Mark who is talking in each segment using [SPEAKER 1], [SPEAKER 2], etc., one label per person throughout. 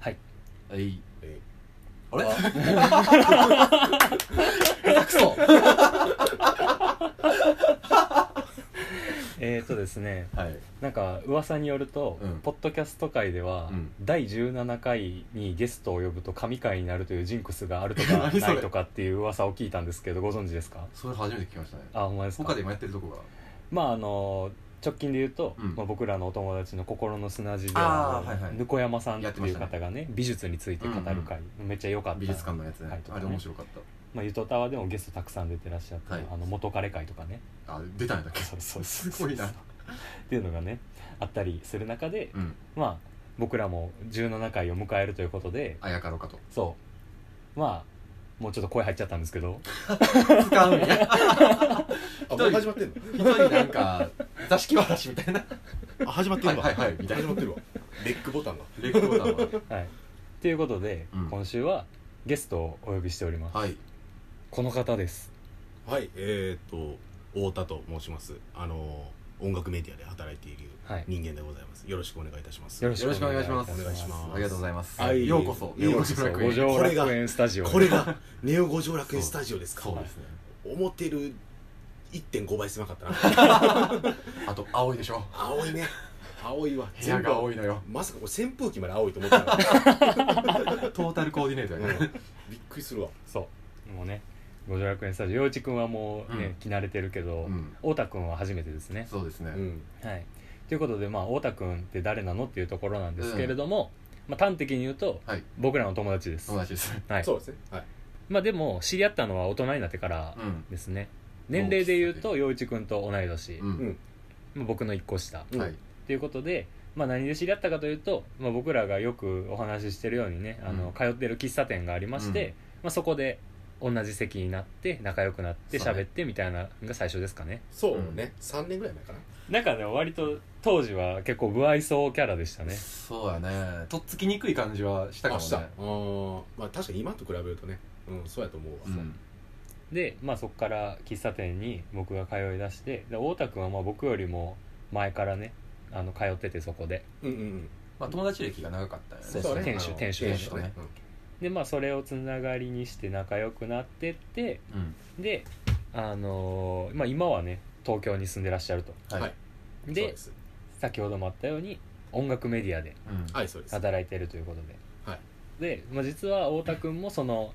[SPEAKER 1] はい
[SPEAKER 2] え
[SPEAKER 3] あれ
[SPEAKER 2] 下手くそ
[SPEAKER 4] えーとですね
[SPEAKER 2] はい
[SPEAKER 4] なんか噂によると、
[SPEAKER 2] うん
[SPEAKER 4] ポッドキャスト界では、
[SPEAKER 2] うん
[SPEAKER 4] 第17回にゲストを呼ぶと神回になるというジンクスがあるとか
[SPEAKER 2] 何それ
[SPEAKER 4] ないとかっていう噂を聞いたんですけどご存知ですか
[SPEAKER 2] それ初めて聞きましたね
[SPEAKER 4] あほんまですか
[SPEAKER 2] 他で今やってるとこが
[SPEAKER 4] まああの直近で言うと、
[SPEAKER 2] うん
[SPEAKER 4] まあ、僕らのお友達の心の砂地で
[SPEAKER 2] あー
[SPEAKER 4] あの
[SPEAKER 2] はいはい
[SPEAKER 4] ぬこ山さん
[SPEAKER 2] や
[SPEAKER 4] っ
[SPEAKER 2] っ
[SPEAKER 4] て
[SPEAKER 2] てま
[SPEAKER 4] いう
[SPEAKER 2] したね
[SPEAKER 4] 方がね美術について語る会、めっちゃ良かった
[SPEAKER 2] 美術館のやつね、
[SPEAKER 4] はいとか
[SPEAKER 2] あ
[SPEAKER 4] ね
[SPEAKER 2] れ面白かっ
[SPEAKER 4] まあ、ゆとたわでもゲストたくさん出てらっしゃって、
[SPEAKER 2] はい
[SPEAKER 4] あの元彼会とかね
[SPEAKER 2] たあ出たんだっけ
[SPEAKER 4] そうそうそう
[SPEAKER 2] すごいな
[SPEAKER 4] っていうのがねあったりする中で、
[SPEAKER 2] うん
[SPEAKER 4] まあ僕らも17回を迎えるということで
[SPEAKER 2] あやかろうかと
[SPEAKER 4] そうまあもうちょっと声入っちゃったんですけど
[SPEAKER 2] 使うん や
[SPEAKER 3] あもう始まってんの
[SPEAKER 2] 一人なんか座敷わらしみたいな
[SPEAKER 3] あ始まってるわ
[SPEAKER 2] はいはいはいみたいな
[SPEAKER 3] 始まってるわレックボタンが
[SPEAKER 2] レコーダー
[SPEAKER 4] はいということで、
[SPEAKER 2] うん
[SPEAKER 4] 今週はゲストをお呼びしております、
[SPEAKER 2] ははい
[SPEAKER 4] この方です
[SPEAKER 3] はいえー、と太田と申しますあの音楽メディアで働いている
[SPEAKER 4] はい
[SPEAKER 3] 人間でございますよろしくお願いいたします
[SPEAKER 4] よろ
[SPEAKER 2] よろしくお願いします
[SPEAKER 4] お願いします
[SPEAKER 2] ありがとうございます、
[SPEAKER 3] はい
[SPEAKER 2] ようこそ
[SPEAKER 3] ようこ
[SPEAKER 2] そ
[SPEAKER 4] 五条楽園スタジオ
[SPEAKER 3] これがネオ五条楽園スタジオですか
[SPEAKER 2] そうですね
[SPEAKER 3] 思ってる1.5倍狭かった な
[SPEAKER 2] あと青いでしょ
[SPEAKER 3] 青いね青いわ
[SPEAKER 2] 部屋が青いのよ
[SPEAKER 3] まさかこれ扇風機まで青いと思ってなか った、
[SPEAKER 2] トータルコーディネート
[SPEAKER 3] う
[SPEAKER 2] や
[SPEAKER 3] ん
[SPEAKER 2] ね、
[SPEAKER 3] びっくりするわ
[SPEAKER 4] そうもうね五条楽園スタジオ陽一君はもうね、
[SPEAKER 2] うん
[SPEAKER 4] 着慣れてるけど、
[SPEAKER 2] うん
[SPEAKER 4] 太田君は初めてですね
[SPEAKER 2] そうですね、
[SPEAKER 3] うん
[SPEAKER 4] はい、ということで、まあ、太田君って誰なのっていうところなんですけれども、まあ、端的に言うと、
[SPEAKER 2] はい
[SPEAKER 4] 僕らの友達です、
[SPEAKER 2] 友達です
[SPEAKER 4] はい
[SPEAKER 3] そうですねはい
[SPEAKER 4] まあ、でも知り合ったのは大人になってから
[SPEAKER 2] うん
[SPEAKER 4] ですね、年齢で言うと陽一君と同い年、
[SPEAKER 2] う
[SPEAKER 3] うん
[SPEAKER 2] ん、
[SPEAKER 4] まあ僕の1個下
[SPEAKER 3] うん
[SPEAKER 2] はい
[SPEAKER 4] ということで、まあ、何で知り合ったかというと、まあ、僕らがよくお話ししてるようにねあ
[SPEAKER 2] う
[SPEAKER 4] の
[SPEAKER 2] ん
[SPEAKER 4] 通ってる喫茶店がありまして、
[SPEAKER 2] うん
[SPEAKER 4] まあ、そこで同じ席になって仲良くなって
[SPEAKER 2] そうね
[SPEAKER 4] 喋ってみたいなのが最初ですかね
[SPEAKER 3] そうね、三3年ぐらい前かな
[SPEAKER 4] なんかね割と当時は結構不愛想キャラでしたね
[SPEAKER 2] そうやねとっつきにくい感じはしたか
[SPEAKER 3] あ
[SPEAKER 2] も
[SPEAKER 3] し
[SPEAKER 2] ね
[SPEAKER 3] たあーまあ確かに今と比べるとねうんそうやと思うわ、
[SPEAKER 2] うん
[SPEAKER 4] で、まあ、そこから喫茶店に僕が通いだしてで太田君はまあ僕よりも前からねあの通っててそこで
[SPEAKER 3] うんうんうん
[SPEAKER 2] まあ友達歴が長かったよね
[SPEAKER 4] そうそう
[SPEAKER 3] ね
[SPEAKER 4] 店主
[SPEAKER 3] あの
[SPEAKER 4] 店主
[SPEAKER 2] ね
[SPEAKER 3] とね、
[SPEAKER 4] で、まあ、それをつながりにして仲良くなってって
[SPEAKER 2] うん
[SPEAKER 4] で、あのーまあ、今はね東京に住んでらっしゃると
[SPEAKER 2] はい、
[SPEAKER 3] はいうんそう
[SPEAKER 4] で
[SPEAKER 3] です
[SPEAKER 4] 先ほどもあったように音楽メディアで
[SPEAKER 2] うん
[SPEAKER 3] はいそうです
[SPEAKER 4] 働いてるということで、
[SPEAKER 3] はい
[SPEAKER 4] で、まあ、実は太田君もその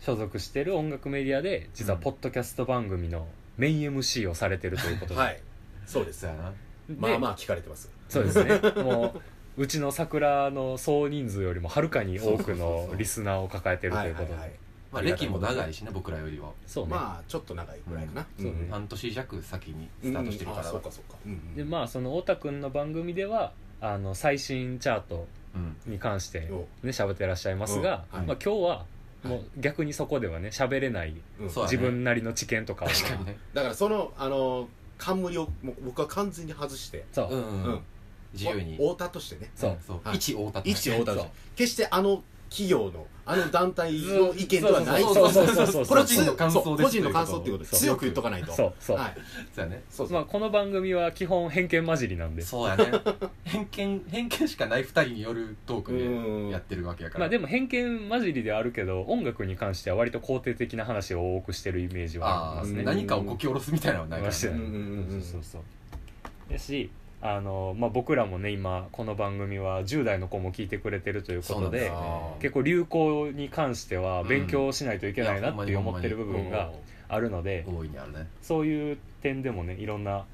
[SPEAKER 4] 所属してる音楽メディアで実は
[SPEAKER 2] うん
[SPEAKER 4] ポッドキャスト番組のメイン MC をされてるということで、
[SPEAKER 3] はいそうです
[SPEAKER 2] そうやな
[SPEAKER 4] で
[SPEAKER 3] まあまあ聞かれてます
[SPEAKER 4] そうですねもううちの桜の総人数よりもはるかに多く
[SPEAKER 2] そうそうそう
[SPEAKER 4] の
[SPEAKER 2] そう
[SPEAKER 4] リスナーを抱えてると
[SPEAKER 3] はいいうは
[SPEAKER 4] こ
[SPEAKER 3] い
[SPEAKER 4] と
[SPEAKER 3] は
[SPEAKER 4] で
[SPEAKER 3] い
[SPEAKER 2] まあ歴も長いしね僕らよりは
[SPEAKER 4] そうね、
[SPEAKER 3] まあちょっと長いぐらいかな、
[SPEAKER 4] うんそうね
[SPEAKER 2] 半年弱先にスタートしてるから
[SPEAKER 3] あそうかそうか、うんうん、
[SPEAKER 4] でまあその太田君の番組ではあの最新チャート
[SPEAKER 2] うん
[SPEAKER 4] に関してね
[SPEAKER 3] お
[SPEAKER 4] 喋ってらっしゃいますが、
[SPEAKER 3] うんはい
[SPEAKER 4] まあ、今日はもう逆にそこではね喋れない
[SPEAKER 3] うん
[SPEAKER 2] そうだ
[SPEAKER 4] 自
[SPEAKER 2] ね
[SPEAKER 4] 分なりの知見とかを
[SPEAKER 2] 確かにね
[SPEAKER 3] だからそのあの冠をもう僕は完全に外して
[SPEAKER 4] そう、
[SPEAKER 2] うんうん、
[SPEAKER 3] うん
[SPEAKER 2] 自由に
[SPEAKER 3] お太田としてね
[SPEAKER 4] そう
[SPEAKER 2] うんそう、
[SPEAKER 3] はい
[SPEAKER 2] 一太田って
[SPEAKER 3] 一太田とし
[SPEAKER 4] そう
[SPEAKER 3] て決してあの企業のあの団体の意見ではない
[SPEAKER 4] そうそうそうそうそう
[SPEAKER 2] 個人の感想です
[SPEAKER 3] 個人の感想っていうこと
[SPEAKER 2] そう
[SPEAKER 3] 強く言っとかないと
[SPEAKER 4] そうそう
[SPEAKER 3] はい
[SPEAKER 2] そうやね
[SPEAKER 3] そうそ
[SPEAKER 4] まあ、
[SPEAKER 3] う
[SPEAKER 4] この番組は基本偏見混じりなんで
[SPEAKER 2] そうやね偏見偏見しかない二人によるトー
[SPEAKER 3] う
[SPEAKER 2] ク
[SPEAKER 3] ん
[SPEAKER 2] でやってるわけやから
[SPEAKER 4] まあでも偏見混じりではあるけど音楽に関しては割と肯定的な話を多くしてるイメージはあり
[SPEAKER 2] あ
[SPEAKER 4] ま
[SPEAKER 2] あ
[SPEAKER 4] すね
[SPEAKER 3] うん
[SPEAKER 2] 何かをこき下ろすみたいなのはないか
[SPEAKER 4] ま
[SPEAKER 2] ら
[SPEAKER 4] して
[SPEAKER 2] ね
[SPEAKER 4] ない
[SPEAKER 3] うんうんうんうん
[SPEAKER 4] そうそうそうやしあの、まあ、僕らもね今この番組は10代の子も聞いてくれてるというこ
[SPEAKER 2] そうな
[SPEAKER 4] と
[SPEAKER 2] んです
[SPEAKER 4] で
[SPEAKER 2] よ
[SPEAKER 3] あー
[SPEAKER 4] 結構流行に関しては
[SPEAKER 2] うん
[SPEAKER 4] 勉強しないといけないなって
[SPEAKER 2] い
[SPEAKER 4] い
[SPEAKER 2] や
[SPEAKER 4] う
[SPEAKER 2] ほん
[SPEAKER 4] 思
[SPEAKER 2] ま
[SPEAKER 4] っ
[SPEAKER 2] に
[SPEAKER 4] てる部分があるので
[SPEAKER 2] 大いにあるね
[SPEAKER 4] そういう点でもねいろんな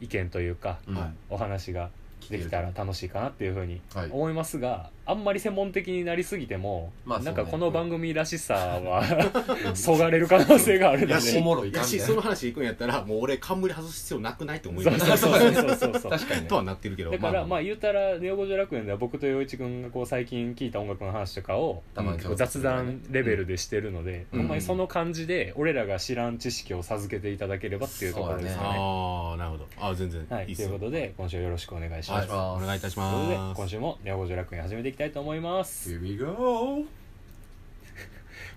[SPEAKER 4] 意見というか
[SPEAKER 2] うん
[SPEAKER 3] はい
[SPEAKER 4] お話ができたら楽しいかなっていうふうに
[SPEAKER 2] はい
[SPEAKER 4] 思いますがあんまり専門的になりすぎても、
[SPEAKER 2] まあそう
[SPEAKER 4] な
[SPEAKER 2] ね
[SPEAKER 4] んかこの番組らしさは そがれる可能性があるので
[SPEAKER 3] やし
[SPEAKER 2] おもろい感
[SPEAKER 3] や
[SPEAKER 2] じ
[SPEAKER 3] し
[SPEAKER 2] やね
[SPEAKER 3] その話行くんやったらもう俺冠外す必要なくないと思い
[SPEAKER 4] そ
[SPEAKER 3] ま
[SPEAKER 4] う
[SPEAKER 3] す
[SPEAKER 4] そうそうそうそうそう
[SPEAKER 2] 確かにね
[SPEAKER 3] とはなってるけど
[SPEAKER 4] だから、
[SPEAKER 2] まあまあ
[SPEAKER 4] まあ言うたら「ネオ五条楽園」では僕と陽一君がこう最近聴いた音楽の話とかを
[SPEAKER 2] たまに
[SPEAKER 4] こう雑談レベルでしてるので、
[SPEAKER 2] うん
[SPEAKER 4] ほんまにその感じで俺らが知らん知識を授けていただければっていうところです
[SPEAKER 2] そう
[SPEAKER 4] よ
[SPEAKER 2] だ
[SPEAKER 4] ね。
[SPEAKER 3] ああなるほどあー全然
[SPEAKER 4] はい
[SPEAKER 3] い
[SPEAKER 4] と
[SPEAKER 3] っす
[SPEAKER 4] いう
[SPEAKER 3] よ
[SPEAKER 4] ことで今週よろしくお願いし
[SPEAKER 3] は
[SPEAKER 4] ま
[SPEAKER 3] い
[SPEAKER 4] す。
[SPEAKER 3] お願いいたし
[SPEAKER 4] ということで
[SPEAKER 3] ます
[SPEAKER 4] 今週も「ネオ五条楽園」始めていきたいと思います
[SPEAKER 2] Here we go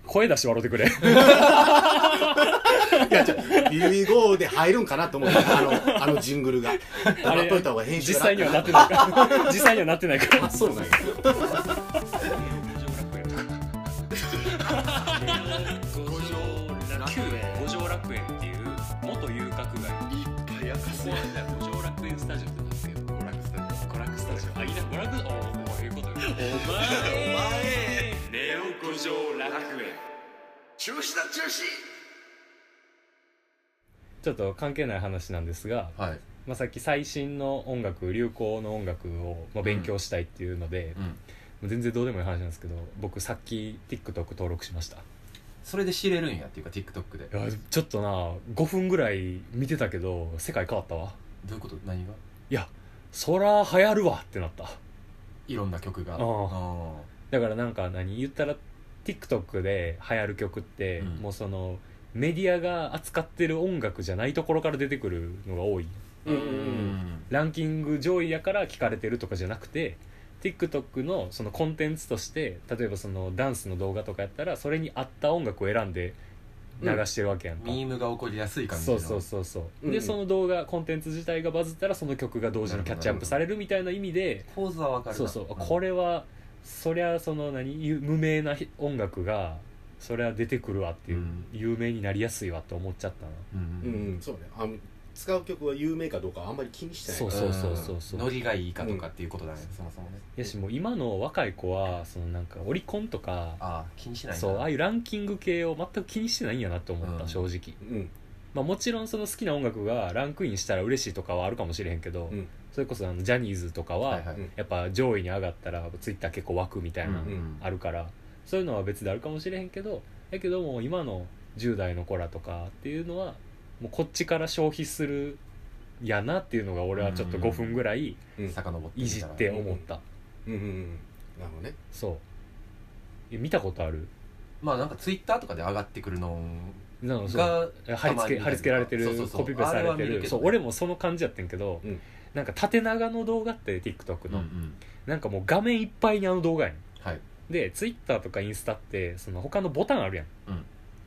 [SPEAKER 4] 声出して笑ってくれ
[SPEAKER 3] いや、じゃ遺言で入るんかなと思って、あの、あのジングルが。黙っといた方が編集
[SPEAKER 4] 実
[SPEAKER 3] が
[SPEAKER 4] 際にはなってないから実際にはなってないから
[SPEAKER 3] あそうなんや。
[SPEAKER 4] 五条楽園うなんだ五条楽園スタジオってなんですけど
[SPEAKER 3] 娯楽スタジ
[SPEAKER 4] 娯楽スタジオあいいな娯楽おおおいうことお前ネオ五条楽園
[SPEAKER 1] 中止だ中止
[SPEAKER 4] ちょっと関係ない話なんですが、
[SPEAKER 2] はい
[SPEAKER 4] まあ、さっき最新の音楽流行の音楽を、まあ、勉強したいっていうので、
[SPEAKER 2] うん
[SPEAKER 4] もう全然どうでもいい話なんですけど僕さっき TikTok 登録しました
[SPEAKER 2] それで知れるんやっていうか TikTok で
[SPEAKER 4] いや
[SPEAKER 2] ど
[SPEAKER 4] ちょっとな5分ぐらい見てたけど世界変わったわ
[SPEAKER 2] ういうこと何が
[SPEAKER 4] いやそら流行るわってなった
[SPEAKER 2] いろんな曲が
[SPEAKER 4] あ
[SPEAKER 2] あ
[SPEAKER 4] あだからなんか何言ったら TikTok で流行る曲って、
[SPEAKER 2] うん
[SPEAKER 4] もうそのメディアが扱ってる音楽じゃないところから出てくるのが多い
[SPEAKER 2] うん
[SPEAKER 4] ランキング上位やから聞かれてるとかじゃなくて TikTok のそのコンテンツとして例えばそのダンスの動画とかやったらそれに合った音楽を選んで流してるわけやんか、
[SPEAKER 2] ミームが起こりやすい感じ
[SPEAKER 4] そ
[SPEAKER 2] の
[SPEAKER 4] うそうそうそう、
[SPEAKER 1] うんう
[SPEAKER 4] で
[SPEAKER 1] ん
[SPEAKER 4] その動画コンテンツ自体がバズったらその曲が同時にキャッチアップされるみたいな意味で
[SPEAKER 2] 構図はわかるな
[SPEAKER 4] そうそう、こ
[SPEAKER 2] れ
[SPEAKER 4] れはそりゃその何有無名な音楽がそりゃ出てくるわっていう、
[SPEAKER 2] うん
[SPEAKER 4] 有名になりやすいわって思っちゃったな
[SPEAKER 2] う
[SPEAKER 3] オうんんそうねあん使う曲は有名かどうかあんまり気にしてない
[SPEAKER 4] そうそうそうそうそう
[SPEAKER 2] ノリがいいかとかっていうことだねそもそもね
[SPEAKER 4] やしもう今の若い子はそのなんかオリコンとか
[SPEAKER 2] ああ気にしないんだ
[SPEAKER 4] そうああいうランキング系を全く気にしてないんやなと思った、
[SPEAKER 2] うん
[SPEAKER 4] 正直、
[SPEAKER 3] うん
[SPEAKER 4] まあ、もちろんその好きな音楽がランクインしたら嬉しいとかはあるかもしれへんけど、
[SPEAKER 3] うん
[SPEAKER 4] それこそあのジャニーズとかは、
[SPEAKER 2] はいはい
[SPEAKER 3] うん
[SPEAKER 4] やっぱ上位に上がったらツイッター結構湧くみたいな
[SPEAKER 2] うんうん
[SPEAKER 4] あるから、そういうのは別であるかもしれへんけどやけどもう今の10代の子らとかっていうのはもうこっちから消費するやなっていうのが俺はちょっと
[SPEAKER 2] うん
[SPEAKER 4] 5分ぐらい
[SPEAKER 3] うん
[SPEAKER 2] 遡って
[SPEAKER 4] い
[SPEAKER 2] み
[SPEAKER 4] じ
[SPEAKER 2] た
[SPEAKER 4] っ
[SPEAKER 2] ら
[SPEAKER 4] て思った、
[SPEAKER 3] うんうんうんなるほどね
[SPEAKER 4] そうえ見たことある
[SPEAKER 2] まあなんかツイッターとかで上がってくるの
[SPEAKER 4] なのそう
[SPEAKER 2] が
[SPEAKER 4] 貼り付け貼り付けられてる
[SPEAKER 2] そうそうそう
[SPEAKER 4] コピペされ
[SPEAKER 2] あ
[SPEAKER 4] て
[SPEAKER 2] は見
[SPEAKER 4] る
[SPEAKER 2] けど
[SPEAKER 4] そう俺もその感じやってんけど、
[SPEAKER 3] うん
[SPEAKER 4] なんか縦長の動画って TikTok
[SPEAKER 2] うんう
[SPEAKER 4] の、
[SPEAKER 2] ん
[SPEAKER 4] なんかもう画面いっぱいにあの動画やん
[SPEAKER 2] はい
[SPEAKER 4] で Twitter とかインスタってその他のボタンあるやん、
[SPEAKER 2] うん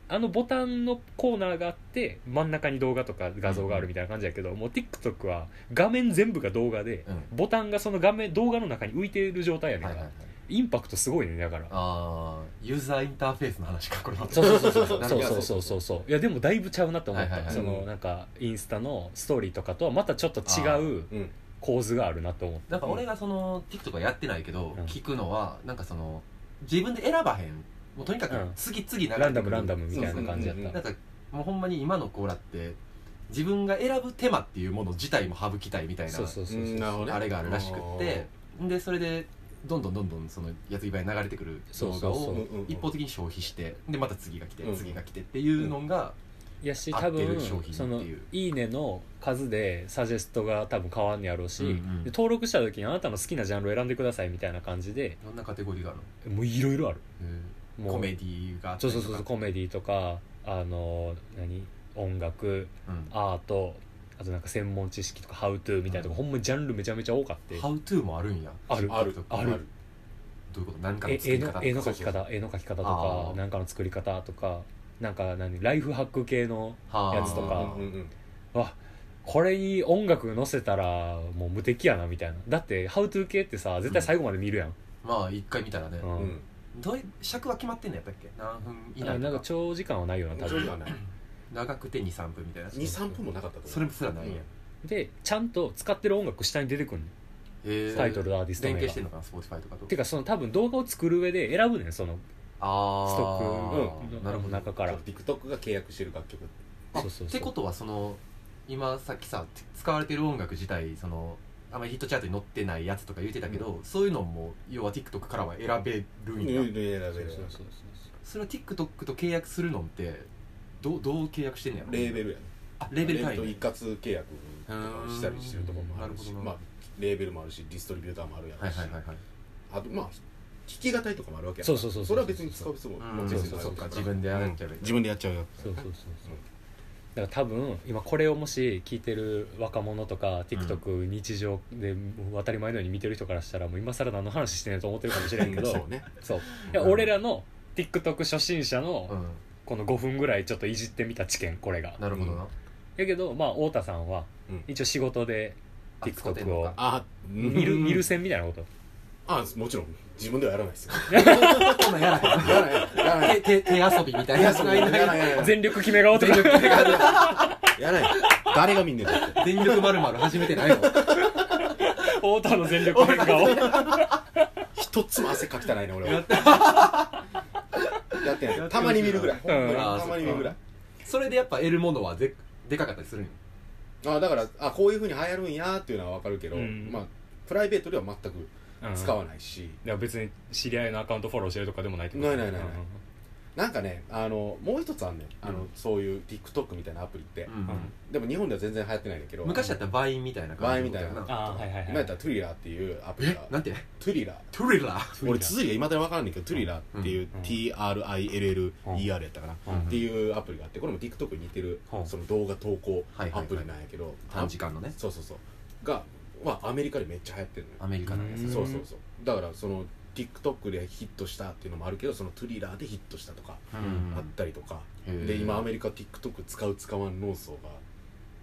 [SPEAKER 4] あのボタンのコーナーがあって真ん中に動画とか画像があるみたいな感じやけど、もう TikTok は画面全部が動画で
[SPEAKER 2] うん
[SPEAKER 4] ボタンがその画面動画の中に浮いてる状態やねんか
[SPEAKER 2] は
[SPEAKER 4] ら、
[SPEAKER 2] いはいはい
[SPEAKER 4] インパクトすごいねだから
[SPEAKER 2] ああユーザーインターフェースの話かこれは
[SPEAKER 4] そうそうそうそう
[SPEAKER 2] な
[SPEAKER 4] そ
[SPEAKER 2] ん
[SPEAKER 4] う
[SPEAKER 2] か
[SPEAKER 4] そうそうそうそういやでもだいぶちゃうなと思った、
[SPEAKER 2] はいはいは
[SPEAKER 4] そ
[SPEAKER 2] い
[SPEAKER 4] のなんかインスタのストーリーとかとはまたちょっと違う
[SPEAKER 3] うん
[SPEAKER 4] 構図があるなと思って
[SPEAKER 2] なんか俺がその TikTok はやってないけど、
[SPEAKER 4] うん
[SPEAKER 2] 聞くのはなんかその自分で選ばへんもうとにか
[SPEAKER 4] う
[SPEAKER 2] く
[SPEAKER 4] ん
[SPEAKER 2] 次々流れてくる
[SPEAKER 4] ランダムランダムみたい
[SPEAKER 2] そ
[SPEAKER 4] な
[SPEAKER 2] うそう
[SPEAKER 4] 感じやっ
[SPEAKER 3] うんうん
[SPEAKER 4] た
[SPEAKER 2] なんかもうほんまに今の子らって自分が選ぶ手間っていうもの自体も省きたいみたいな
[SPEAKER 4] そうそうそう
[SPEAKER 3] うんなるほどね
[SPEAKER 2] あれがあるらしくってでそれでどんどんどんどんそのやつぎばに流れてくる
[SPEAKER 4] そう
[SPEAKER 2] 動
[SPEAKER 4] そ
[SPEAKER 2] 画
[SPEAKER 4] うそう
[SPEAKER 2] を
[SPEAKER 3] うんうんうん
[SPEAKER 2] 一方的に消費してでまた次が来て
[SPEAKER 3] うん
[SPEAKER 2] 次が来てっていうのが
[SPEAKER 4] いやし
[SPEAKER 2] 合
[SPEAKER 4] 多
[SPEAKER 2] って
[SPEAKER 4] 分
[SPEAKER 2] る商品っていう
[SPEAKER 4] その「いいね」の数でサジェストが多分変わんねやろうし、
[SPEAKER 2] うんうん
[SPEAKER 4] で登録した時にあなたの好きなジャンルを選んでくださいみたいな感じで
[SPEAKER 2] どんなカテゴリーがある
[SPEAKER 4] もういろいろある
[SPEAKER 2] の、
[SPEAKER 4] もう
[SPEAKER 2] コメディがあった
[SPEAKER 4] そう
[SPEAKER 2] り
[SPEAKER 4] そ
[SPEAKER 2] と
[SPEAKER 4] うそう
[SPEAKER 2] か
[SPEAKER 4] そうコメディとかあの何音楽
[SPEAKER 2] うん
[SPEAKER 4] アートあとなんか専門知識とか「ハウトゥー」みたいなとこ、ほんまジャンルめちゃめちゃ多かって
[SPEAKER 2] ハウトゥーもあるんや
[SPEAKER 4] ある
[SPEAKER 3] ある
[SPEAKER 2] あ
[SPEAKER 4] る
[SPEAKER 2] どういうこと何かの
[SPEAKER 4] え
[SPEAKER 2] 作
[SPEAKER 4] 絵
[SPEAKER 2] り
[SPEAKER 4] の
[SPEAKER 2] 方
[SPEAKER 4] 絵の描き方絵の描き方とか
[SPEAKER 2] あー
[SPEAKER 4] なんかの作り方とかなんか何ライフハック系のやつとか
[SPEAKER 3] うんうんうん
[SPEAKER 4] わこれに音楽載せたらもう無敵やなみたいなだって「HowTo 系」ってさ絶対最後まで見るやん、
[SPEAKER 2] まあ一回見たらね、
[SPEAKER 4] うん
[SPEAKER 3] うん
[SPEAKER 2] どうい尺は決まってんのやったっけ何分以
[SPEAKER 4] あ
[SPEAKER 2] 内
[SPEAKER 4] なん
[SPEAKER 2] と
[SPEAKER 4] か
[SPEAKER 2] か
[SPEAKER 4] 長時間はないよな多
[SPEAKER 3] 徐々には
[SPEAKER 4] 分
[SPEAKER 3] ない
[SPEAKER 2] 長くて23分みたいな
[SPEAKER 3] 二三分もなかったと思う
[SPEAKER 2] それもすらないやん、
[SPEAKER 4] でちゃんと使ってる音楽下に出てくんねん
[SPEAKER 2] え
[SPEAKER 4] タイトルとアーティスト
[SPEAKER 2] 連
[SPEAKER 4] 名
[SPEAKER 2] 携
[SPEAKER 4] が
[SPEAKER 2] してんのかな Spotify とかと
[SPEAKER 4] てかその多分動画を作る上で選ぶねんその
[SPEAKER 2] ああ
[SPEAKER 4] スト
[SPEAKER 2] うん
[SPEAKER 4] ック
[SPEAKER 2] なる
[SPEAKER 4] の
[SPEAKER 2] ほど
[SPEAKER 4] 中から
[SPEAKER 3] TikTok が契約してる楽曲
[SPEAKER 2] あ
[SPEAKER 4] そうそうそう
[SPEAKER 2] ってことはその今さっきさ使われてる音楽自体そのあんまりヒットチャートに載ってないやつとか言ってたけど、そういうのも要は TikTok からは選べるんや、それは TikTok と契約するのってどうどう契約してんのやろ
[SPEAKER 3] レーベルやね
[SPEAKER 2] あレーベル単
[SPEAKER 3] と
[SPEAKER 2] 位
[SPEAKER 3] 一
[SPEAKER 2] ね
[SPEAKER 3] 括契約とかしたりしてるところもあるし
[SPEAKER 2] うんなるほどな
[SPEAKER 3] まあレーベルもあるしディストリビューターもあるや
[SPEAKER 2] はい
[SPEAKER 3] ろし
[SPEAKER 2] はいはいはい
[SPEAKER 3] あとまあ弾き語りとかもあるわけや
[SPEAKER 4] そうそうそうそう
[SPEAKER 3] それは別に使う必要
[SPEAKER 2] う
[SPEAKER 3] も
[SPEAKER 2] ん
[SPEAKER 3] 別
[SPEAKER 2] そう
[SPEAKER 3] に
[SPEAKER 2] そうそうか自分でやるっちゃうよね
[SPEAKER 3] 自分でやっちゃうよ
[SPEAKER 4] そうそうそうそうだから多分今これをもし聞いてる若者とか TikTok 日常でもう当たり前のように見てる人からしたらもう今更何の話してんねんと思ってるかもしれんけど
[SPEAKER 3] そうね
[SPEAKER 4] そういや
[SPEAKER 2] うん
[SPEAKER 4] 俺らの TikTok 初心者の
[SPEAKER 2] うん
[SPEAKER 4] この5分ぐらいちょっといじってみた知見これが
[SPEAKER 2] なるほどな、
[SPEAKER 3] う
[SPEAKER 4] やけどまあ太田さんは
[SPEAKER 3] うん
[SPEAKER 4] 一応仕事で
[SPEAKER 2] あ使ってん
[SPEAKER 4] TikTok
[SPEAKER 2] の
[SPEAKER 4] を
[SPEAKER 2] か
[SPEAKER 3] あ
[SPEAKER 4] 見る見る
[SPEAKER 3] せ
[SPEAKER 4] 線みたいなこと
[SPEAKER 3] あもちろん自分ではやらないですよ
[SPEAKER 2] そんなんやらへん
[SPEAKER 3] やらないやらない
[SPEAKER 2] 手手手遊びみたいな
[SPEAKER 3] やらないやらない
[SPEAKER 4] 全力決め顔とか
[SPEAKER 3] やらない誰が見んねんだって
[SPEAKER 2] 全力まるまる始めてない の
[SPEAKER 4] 太田の全力変化を
[SPEAKER 3] 一つも汗かきたないね俺は
[SPEAKER 2] や
[SPEAKER 3] や
[SPEAKER 2] って
[SPEAKER 3] ってないたまに見るぐらいほんまに
[SPEAKER 2] あー
[SPEAKER 3] たまに見るぐらい
[SPEAKER 2] それでやっぱ得るものはででかかったりするんよ
[SPEAKER 3] あーだからあこういうふうに流行るんやっていうのは分かるけど、
[SPEAKER 4] うん
[SPEAKER 3] まあプライベートでは全く使わ
[SPEAKER 4] い
[SPEAKER 3] ないし、
[SPEAKER 4] や別に知り合いのアカウントフォローしてるとかでもないってこ
[SPEAKER 3] ないないないないなんかねあのもう一つあんねんあの、
[SPEAKER 2] うん
[SPEAKER 3] そういう TikTok みたいなアプリって、
[SPEAKER 2] うん
[SPEAKER 3] でも日本では全然流行ってないんだけど
[SPEAKER 2] 昔だったらバインみたいな感じのことや
[SPEAKER 3] バインみ
[SPEAKER 4] ああーはいはいはい
[SPEAKER 3] 今やったらトゥリラーっていうアプリ
[SPEAKER 2] え
[SPEAKER 3] が
[SPEAKER 2] なんて
[SPEAKER 3] トゥリラー
[SPEAKER 2] トゥリラー
[SPEAKER 3] 俺綴りがいまだに分からんねんけど、トゥリラーっていう、
[SPEAKER 4] うん
[SPEAKER 3] TRILLER やったかな、
[SPEAKER 4] うん
[SPEAKER 3] っていうアプリがあってこれも TikTok に似てる、
[SPEAKER 4] うん
[SPEAKER 3] その動画投稿
[SPEAKER 2] はいはい
[SPEAKER 3] ア
[SPEAKER 2] はい
[SPEAKER 3] プリなんやけど、
[SPEAKER 2] 短時間のね
[SPEAKER 3] そうそうそうが、まあ、アメリカでめっちゃ流行ってるのよ
[SPEAKER 2] アメリカなんや
[SPEAKER 4] うん
[SPEAKER 3] そうそうそうだからその TikTok でヒットしたっていうのもあるけどそのトゥリラーでヒットしたとか
[SPEAKER 2] う
[SPEAKER 3] あったりとか、
[SPEAKER 2] ん
[SPEAKER 3] で
[SPEAKER 2] へー
[SPEAKER 3] 今アメリカ TikTok 使う使わん論争が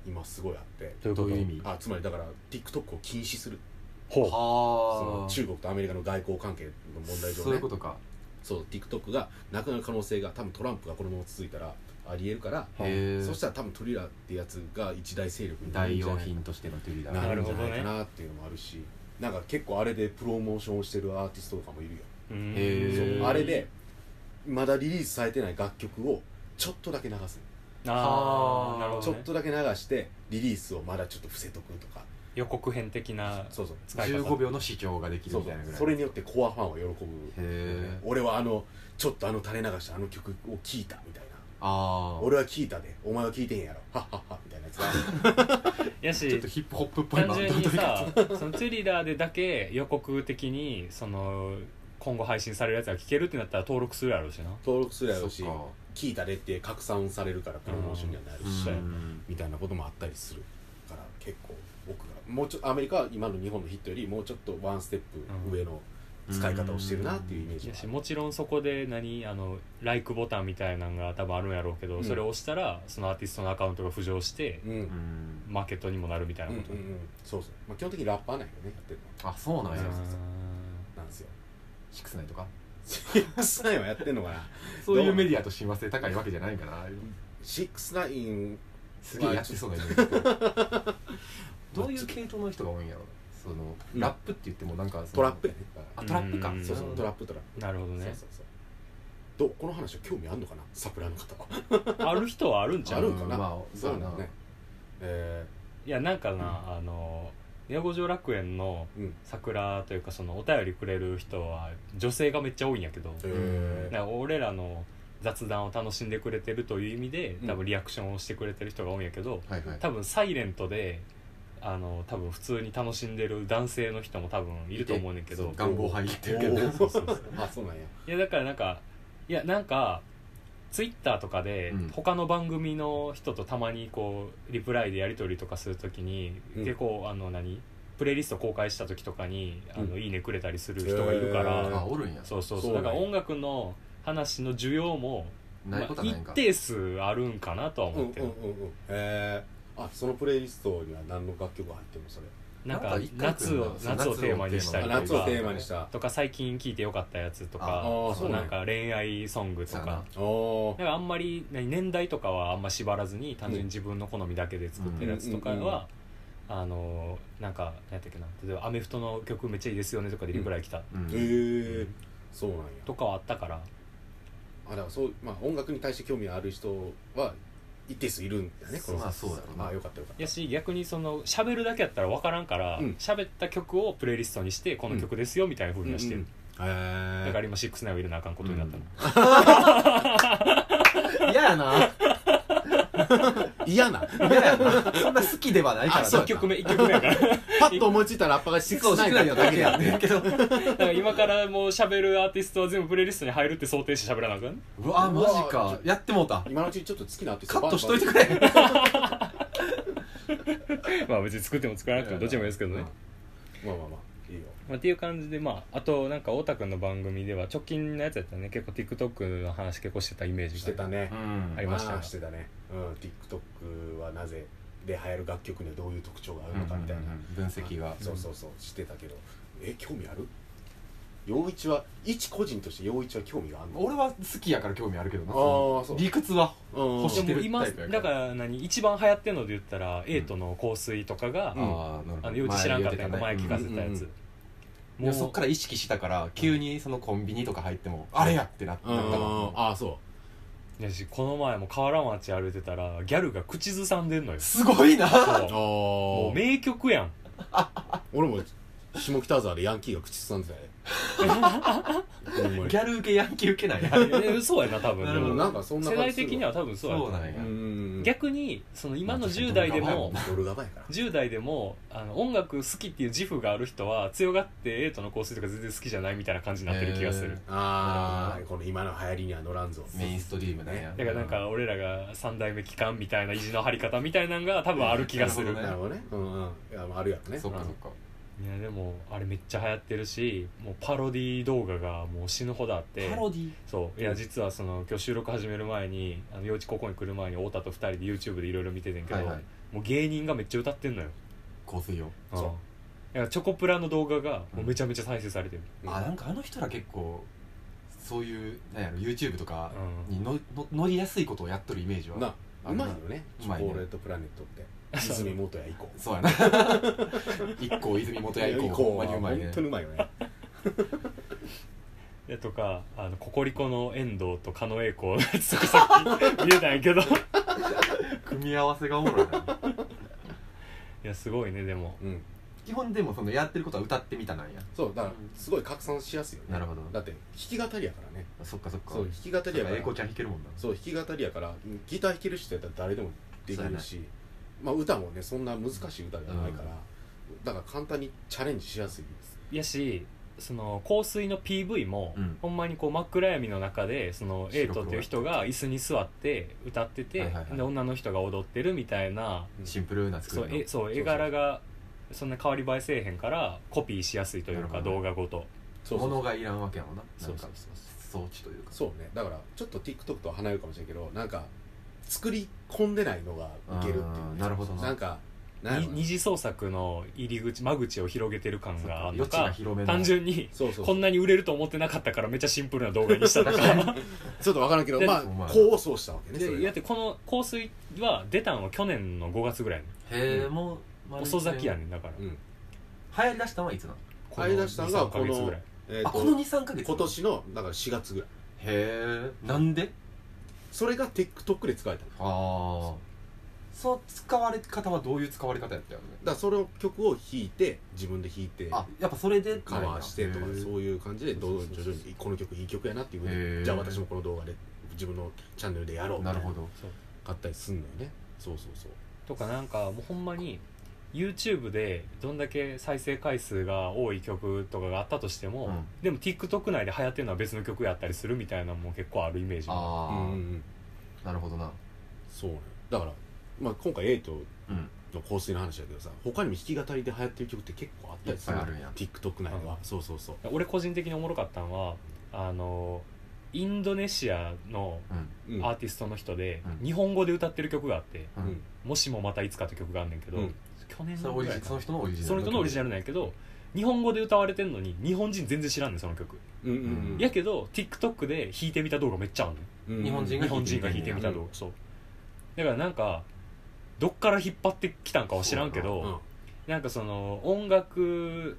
[SPEAKER 3] 今すごいあって
[SPEAKER 4] どういうこ
[SPEAKER 2] どう
[SPEAKER 4] と
[SPEAKER 2] いう意味
[SPEAKER 3] あつまりだから TikTok を禁止する
[SPEAKER 4] ほう
[SPEAKER 3] そ
[SPEAKER 2] は
[SPEAKER 3] の
[SPEAKER 2] あ
[SPEAKER 3] 中国とアメリカの外交関係の問題上ね
[SPEAKER 2] そういうことか
[SPEAKER 3] そう TikTok がなくなる可能性が多分トランプがこのまま続いたらありえるから
[SPEAKER 4] はあ
[SPEAKER 2] へえ
[SPEAKER 3] そしたら多分トゥリラーってやつが一大勢力になるん
[SPEAKER 2] 代
[SPEAKER 3] じゃ
[SPEAKER 2] 用
[SPEAKER 3] ない
[SPEAKER 2] 品としてのトゥリラ
[SPEAKER 3] な
[SPEAKER 2] ー
[SPEAKER 3] るんじゃないかなっていうのもあるしなんか結構あれでプロモーションをしてるアーティストとかもいるよ
[SPEAKER 4] うーん
[SPEAKER 2] へー
[SPEAKER 3] そうあれでまだリリースされてない楽曲をちょっとだけ流す、
[SPEAKER 4] あ
[SPEAKER 2] は
[SPEAKER 4] あ
[SPEAKER 2] あ
[SPEAKER 4] なるほ
[SPEAKER 3] ち
[SPEAKER 4] ど、
[SPEAKER 3] ょ
[SPEAKER 4] ね、
[SPEAKER 3] っとだけ流してリリースをまだちょっと伏せとくとか
[SPEAKER 4] 予告編的な
[SPEAKER 3] そうそう
[SPEAKER 4] 使い方
[SPEAKER 2] 15秒の視聴ができる
[SPEAKER 3] そう
[SPEAKER 2] み
[SPEAKER 3] そ
[SPEAKER 2] た
[SPEAKER 3] う
[SPEAKER 2] いなぐらい
[SPEAKER 3] それによってコアファンは喜ぶ、
[SPEAKER 2] へえ
[SPEAKER 3] 俺はあのちょっとあの垂れ流したあの曲を聴いたみたいな
[SPEAKER 2] ああ
[SPEAKER 3] 俺は聞いたでお前は聞いてへんやろはっはっはみたいな やつが
[SPEAKER 4] や
[SPEAKER 2] ちょ
[SPEAKER 4] し
[SPEAKER 2] っとヒップホップっぽい
[SPEAKER 4] 単
[SPEAKER 2] バン
[SPEAKER 4] 純
[SPEAKER 2] ド
[SPEAKER 4] に
[SPEAKER 2] というか
[SPEAKER 4] さそのトゥリラーでだけ予告的にその今後配信されるやつが聞けるってなったら登録するやろうしな
[SPEAKER 3] 登録するやろうし
[SPEAKER 2] そっか
[SPEAKER 3] 聞いたでって拡散されるからプロモーションにはなるし
[SPEAKER 2] うん
[SPEAKER 3] みたいなこともあったりするから結構奥がもうちょっとアメリカは今の日本のヒットよりもうちょっとワンステップ上の使い方をしてるなっていうイメージ
[SPEAKER 4] や
[SPEAKER 3] があ
[SPEAKER 4] し
[SPEAKER 3] る
[SPEAKER 4] もちろんそこで何あの「LIKE ボタン」みたいなのが多分あるんやろうけど、
[SPEAKER 3] うん
[SPEAKER 4] それを押したらそのアーティストのアカウントが浮上して、
[SPEAKER 3] うんうんうん
[SPEAKER 2] うん
[SPEAKER 4] マーケットにもなるみたいな
[SPEAKER 3] うん
[SPEAKER 4] こ
[SPEAKER 3] うん
[SPEAKER 4] と、
[SPEAKER 3] そうそうまあ基本的にラッパーなんよねやってる
[SPEAKER 2] あそうなんや
[SPEAKER 4] うーん
[SPEAKER 3] のなんですよ
[SPEAKER 2] シックスナインとか
[SPEAKER 3] 69はやってんのかな
[SPEAKER 2] そういうメディアと親和性高いわけじゃないかな
[SPEAKER 3] 69
[SPEAKER 2] すげえやってそうなイメージどういう系統の人が多いんやろその
[SPEAKER 3] うん
[SPEAKER 2] ラップって言ってもなんかその
[SPEAKER 3] トラップやね
[SPEAKER 2] あトラップか
[SPEAKER 4] うん
[SPEAKER 3] そうそうトラップトラップ
[SPEAKER 4] なるほどね
[SPEAKER 3] そうそうそうどうこの話は興味あるのかなサプラの方は
[SPEAKER 4] ある人はあるんちゃ
[SPEAKER 3] あ
[SPEAKER 4] う
[SPEAKER 3] るんかな、
[SPEAKER 2] まあ
[SPEAKER 3] そうだ
[SPEAKER 2] まあな
[SPEAKER 3] ねえ
[SPEAKER 4] いやなんかな、あの宮古城楽園の
[SPEAKER 3] ー、うん
[SPEAKER 4] 桜というかそのお便りくれる人は女性がめっちゃ多いんやけど
[SPEAKER 3] え
[SPEAKER 4] なんか俺らの雑談を楽しんでくれてるという意味で
[SPEAKER 3] うん
[SPEAKER 4] 多分リアクションをしてくれてる人が多いんやけど、
[SPEAKER 2] はいはい
[SPEAKER 4] 多分サイレントであの多分普通に楽しんでる男性の人も多分いると思うねんけど
[SPEAKER 2] そう願望入ってるけ
[SPEAKER 3] お
[SPEAKER 2] ど
[SPEAKER 3] ー
[SPEAKER 4] そうそうそう
[SPEAKER 3] あそうなんや
[SPEAKER 4] いやだからなんかいやなんかツイッターとかで
[SPEAKER 2] うん
[SPEAKER 4] 他の番組の人とたまにこうリプライでやり取りとかするときに、
[SPEAKER 3] うん
[SPEAKER 4] 結構あの何プレイリスト公開した時とかに「あの
[SPEAKER 3] うん
[SPEAKER 4] いいね」くれたりする人がいるから、
[SPEAKER 3] へー
[SPEAKER 2] あおるんや
[SPEAKER 4] そうそうそう
[SPEAKER 3] そうな
[SPEAKER 4] だか
[SPEAKER 3] んや
[SPEAKER 4] ら音楽の話の需要も、ま
[SPEAKER 2] ないこ
[SPEAKER 4] あ
[SPEAKER 2] と、はない
[SPEAKER 4] 一
[SPEAKER 2] んか
[SPEAKER 4] 定数あるんかなとは
[SPEAKER 3] うんうん
[SPEAKER 4] 思って
[SPEAKER 3] う
[SPEAKER 4] る、
[SPEAKER 3] んうんへえあそのプレイリストには何の楽曲が入ってるのそれ
[SPEAKER 4] なん
[SPEAKER 2] な
[SPEAKER 4] か
[SPEAKER 2] んか一回来
[SPEAKER 4] 夏
[SPEAKER 2] るな
[SPEAKER 4] を夏をテーマにしたり
[SPEAKER 3] あ
[SPEAKER 4] とか
[SPEAKER 3] 夏をテーマにしたあ
[SPEAKER 4] とか最近聴いてよかったやつとか
[SPEAKER 2] あ
[SPEAKER 3] ー
[SPEAKER 4] そ
[SPEAKER 3] そううなんや
[SPEAKER 4] なんか恋愛ソングと
[SPEAKER 2] そうや
[SPEAKER 4] か
[SPEAKER 2] な
[SPEAKER 3] あー
[SPEAKER 4] だからあんまり何年代とかはあんま縛らずに単純に自分の好みだけで作ってるやつとか
[SPEAKER 3] うんうんうんうん
[SPEAKER 4] は、あのなんか何やったっけな例えば「アメフトの曲めっちゃいいですよね」とかでリプライ来た
[SPEAKER 2] うん
[SPEAKER 3] へえそうなんや
[SPEAKER 4] とかはあったから、
[SPEAKER 3] あだからそうまあ音楽に対して興味ある人は一定数いるんだねこの
[SPEAKER 2] まあそうだろうな
[SPEAKER 3] あよかったよかった
[SPEAKER 4] やし逆にその喋るだけやったら分からんから
[SPEAKER 3] うん
[SPEAKER 4] 喋、った曲をプレイリストにしてこの曲ですよみたいなふうにはしてる、
[SPEAKER 3] うんうん
[SPEAKER 4] だ
[SPEAKER 3] へ
[SPEAKER 4] から今69を入れなあかんことになったの、
[SPEAKER 2] 嫌やな
[SPEAKER 3] え嫌な
[SPEAKER 2] 嫌やなそんな好きではないから
[SPEAKER 3] あ
[SPEAKER 2] な
[SPEAKER 3] そう
[SPEAKER 4] 1曲目一曲目やからだ
[SPEAKER 3] パッと思いついたラッパーが
[SPEAKER 2] シックスナイン
[SPEAKER 3] 69だった
[SPEAKER 2] だ
[SPEAKER 3] だ
[SPEAKER 2] け
[SPEAKER 3] けであ
[SPEAKER 2] や
[SPEAKER 3] っ
[SPEAKER 2] ね
[SPEAKER 3] て
[SPEAKER 2] んけど
[SPEAKER 4] から今からもう喋るアーティストは全部プレイリストに入るって想定して喋らなあかん
[SPEAKER 2] うわマジ
[SPEAKER 3] う
[SPEAKER 2] か
[SPEAKER 3] わ
[SPEAKER 2] やってもうた
[SPEAKER 3] 今のうちにちょっと好きなアーティス
[SPEAKER 2] カ
[SPEAKER 3] ト
[SPEAKER 2] ットしといて
[SPEAKER 3] バン
[SPEAKER 2] くれ
[SPEAKER 4] まあ別に作っても作らなくてもどっちでもいいですけどね、
[SPEAKER 3] バンまあまあまあいいよ
[SPEAKER 4] まあ、っていう感じでまああとなんか太田君の番組では直近のやつやったね結構 TikTok の話結構してたイメージが
[SPEAKER 3] してたね
[SPEAKER 2] うん
[SPEAKER 4] ありましたよ
[SPEAKER 3] してたね、うん、TikTok はなぜで流行る楽曲にはどういう特徴があるのかみたいな、
[SPEAKER 2] 分析が
[SPEAKER 3] そうそうそうしてたけどえ興味ある陽一は一個人として陽一は興味があんの
[SPEAKER 2] 俺は好きやから興味あるけどな
[SPEAKER 3] あーそう
[SPEAKER 2] 理屈は
[SPEAKER 3] うん
[SPEAKER 2] 欲しい
[SPEAKER 4] でも
[SPEAKER 2] 知
[SPEAKER 4] 今
[SPEAKER 2] ってるタイプやから
[SPEAKER 4] だから何一番流行ってるので言ったらエイトの香水とかが、
[SPEAKER 3] う
[SPEAKER 2] あー
[SPEAKER 3] ん
[SPEAKER 2] なるほど
[SPEAKER 4] あの幼稚知らんかったやんか前
[SPEAKER 2] 前
[SPEAKER 4] 聞
[SPEAKER 2] 聞
[SPEAKER 4] か
[SPEAKER 2] か
[SPEAKER 4] せ
[SPEAKER 2] せ
[SPEAKER 4] たや
[SPEAKER 3] うんうん
[SPEAKER 4] つ、
[SPEAKER 3] うん
[SPEAKER 2] もうそっから意識したから急にそのコンビニとか入ってもあれやってなった
[SPEAKER 3] うん
[SPEAKER 2] わ
[SPEAKER 3] ああそう
[SPEAKER 4] やしこの前も河原町歩いてたらギャルが口ずさんでんのよ
[SPEAKER 2] すごいな
[SPEAKER 4] そう
[SPEAKER 3] あ
[SPEAKER 4] もう
[SPEAKER 3] あ
[SPEAKER 4] 名曲 やん
[SPEAKER 3] 俺も下北沢でヤンキーが口ずさんでたね ほんまに
[SPEAKER 2] ギャル受けヤンキー受けない
[SPEAKER 4] えそうやな多分
[SPEAKER 2] なるほど
[SPEAKER 4] でも
[SPEAKER 3] なんかそんな
[SPEAKER 4] 世
[SPEAKER 3] 感
[SPEAKER 4] 代
[SPEAKER 3] じするわ
[SPEAKER 4] 的には多分そうやと
[SPEAKER 2] そ
[SPEAKER 4] 思
[SPEAKER 2] う
[SPEAKER 4] う
[SPEAKER 2] なんや
[SPEAKER 3] うんうんうん
[SPEAKER 4] 逆にその今の10代でも
[SPEAKER 2] ま
[SPEAKER 3] ドルガバやから
[SPEAKER 4] 10代でもあの音楽好きっていう自負がある人は強がってエイトの香水とか全然好きじゃないみたいな感じになってる気がする、
[SPEAKER 3] ああこの今の流行りには乗らんぞ
[SPEAKER 2] メインストリームなんや
[SPEAKER 4] だからなんか俺らが三代目機関みたいな意地の張り方みたいなのが多分ある気がする
[SPEAKER 2] な
[SPEAKER 3] なるほどねうんうんいやまああるやろね
[SPEAKER 2] そっかそっか
[SPEAKER 4] いやでもあれめっちゃ流行ってるしもうパロディ動画がもう死ぬほどあって
[SPEAKER 2] ディ
[SPEAKER 4] そういや実はその今日収録始める前にあの幼稚高校に来る前に太田と2人で YouTube でいろいろ見ててんけど、
[SPEAKER 2] はいはい
[SPEAKER 4] もう芸人がめっちゃ歌ってんのよ
[SPEAKER 2] 香水を
[SPEAKER 3] そう
[SPEAKER 4] だからチョコプラの動画がもうめちゃめちゃ再生されてる、
[SPEAKER 2] あなんかあの人ら結構そういうなんやろ YouTube とか
[SPEAKER 4] うん
[SPEAKER 2] にのの乗りやすいことをやっとるイメージは
[SPEAKER 3] なうまいよねチ
[SPEAKER 2] うま
[SPEAKER 3] ョ
[SPEAKER 2] いね
[SPEAKER 3] コレートプラネット って泉元也以降
[SPEAKER 2] そうやな 一個泉元屋一個ほんま
[SPEAKER 3] は
[SPEAKER 2] にうまいね
[SPEAKER 3] 本当にうまいよね
[SPEAKER 4] でとかあのココリコの遠藤と狩野英孝のやつとかさっき見えたんやけど い
[SPEAKER 2] 組み合わせがおもろいな
[SPEAKER 4] やすごいねでも
[SPEAKER 3] うん
[SPEAKER 2] 基本でもそのやってることは歌ってみたなんや
[SPEAKER 3] そうだからすごい拡散しやすいよね
[SPEAKER 2] なるほど
[SPEAKER 3] だって弾き語りやからね
[SPEAKER 2] そっかそっか
[SPEAKER 3] そう弾き語りやから
[SPEAKER 2] 英孝ちゃん弾けるもんな
[SPEAKER 3] そう弾き語りやからギター弾ける人やったら誰でもできるし、まあ、歌もねそんな難しい歌じゃないから、だから簡単にチャレンジしやすいです
[SPEAKER 4] やしその香水の PV も、
[SPEAKER 2] うん
[SPEAKER 4] ほんまにこう真っ暗闇の中でそのエイトっていう人が椅子に座って歌ってて、
[SPEAKER 2] はいはいはい
[SPEAKER 4] で女の人が踊ってるみたいな、
[SPEAKER 2] シンプルな作
[SPEAKER 4] そう
[SPEAKER 2] りの
[SPEAKER 4] えそう
[SPEAKER 3] そう
[SPEAKER 4] 絵柄がそんな変わり映えせえへんからコピーしやすいという
[SPEAKER 2] な
[SPEAKER 4] か
[SPEAKER 2] るほど
[SPEAKER 4] 動画ごと
[SPEAKER 3] そうそう
[SPEAKER 2] 物がいらんわけやもんな
[SPEAKER 4] そうそう
[SPEAKER 2] なんか装置というか
[SPEAKER 3] そうねだからちょっと TikTok とは離れるかもしれんけどなんか作り込んでないのがいけるっていう
[SPEAKER 2] あーなるほどな
[SPEAKER 3] なんかなんや
[SPEAKER 4] に
[SPEAKER 3] ろな
[SPEAKER 4] 二次創作の入り口間口を広げてる感
[SPEAKER 2] そっ
[SPEAKER 4] がある
[SPEAKER 2] か余
[SPEAKER 4] と
[SPEAKER 2] 地が
[SPEAKER 4] か
[SPEAKER 2] 広めの
[SPEAKER 4] 単純に
[SPEAKER 3] そうそう
[SPEAKER 4] こんなに売れると思ってなかったからめっちゃシンプルな動画に したとか
[SPEAKER 3] ちょっとわからんけど
[SPEAKER 4] で
[SPEAKER 3] まあ
[SPEAKER 2] お前
[SPEAKER 3] 功を奏したわけねそれ
[SPEAKER 4] で
[SPEAKER 3] が
[SPEAKER 4] だってこの香水は出たんは去年の5月ぐらいね
[SPEAKER 2] へえもう
[SPEAKER 4] 遅咲きやねんだから
[SPEAKER 3] うん
[SPEAKER 2] 流行りだしたのはいつなの
[SPEAKER 4] この
[SPEAKER 3] 買い出したん
[SPEAKER 4] 2-3
[SPEAKER 3] が
[SPEAKER 4] ヶ月ぐらい
[SPEAKER 3] え
[SPEAKER 2] あ
[SPEAKER 3] ー
[SPEAKER 2] この
[SPEAKER 3] と
[SPEAKER 2] 23か月
[SPEAKER 3] 今年のだから4月ぐらい
[SPEAKER 2] へえなんで
[SPEAKER 3] それが TikTok で使えたのだか
[SPEAKER 2] ああその使われ方はどういう使われ方やったよね
[SPEAKER 3] らその曲を弾いて自分で弾いて
[SPEAKER 2] あやっぱそれで
[SPEAKER 3] カバーしてとかそういう感じでどう徐々にこの曲いい曲やなっていうふう
[SPEAKER 2] へー
[SPEAKER 3] にじゃあ私もこの動画で自分のチャンネルでやろうみた
[SPEAKER 2] ないるほど
[SPEAKER 3] 買ったりすんのよねそうそうそう
[SPEAKER 4] とかなんかもうほんまに YouTube でどんだけ再生回数が多い曲とかがあったとしても、
[SPEAKER 2] うん
[SPEAKER 4] でも TikTok 内で流行ってるのは別の曲やったりするみたいなのも結構あるイメージも
[SPEAKER 2] ああ、
[SPEAKER 3] うんうんうん
[SPEAKER 2] なるほどな
[SPEAKER 3] そうねだからまあ今回エイト
[SPEAKER 2] うん
[SPEAKER 3] の香水の話だけどさ他にも弾き語りで流行ってる曲って結構あったりする
[SPEAKER 2] いっぱいあるんや
[SPEAKER 3] TikTok 内ではそうそうそう
[SPEAKER 4] 俺個人的におもろかったのはあのインドネシアの
[SPEAKER 2] うん
[SPEAKER 3] うん
[SPEAKER 4] アーティストの人で、
[SPEAKER 2] うん
[SPEAKER 4] 日本語で歌ってる曲があって
[SPEAKER 2] う
[SPEAKER 3] うんん
[SPEAKER 4] 「もしもまたいつか」って曲があんねんけど、
[SPEAKER 3] うん
[SPEAKER 4] 去年
[SPEAKER 2] それ
[SPEAKER 4] の
[SPEAKER 2] オ
[SPEAKER 4] ぐ
[SPEAKER 2] リ
[SPEAKER 4] ら
[SPEAKER 2] ジ
[SPEAKER 4] いか
[SPEAKER 2] その
[SPEAKER 4] な
[SPEAKER 2] 人のオリジナル
[SPEAKER 4] その人のオリジナ
[SPEAKER 2] ル
[SPEAKER 4] ルなんやけど日本語で歌われてんのに日本人全然知らんねんその曲、
[SPEAKER 3] うんうんうん
[SPEAKER 4] やけど TikTok で弾いてみた動画めっちゃあんの
[SPEAKER 3] うん
[SPEAKER 2] 日本人
[SPEAKER 4] 日
[SPEAKER 2] が
[SPEAKER 4] 本人が弾いてみた動画、そうだからなんかどっから引っ張ってきたんかは知らんけど
[SPEAKER 3] うん
[SPEAKER 4] なんかその音楽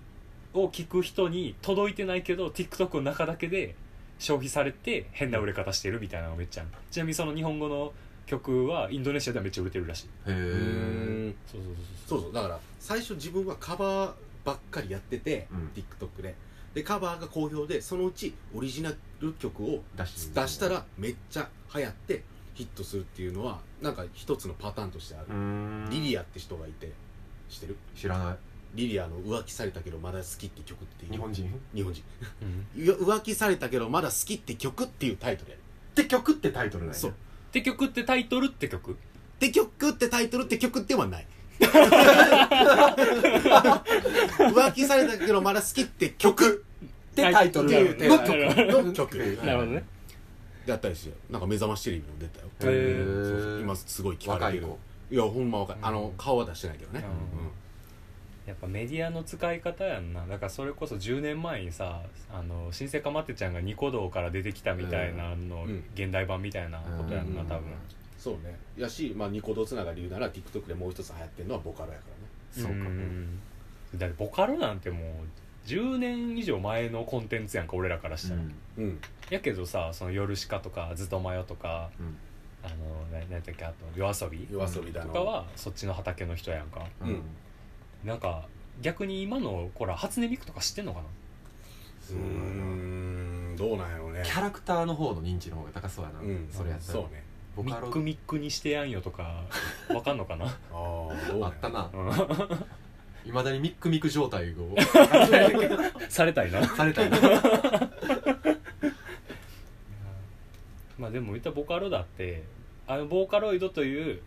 [SPEAKER 4] を聴く人に届いてないけど TikTok の中だけで消費されて変な売れ方してるみたいなのがめっちゃあるちなみにその日本語の曲はインドネシアではめっちゃ売れてるらしい
[SPEAKER 2] へえ
[SPEAKER 3] うん
[SPEAKER 4] そうそう
[SPEAKER 3] そうそうだから最初自分はカバーばっかりやってて、
[SPEAKER 2] うん
[SPEAKER 3] TikTok ででカバーが好評でそのうちオリジナル曲を
[SPEAKER 2] 出し
[SPEAKER 3] 出したらめっちゃ流行ってヒットするっていうのはなんか一つのパターンとしてある
[SPEAKER 2] う、ん
[SPEAKER 3] リリアって人がいて知ってる
[SPEAKER 2] 知らない
[SPEAKER 3] リリアの浮気されたけどまだ好きって曲っていう
[SPEAKER 2] 日本人っ
[SPEAKER 3] 日本人
[SPEAKER 4] そう、うん、
[SPEAKER 3] いや浮気されたけどまだ好きって曲っていうタイトルやる
[SPEAKER 2] て曲ってタイトルなんや
[SPEAKER 3] そう
[SPEAKER 4] って曲ってタイトルって曲
[SPEAKER 3] で曲ってタイトルって曲では ない浮気されたけどまだ好きって曲
[SPEAKER 2] でタイトル
[SPEAKER 3] っていう
[SPEAKER 4] ね
[SPEAKER 3] の
[SPEAKER 4] な
[SPEAKER 3] 曲
[SPEAKER 4] るほど
[SPEAKER 3] の曲
[SPEAKER 4] なるほどね
[SPEAKER 3] だったりしてなんか目覚ましテレビも出たよ
[SPEAKER 4] へー
[SPEAKER 3] そうそう今
[SPEAKER 2] 今
[SPEAKER 3] すごい聞か
[SPEAKER 2] 若
[SPEAKER 3] れ
[SPEAKER 2] い
[SPEAKER 3] てる
[SPEAKER 2] 子
[SPEAKER 3] いやほんま若い、
[SPEAKER 4] うん
[SPEAKER 3] あの顔は出してないけどね、
[SPEAKER 4] うんやっぱメディアの使い方やんなだからそれこそ10年前にさあの新生かまってちゃんがニコ動から出てきたみたいなの、
[SPEAKER 3] うん
[SPEAKER 4] 現代版みたいなことやんな、
[SPEAKER 2] うん
[SPEAKER 4] 多分、
[SPEAKER 3] そうねやし、まあ、ニコ動つながり言うなら TikTok でもう一つ流行ってるのはボカロやからね
[SPEAKER 2] そうか
[SPEAKER 4] んだってボカロなんてもう10年以上前のコンテンツやんか俺らからしたら、
[SPEAKER 3] うん
[SPEAKER 4] やけどさその「ヨルシカ」とか「ずっとマヨ」とか
[SPEAKER 2] うん
[SPEAKER 4] あのななんだっけあと「夜遊び」
[SPEAKER 3] 夜遊びだ
[SPEAKER 4] と
[SPEAKER 3] の
[SPEAKER 4] かはそっちの畑の人やんか
[SPEAKER 2] うん
[SPEAKER 3] うん
[SPEAKER 4] なんか逆に今の子ら初音ミクとか知ってんのかな
[SPEAKER 3] うーんどうなんやろうね
[SPEAKER 2] キャラクターの方の認知の方が高そうやな、
[SPEAKER 3] うん
[SPEAKER 2] それやったら
[SPEAKER 3] そうね
[SPEAKER 2] ボ
[SPEAKER 4] ミ
[SPEAKER 2] カロ
[SPEAKER 4] ックミックにしてやんよとかわかんのかな
[SPEAKER 3] ああどうなんやろう
[SPEAKER 2] あったな
[SPEAKER 4] うん
[SPEAKER 2] いまだにミックミック状態を
[SPEAKER 4] されたいな
[SPEAKER 2] されたりな
[SPEAKER 4] まあでも言ったらボカロだってあのボーカロイドという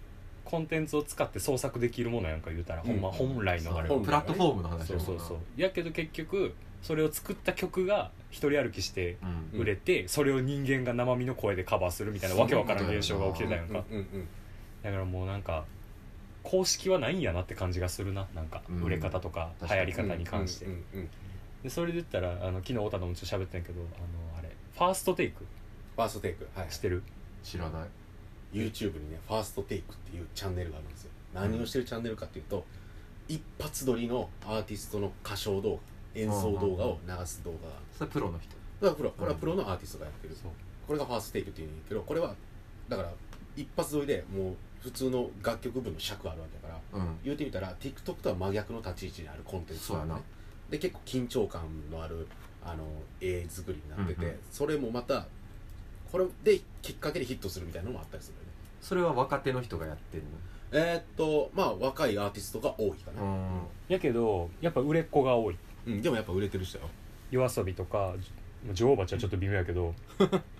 [SPEAKER 4] コンテンツを使って創作できるものやんか言うたら、ほんま
[SPEAKER 3] うん
[SPEAKER 4] 本来のあれは
[SPEAKER 3] そう
[SPEAKER 2] プラットフォームの話
[SPEAKER 4] そ
[SPEAKER 2] や
[SPEAKER 4] う
[SPEAKER 2] もん
[SPEAKER 4] そ
[SPEAKER 2] な
[SPEAKER 4] うそうやけど結局それを作った曲が一人歩きして
[SPEAKER 2] うん
[SPEAKER 4] 売れて、それを人間が生身の声でカバーするみたいなわけわからん現象が起きてたやんか、
[SPEAKER 3] うんうん
[SPEAKER 4] だからもうなんか公式はないんやなって感じがするななんか
[SPEAKER 2] うん
[SPEAKER 4] 売れ方とか流
[SPEAKER 2] 確かに
[SPEAKER 4] 行り方に関して、
[SPEAKER 3] うんうんうん
[SPEAKER 4] でそれで言ったらあの昨日太田のもちょっと喋ってんけどあのあれファーストテイク
[SPEAKER 3] ファーストテイクはい
[SPEAKER 4] してる
[SPEAKER 2] 知らない
[SPEAKER 3] YouTube にねファーストテイクっていうチャンネルがあるんですよ何をしてるチャンネルかっていうと一発撮りのアーティストの歌唱動画演奏動画を流す動画がある
[SPEAKER 2] それプロの人
[SPEAKER 3] だからプロこれはプロのアーティストがやってる
[SPEAKER 4] そう
[SPEAKER 3] これがファーストテイクっていうんやけどこれはだから一発撮りでもう普通の楽曲分の尺あるわけだから
[SPEAKER 2] うん
[SPEAKER 3] 言うてみたら TikTok とは真逆の立ち位置にあるコンテンツ
[SPEAKER 2] そうやな
[SPEAKER 3] ねで結構緊張感のあるあの絵作りになってて、
[SPEAKER 2] うんうん
[SPEAKER 3] それもまたこれできっかけでヒットするみたいなのもあったりするよね
[SPEAKER 2] それは若手の人がやってる
[SPEAKER 3] えー、っとまあ若いアーティストが多いかな、
[SPEAKER 2] の
[SPEAKER 4] やけどやっぱ売れっ子が多い
[SPEAKER 3] うん、でもやっぱ売れてる人よ
[SPEAKER 4] 夜遊びとかまあ女王蜂はちょっと微妙やけ ど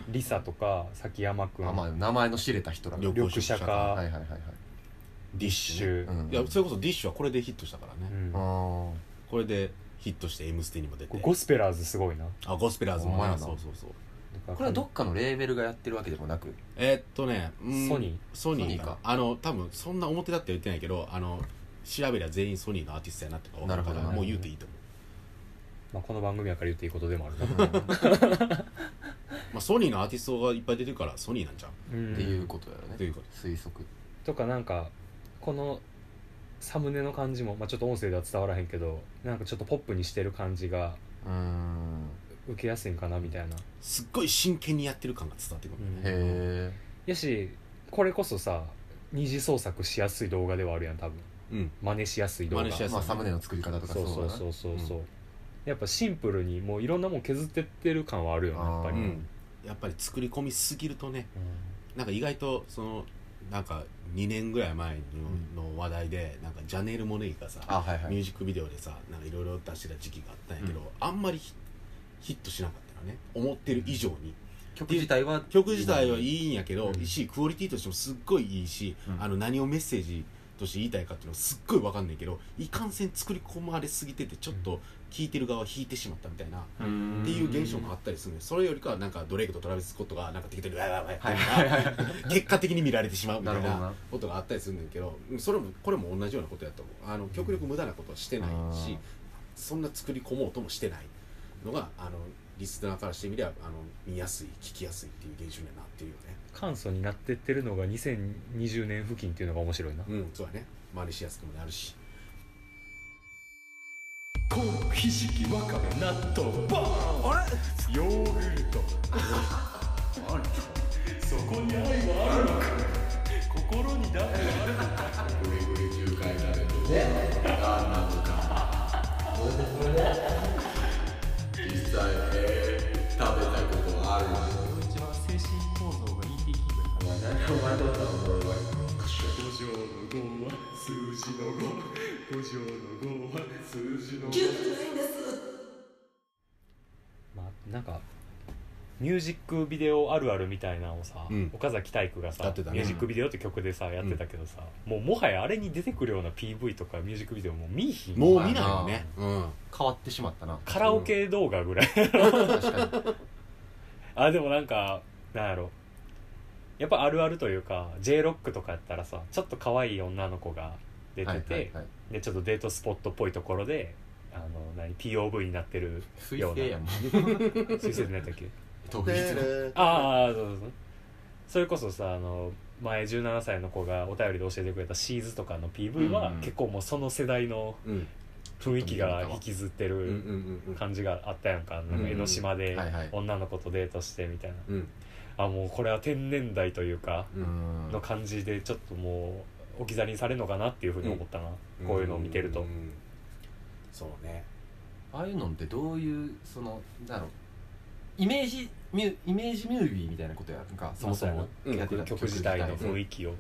[SPEAKER 4] リサとか崎山君
[SPEAKER 2] あまあ名前の知れた人らが
[SPEAKER 3] 緑
[SPEAKER 2] は
[SPEAKER 4] 緑茶か、
[SPEAKER 2] いはいはいはい
[SPEAKER 3] ディッシュ、
[SPEAKER 4] うん
[SPEAKER 2] うん
[SPEAKER 3] いやそれこそディッシュはこれでヒットしたから
[SPEAKER 4] う
[SPEAKER 3] ね、
[SPEAKER 4] ん、こ
[SPEAKER 2] あ
[SPEAKER 3] これでヒットして「M ステ」にも出て
[SPEAKER 4] れゴスペラーズすごいな
[SPEAKER 3] あゴスペラーズも
[SPEAKER 2] ほんまや
[SPEAKER 3] ね
[SPEAKER 2] な
[SPEAKER 3] そうそうそう
[SPEAKER 2] あこれはどっかのレーベルがやってるわけでもなく
[SPEAKER 3] えー、っとね、うん
[SPEAKER 4] ソニー
[SPEAKER 3] ソニー
[SPEAKER 2] ソニー
[SPEAKER 3] か
[SPEAKER 2] か
[SPEAKER 3] あの多分そんな表だって言ってないけどあの調べりゃ全員ソニーのアーティストやなってか分かるか
[SPEAKER 2] な
[SPEAKER 3] ら
[SPEAKER 2] るほどね
[SPEAKER 3] もう言うていいと思う、
[SPEAKER 4] まあ、この番組やから言っていいことでもあるな
[SPEAKER 3] まあ、ソニーのアーティストがいっぱい出てるからソニーなんじゃん
[SPEAKER 4] うん
[SPEAKER 2] っていうことだよ
[SPEAKER 3] とい
[SPEAKER 2] ね
[SPEAKER 3] うこと
[SPEAKER 2] 推測
[SPEAKER 4] とかなんかこのサムネの感じも、まあ、ちょっと音声では伝わらへんけどなんかちょっとポップにしてる感じが
[SPEAKER 2] うーん
[SPEAKER 4] 受けやすいんかなみたいな
[SPEAKER 3] すっごい真剣にやってる感が伝わってくる、
[SPEAKER 2] へえ
[SPEAKER 4] やしこれこそさ二次創作しやすい動画ではあるやん多分
[SPEAKER 3] うん、
[SPEAKER 4] 真似しやすい動画
[SPEAKER 3] 真似しやすい
[SPEAKER 2] まあサムネの作り方とか
[SPEAKER 4] そうそう
[SPEAKER 2] だな
[SPEAKER 4] そうそうそう
[SPEAKER 3] う
[SPEAKER 4] やっぱシンプルにもういろんなもん削ってってる感はあるよねやっぱ
[SPEAKER 2] う
[SPEAKER 4] り、
[SPEAKER 2] ん
[SPEAKER 3] うん、やっぱり作り込みすぎるとね
[SPEAKER 4] う
[SPEAKER 3] なんか意外とそのなんか2年ぐらい前の,、の話題でなんかジャネル・モネイがさ、
[SPEAKER 2] あはいは
[SPEAKER 3] ミュ
[SPEAKER 2] い
[SPEAKER 3] ージックビデオでさなんかいろいろ出してた時期があったんやけど、あんまりヒヒットしなかったのね思ってる以上に、
[SPEAKER 2] 曲自体は
[SPEAKER 3] 曲自体はい
[SPEAKER 2] い
[SPEAKER 3] いんやけど、
[SPEAKER 4] うん
[SPEAKER 3] しクオリティとしてもすっごいいいし、
[SPEAKER 2] うん
[SPEAKER 3] あの何をメッセージとして言いたいかっていうのはすっごいわかんないけどいかんせん作り込まれすぎててちょっと聴いてる側は引いてしまったみたいな、
[SPEAKER 2] うん
[SPEAKER 3] っていう現象もあったりするねそれよりかはなんかドレイクとトラビス・スコットがなんか適当にわーわーわーやって
[SPEAKER 2] はい
[SPEAKER 3] るのが
[SPEAKER 2] はいはい
[SPEAKER 3] 結果的に見られてしまうみた
[SPEAKER 2] ないるほど
[SPEAKER 3] な
[SPEAKER 2] な
[SPEAKER 3] ことがあったりするんだけどうんそれもこれも同じようなことやと思うあの極力無駄なことはしてないし、
[SPEAKER 2] うん
[SPEAKER 3] そんな作り込もうともしてないのがあのリスナーからしてみればあの見やすい聞きやすいっていう現象にはなってるよね
[SPEAKER 4] ん、簡素になってってるのが2020年付近っていうのが面白いな、
[SPEAKER 3] うんそうだね真似しやすくもなるし
[SPEAKER 4] まあ、なんかミュージックビデオあるあるみたいなのをさ、
[SPEAKER 3] うん
[SPEAKER 4] 岡崎体育がさ、
[SPEAKER 3] やってたね
[SPEAKER 4] ミュージックビデオって曲でさやってたけどさ、もうもはやあれに出てくるような PV とかミュージックビデオもう見いひん
[SPEAKER 3] もう見ないよねうん
[SPEAKER 2] 変わってしまったな
[SPEAKER 4] カラオケ動画ぐらい
[SPEAKER 2] 確かに
[SPEAKER 4] あでもなんかなんやろやっぱあるあるというか j ロックとかやったらさちょっと可愛い女の子が出てて、
[SPEAKER 2] はいはいはい、
[SPEAKER 4] でちょっとデートスポットっぽいところであの何 POV になってる
[SPEAKER 2] 水
[SPEAKER 4] ような
[SPEAKER 2] 星やもん
[SPEAKER 4] 水星って何だっ け
[SPEAKER 2] 当日の
[SPEAKER 4] ああそうそうそうそれこそさあの前17歳の子がお便りで教えてくれたシーズとかの PV は、
[SPEAKER 2] うん
[SPEAKER 4] 結構もうその世代の
[SPEAKER 3] うん
[SPEAKER 4] 雰囲気が引きずって
[SPEAKER 3] うんうん
[SPEAKER 4] る
[SPEAKER 3] うん
[SPEAKER 4] 感じがあったやんかなんか江ノ島で
[SPEAKER 2] はいはい
[SPEAKER 4] 女の子とデートしてみたいな、
[SPEAKER 3] うん
[SPEAKER 4] あもうこれは天然代というか
[SPEAKER 3] う
[SPEAKER 2] うんん
[SPEAKER 4] の感じでちょっともう置き去りにされるのかなっていうふうに思ったな、こういうのを見てると、
[SPEAKER 3] うんそうね
[SPEAKER 2] ああいうのってどういうそのなんだろうイメージミュイメージムービーみたいなことやんかそもそも
[SPEAKER 3] うん
[SPEAKER 2] やってた
[SPEAKER 4] 曲自体の
[SPEAKER 2] 曲
[SPEAKER 4] 雰囲気を、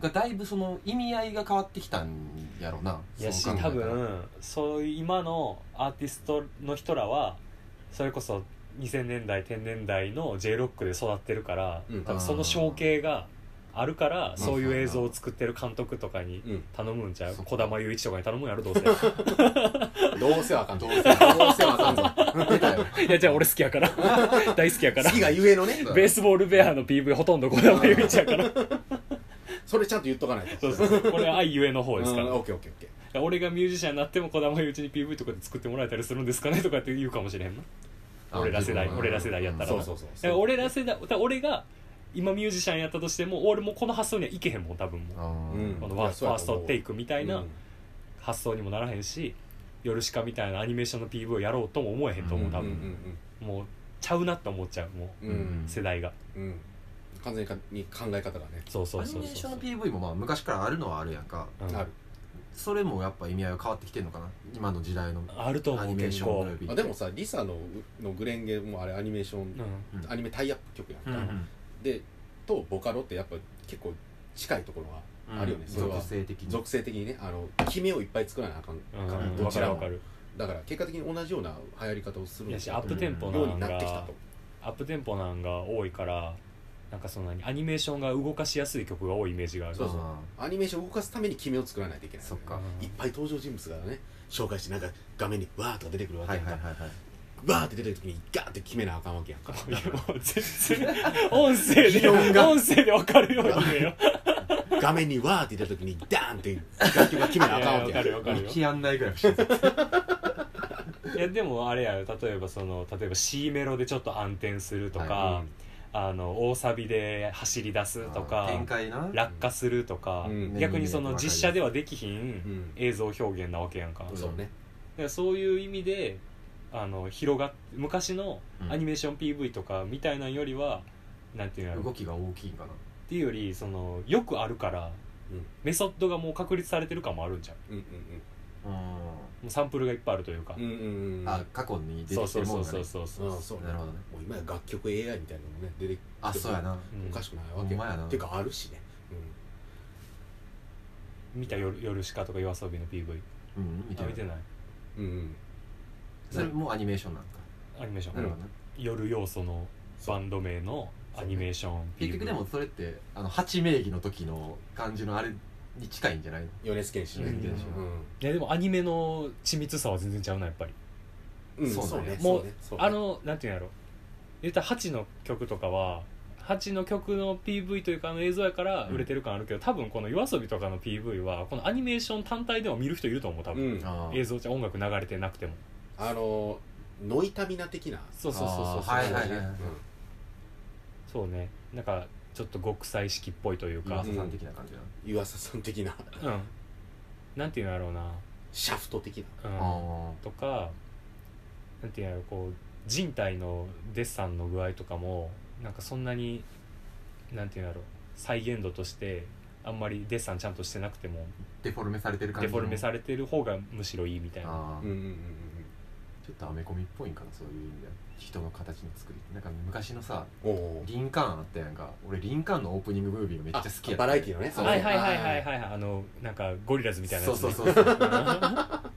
[SPEAKER 2] がだいぶその意味合いが変わってきたんやろうない
[SPEAKER 4] やし
[SPEAKER 2] そう考
[SPEAKER 4] 多
[SPEAKER 2] えたら
[SPEAKER 4] 分そういう今のアーティストの人らはそれこそ2000年代1000年代の j ロックで育ってるから、
[SPEAKER 3] うん
[SPEAKER 4] 多分その象形があるから
[SPEAKER 2] ん
[SPEAKER 4] そういう映像を作ってる監督とかに
[SPEAKER 3] うん
[SPEAKER 4] 頼むんちゃう
[SPEAKER 2] そっか
[SPEAKER 4] 児玉雄一とかに頼むんやろどうせ
[SPEAKER 3] どうせわかん
[SPEAKER 2] ど
[SPEAKER 3] ど
[SPEAKER 2] うせ
[SPEAKER 3] うせわかんぞ
[SPEAKER 2] 出たよ
[SPEAKER 4] いやじゃあ俺好きやから 大好きやから
[SPEAKER 3] 好きがゆえのね
[SPEAKER 2] そう
[SPEAKER 4] ベースボールベアの PV ほとんど児玉雄一やから
[SPEAKER 3] それちゃんと言っとかないと
[SPEAKER 4] そうそうそうこれは愛ゆえの方ですから、
[SPEAKER 3] うん
[SPEAKER 4] い
[SPEAKER 3] オッケーオッケーオッケ
[SPEAKER 4] や俺がミュージシャンになっても児玉雄一に PV とかで作ってもらえたりするんですかねとかって言うかもしれへんな
[SPEAKER 2] あ
[SPEAKER 4] 俺ら世代
[SPEAKER 2] 自分は
[SPEAKER 4] 俺ら世代やったら
[SPEAKER 3] ーそうそうそう
[SPEAKER 4] だから俺ら世代だから俺が今ミュージシャンやったとしても俺もこの発想にはいけへんもん多分もう
[SPEAKER 2] うん
[SPEAKER 3] うん
[SPEAKER 4] この
[SPEAKER 3] い
[SPEAKER 4] ワ
[SPEAKER 3] や
[SPEAKER 4] ーフ
[SPEAKER 3] そう
[SPEAKER 4] ァ
[SPEAKER 3] や
[SPEAKER 4] ー
[SPEAKER 3] と
[SPEAKER 4] ス
[SPEAKER 3] 思う
[SPEAKER 4] トテイクみたいな
[SPEAKER 3] うん
[SPEAKER 4] 発想にもならへんし「ヨルシカ」みたいなアニメーションの PV をやろうとも思えへんと思う多
[SPEAKER 3] うん
[SPEAKER 4] 分もうちゃうなって思っちゃうも
[SPEAKER 3] うんうんうん
[SPEAKER 4] う世代が
[SPEAKER 3] うんうん完全に考え方がね
[SPEAKER 4] そうそ
[SPEAKER 2] ア
[SPEAKER 4] う
[SPEAKER 2] ニ
[SPEAKER 4] そう
[SPEAKER 2] メーシ
[SPEAKER 4] そ
[SPEAKER 2] ョン
[SPEAKER 4] う
[SPEAKER 2] の PV もまあ昔からあるのはあるやんか
[SPEAKER 4] うん
[SPEAKER 3] ある
[SPEAKER 2] それもやっぱ意味合いが変わってきてんのかな今の時代の
[SPEAKER 4] あると
[SPEAKER 2] ア
[SPEAKER 4] 思
[SPEAKER 2] ニ
[SPEAKER 4] う
[SPEAKER 2] メー
[SPEAKER 4] 結
[SPEAKER 2] ション
[SPEAKER 4] 構
[SPEAKER 2] ムービー
[SPEAKER 3] あでもさリサののグレンゲもあれアニメーション
[SPEAKER 4] う
[SPEAKER 2] うん
[SPEAKER 3] アニメタイアップ曲やんか
[SPEAKER 4] んうん
[SPEAKER 3] でとボカロってやっぱ結構近いところがあるよねそれは
[SPEAKER 2] 属性的に
[SPEAKER 3] 属性的にねあの決めをいっぱい作らなあかんか
[SPEAKER 4] う
[SPEAKER 3] ら
[SPEAKER 4] ん
[SPEAKER 3] ど
[SPEAKER 4] わ
[SPEAKER 3] ち
[SPEAKER 4] かる
[SPEAKER 3] ら
[SPEAKER 4] わ
[SPEAKER 3] も
[SPEAKER 4] かる
[SPEAKER 3] だから結果的に同じような流行り方をする
[SPEAKER 4] いやしアップテンポ
[SPEAKER 3] よう
[SPEAKER 4] な
[SPEAKER 3] に
[SPEAKER 4] ん
[SPEAKER 3] なってきた
[SPEAKER 4] が
[SPEAKER 3] と
[SPEAKER 4] アップテンポなんが多いからなんかそんなにアニメーションが動かしやすい曲が多いイメージがある
[SPEAKER 3] そうそう
[SPEAKER 2] あ
[SPEAKER 3] アニメーションを動かすために決めを作らないといけない
[SPEAKER 2] そっか
[SPEAKER 3] いっぱい登場人物がね紹介してなんか画面にわーっとか出てくる
[SPEAKER 2] ー
[SPEAKER 3] わけ
[SPEAKER 2] はい
[SPEAKER 3] やん
[SPEAKER 2] はい
[SPEAKER 3] か
[SPEAKER 2] はいはい
[SPEAKER 3] わーって出てる時にガーって決めなあかんわけやんか
[SPEAKER 4] いやもう全然音声で
[SPEAKER 3] 議論が
[SPEAKER 4] 音声で分かるように言えよ
[SPEAKER 3] 画面にわーって出た時にダーンって楽曲が決めなあかんわけや
[SPEAKER 4] いやい
[SPEAKER 3] ん
[SPEAKER 4] やわかるよ
[SPEAKER 2] 見きやんないぐらいして る
[SPEAKER 4] いやでもあれやよ例えばその例えば C メロでちょっと暗転するとか、
[SPEAKER 3] は
[SPEAKER 4] あの大サビで走り出すとか
[SPEAKER 2] 展開な
[SPEAKER 4] 落下するとか、
[SPEAKER 3] うん
[SPEAKER 4] 逆にその
[SPEAKER 2] わかります
[SPEAKER 4] 実写ではできひ
[SPEAKER 3] うんん
[SPEAKER 4] 映像表現なわけやんか,、
[SPEAKER 2] う
[SPEAKER 4] だ
[SPEAKER 2] ん
[SPEAKER 4] か
[SPEAKER 3] そうね
[SPEAKER 4] らそういう意味であの広がっ昔の
[SPEAKER 2] うん
[SPEAKER 4] アニメーション PV とかみたいなんよりは、なんていうんやろ
[SPEAKER 2] 動きが大きいんかな
[SPEAKER 4] っていうよりそのよくあるから、
[SPEAKER 3] うん
[SPEAKER 4] メソッドがもう確立されてる感もあるんじゃん
[SPEAKER 3] うんうん
[SPEAKER 4] もうサンプルがいっぱいあるというか、
[SPEAKER 3] うんうんうんうん
[SPEAKER 2] あ過去に出
[SPEAKER 4] そ
[SPEAKER 2] て
[SPEAKER 4] う
[SPEAKER 2] きて
[SPEAKER 4] そう
[SPEAKER 2] るも
[SPEAKER 4] そ
[SPEAKER 2] ん
[SPEAKER 4] う
[SPEAKER 2] が
[SPEAKER 4] そ
[SPEAKER 2] ね
[SPEAKER 4] うそう
[SPEAKER 3] ああそうね
[SPEAKER 2] なるほどね
[SPEAKER 3] もう今や楽曲 AI みたいなのもね出てきて
[SPEAKER 2] あそうやな
[SPEAKER 4] うん
[SPEAKER 3] おかしくないわ
[SPEAKER 2] ほ
[SPEAKER 3] け
[SPEAKER 2] ん
[SPEAKER 3] よ
[SPEAKER 2] まやな
[SPEAKER 3] っていうかあるしねうん
[SPEAKER 4] 見た夜「夜しか」とか「夜遊び」の PV
[SPEAKER 2] うん見
[SPEAKER 4] 見
[SPEAKER 2] て
[SPEAKER 4] て見て
[SPEAKER 2] る
[SPEAKER 4] ない
[SPEAKER 3] うんうん
[SPEAKER 2] それもアニメーションなんか
[SPEAKER 4] アニメーション、
[SPEAKER 2] なるほどね
[SPEAKER 4] 夜要素のバンド名のアニメーション PV
[SPEAKER 2] 結局でもそれってあの八名義の時の感じのあれに近いんじゃないの
[SPEAKER 3] 米津玄師ね
[SPEAKER 4] 米津玄師
[SPEAKER 3] うん
[SPEAKER 4] いやでもアニメの緻密さは全然ちゃうなやっぱり
[SPEAKER 3] うん
[SPEAKER 2] そう
[SPEAKER 3] そう
[SPEAKER 2] だね
[SPEAKER 3] ね
[SPEAKER 4] もう
[SPEAKER 3] そうねそうね
[SPEAKER 4] あのなんていうんやろ言ったら8の曲とかは8の曲の PV というかあの映像やから売れてる感あるけど、多分この YOASOBI とかの PV はこのアニメーション単体でも見る人いると思う多
[SPEAKER 3] う
[SPEAKER 4] 分、
[SPEAKER 3] ん
[SPEAKER 2] あ
[SPEAKER 4] 映像じゃ音楽流れてなくても
[SPEAKER 3] あのノイタミナ的な
[SPEAKER 4] そうそうそうそう
[SPEAKER 2] あーはいはいはい
[SPEAKER 3] うん
[SPEAKER 4] そうねなんかちょっと極彩色っぽいという
[SPEAKER 2] 岩
[SPEAKER 4] か
[SPEAKER 2] 佐さん的な感じな
[SPEAKER 3] 湯浅さん的な
[SPEAKER 4] うん、なんていうんやろうな
[SPEAKER 3] シャフト的な
[SPEAKER 4] うん
[SPEAKER 2] の
[SPEAKER 4] とかなんていうんやろこう人体のデッサンの具合とかもなんかそんなになんていうんやろ再現度としてあんまりデッサンちゃんとしてなくても
[SPEAKER 2] デフォルメされてる感
[SPEAKER 4] デ
[SPEAKER 2] じ
[SPEAKER 4] フォルメさ
[SPEAKER 2] れ
[SPEAKER 4] れてる方がむしろいいみたいな
[SPEAKER 2] あ
[SPEAKER 3] う
[SPEAKER 2] ー
[SPEAKER 3] んうんうん
[SPEAKER 2] ちょっとアメコミっぽいんかなそういう意味では人の形の作りなんか昔のさ
[SPEAKER 3] うんうんおお
[SPEAKER 2] リンカーンあったやんか俺リンカーンのオープニングムービーがめっちゃ好きやった
[SPEAKER 3] バラエティのね
[SPEAKER 2] そう
[SPEAKER 4] はいはいはいはいはいはいあのなんかゴリラズみたいな
[SPEAKER 2] そ
[SPEAKER 4] や
[SPEAKER 2] う
[SPEAKER 4] つ
[SPEAKER 2] そ
[SPEAKER 4] ね、
[SPEAKER 2] うそうそう
[SPEAKER 4] う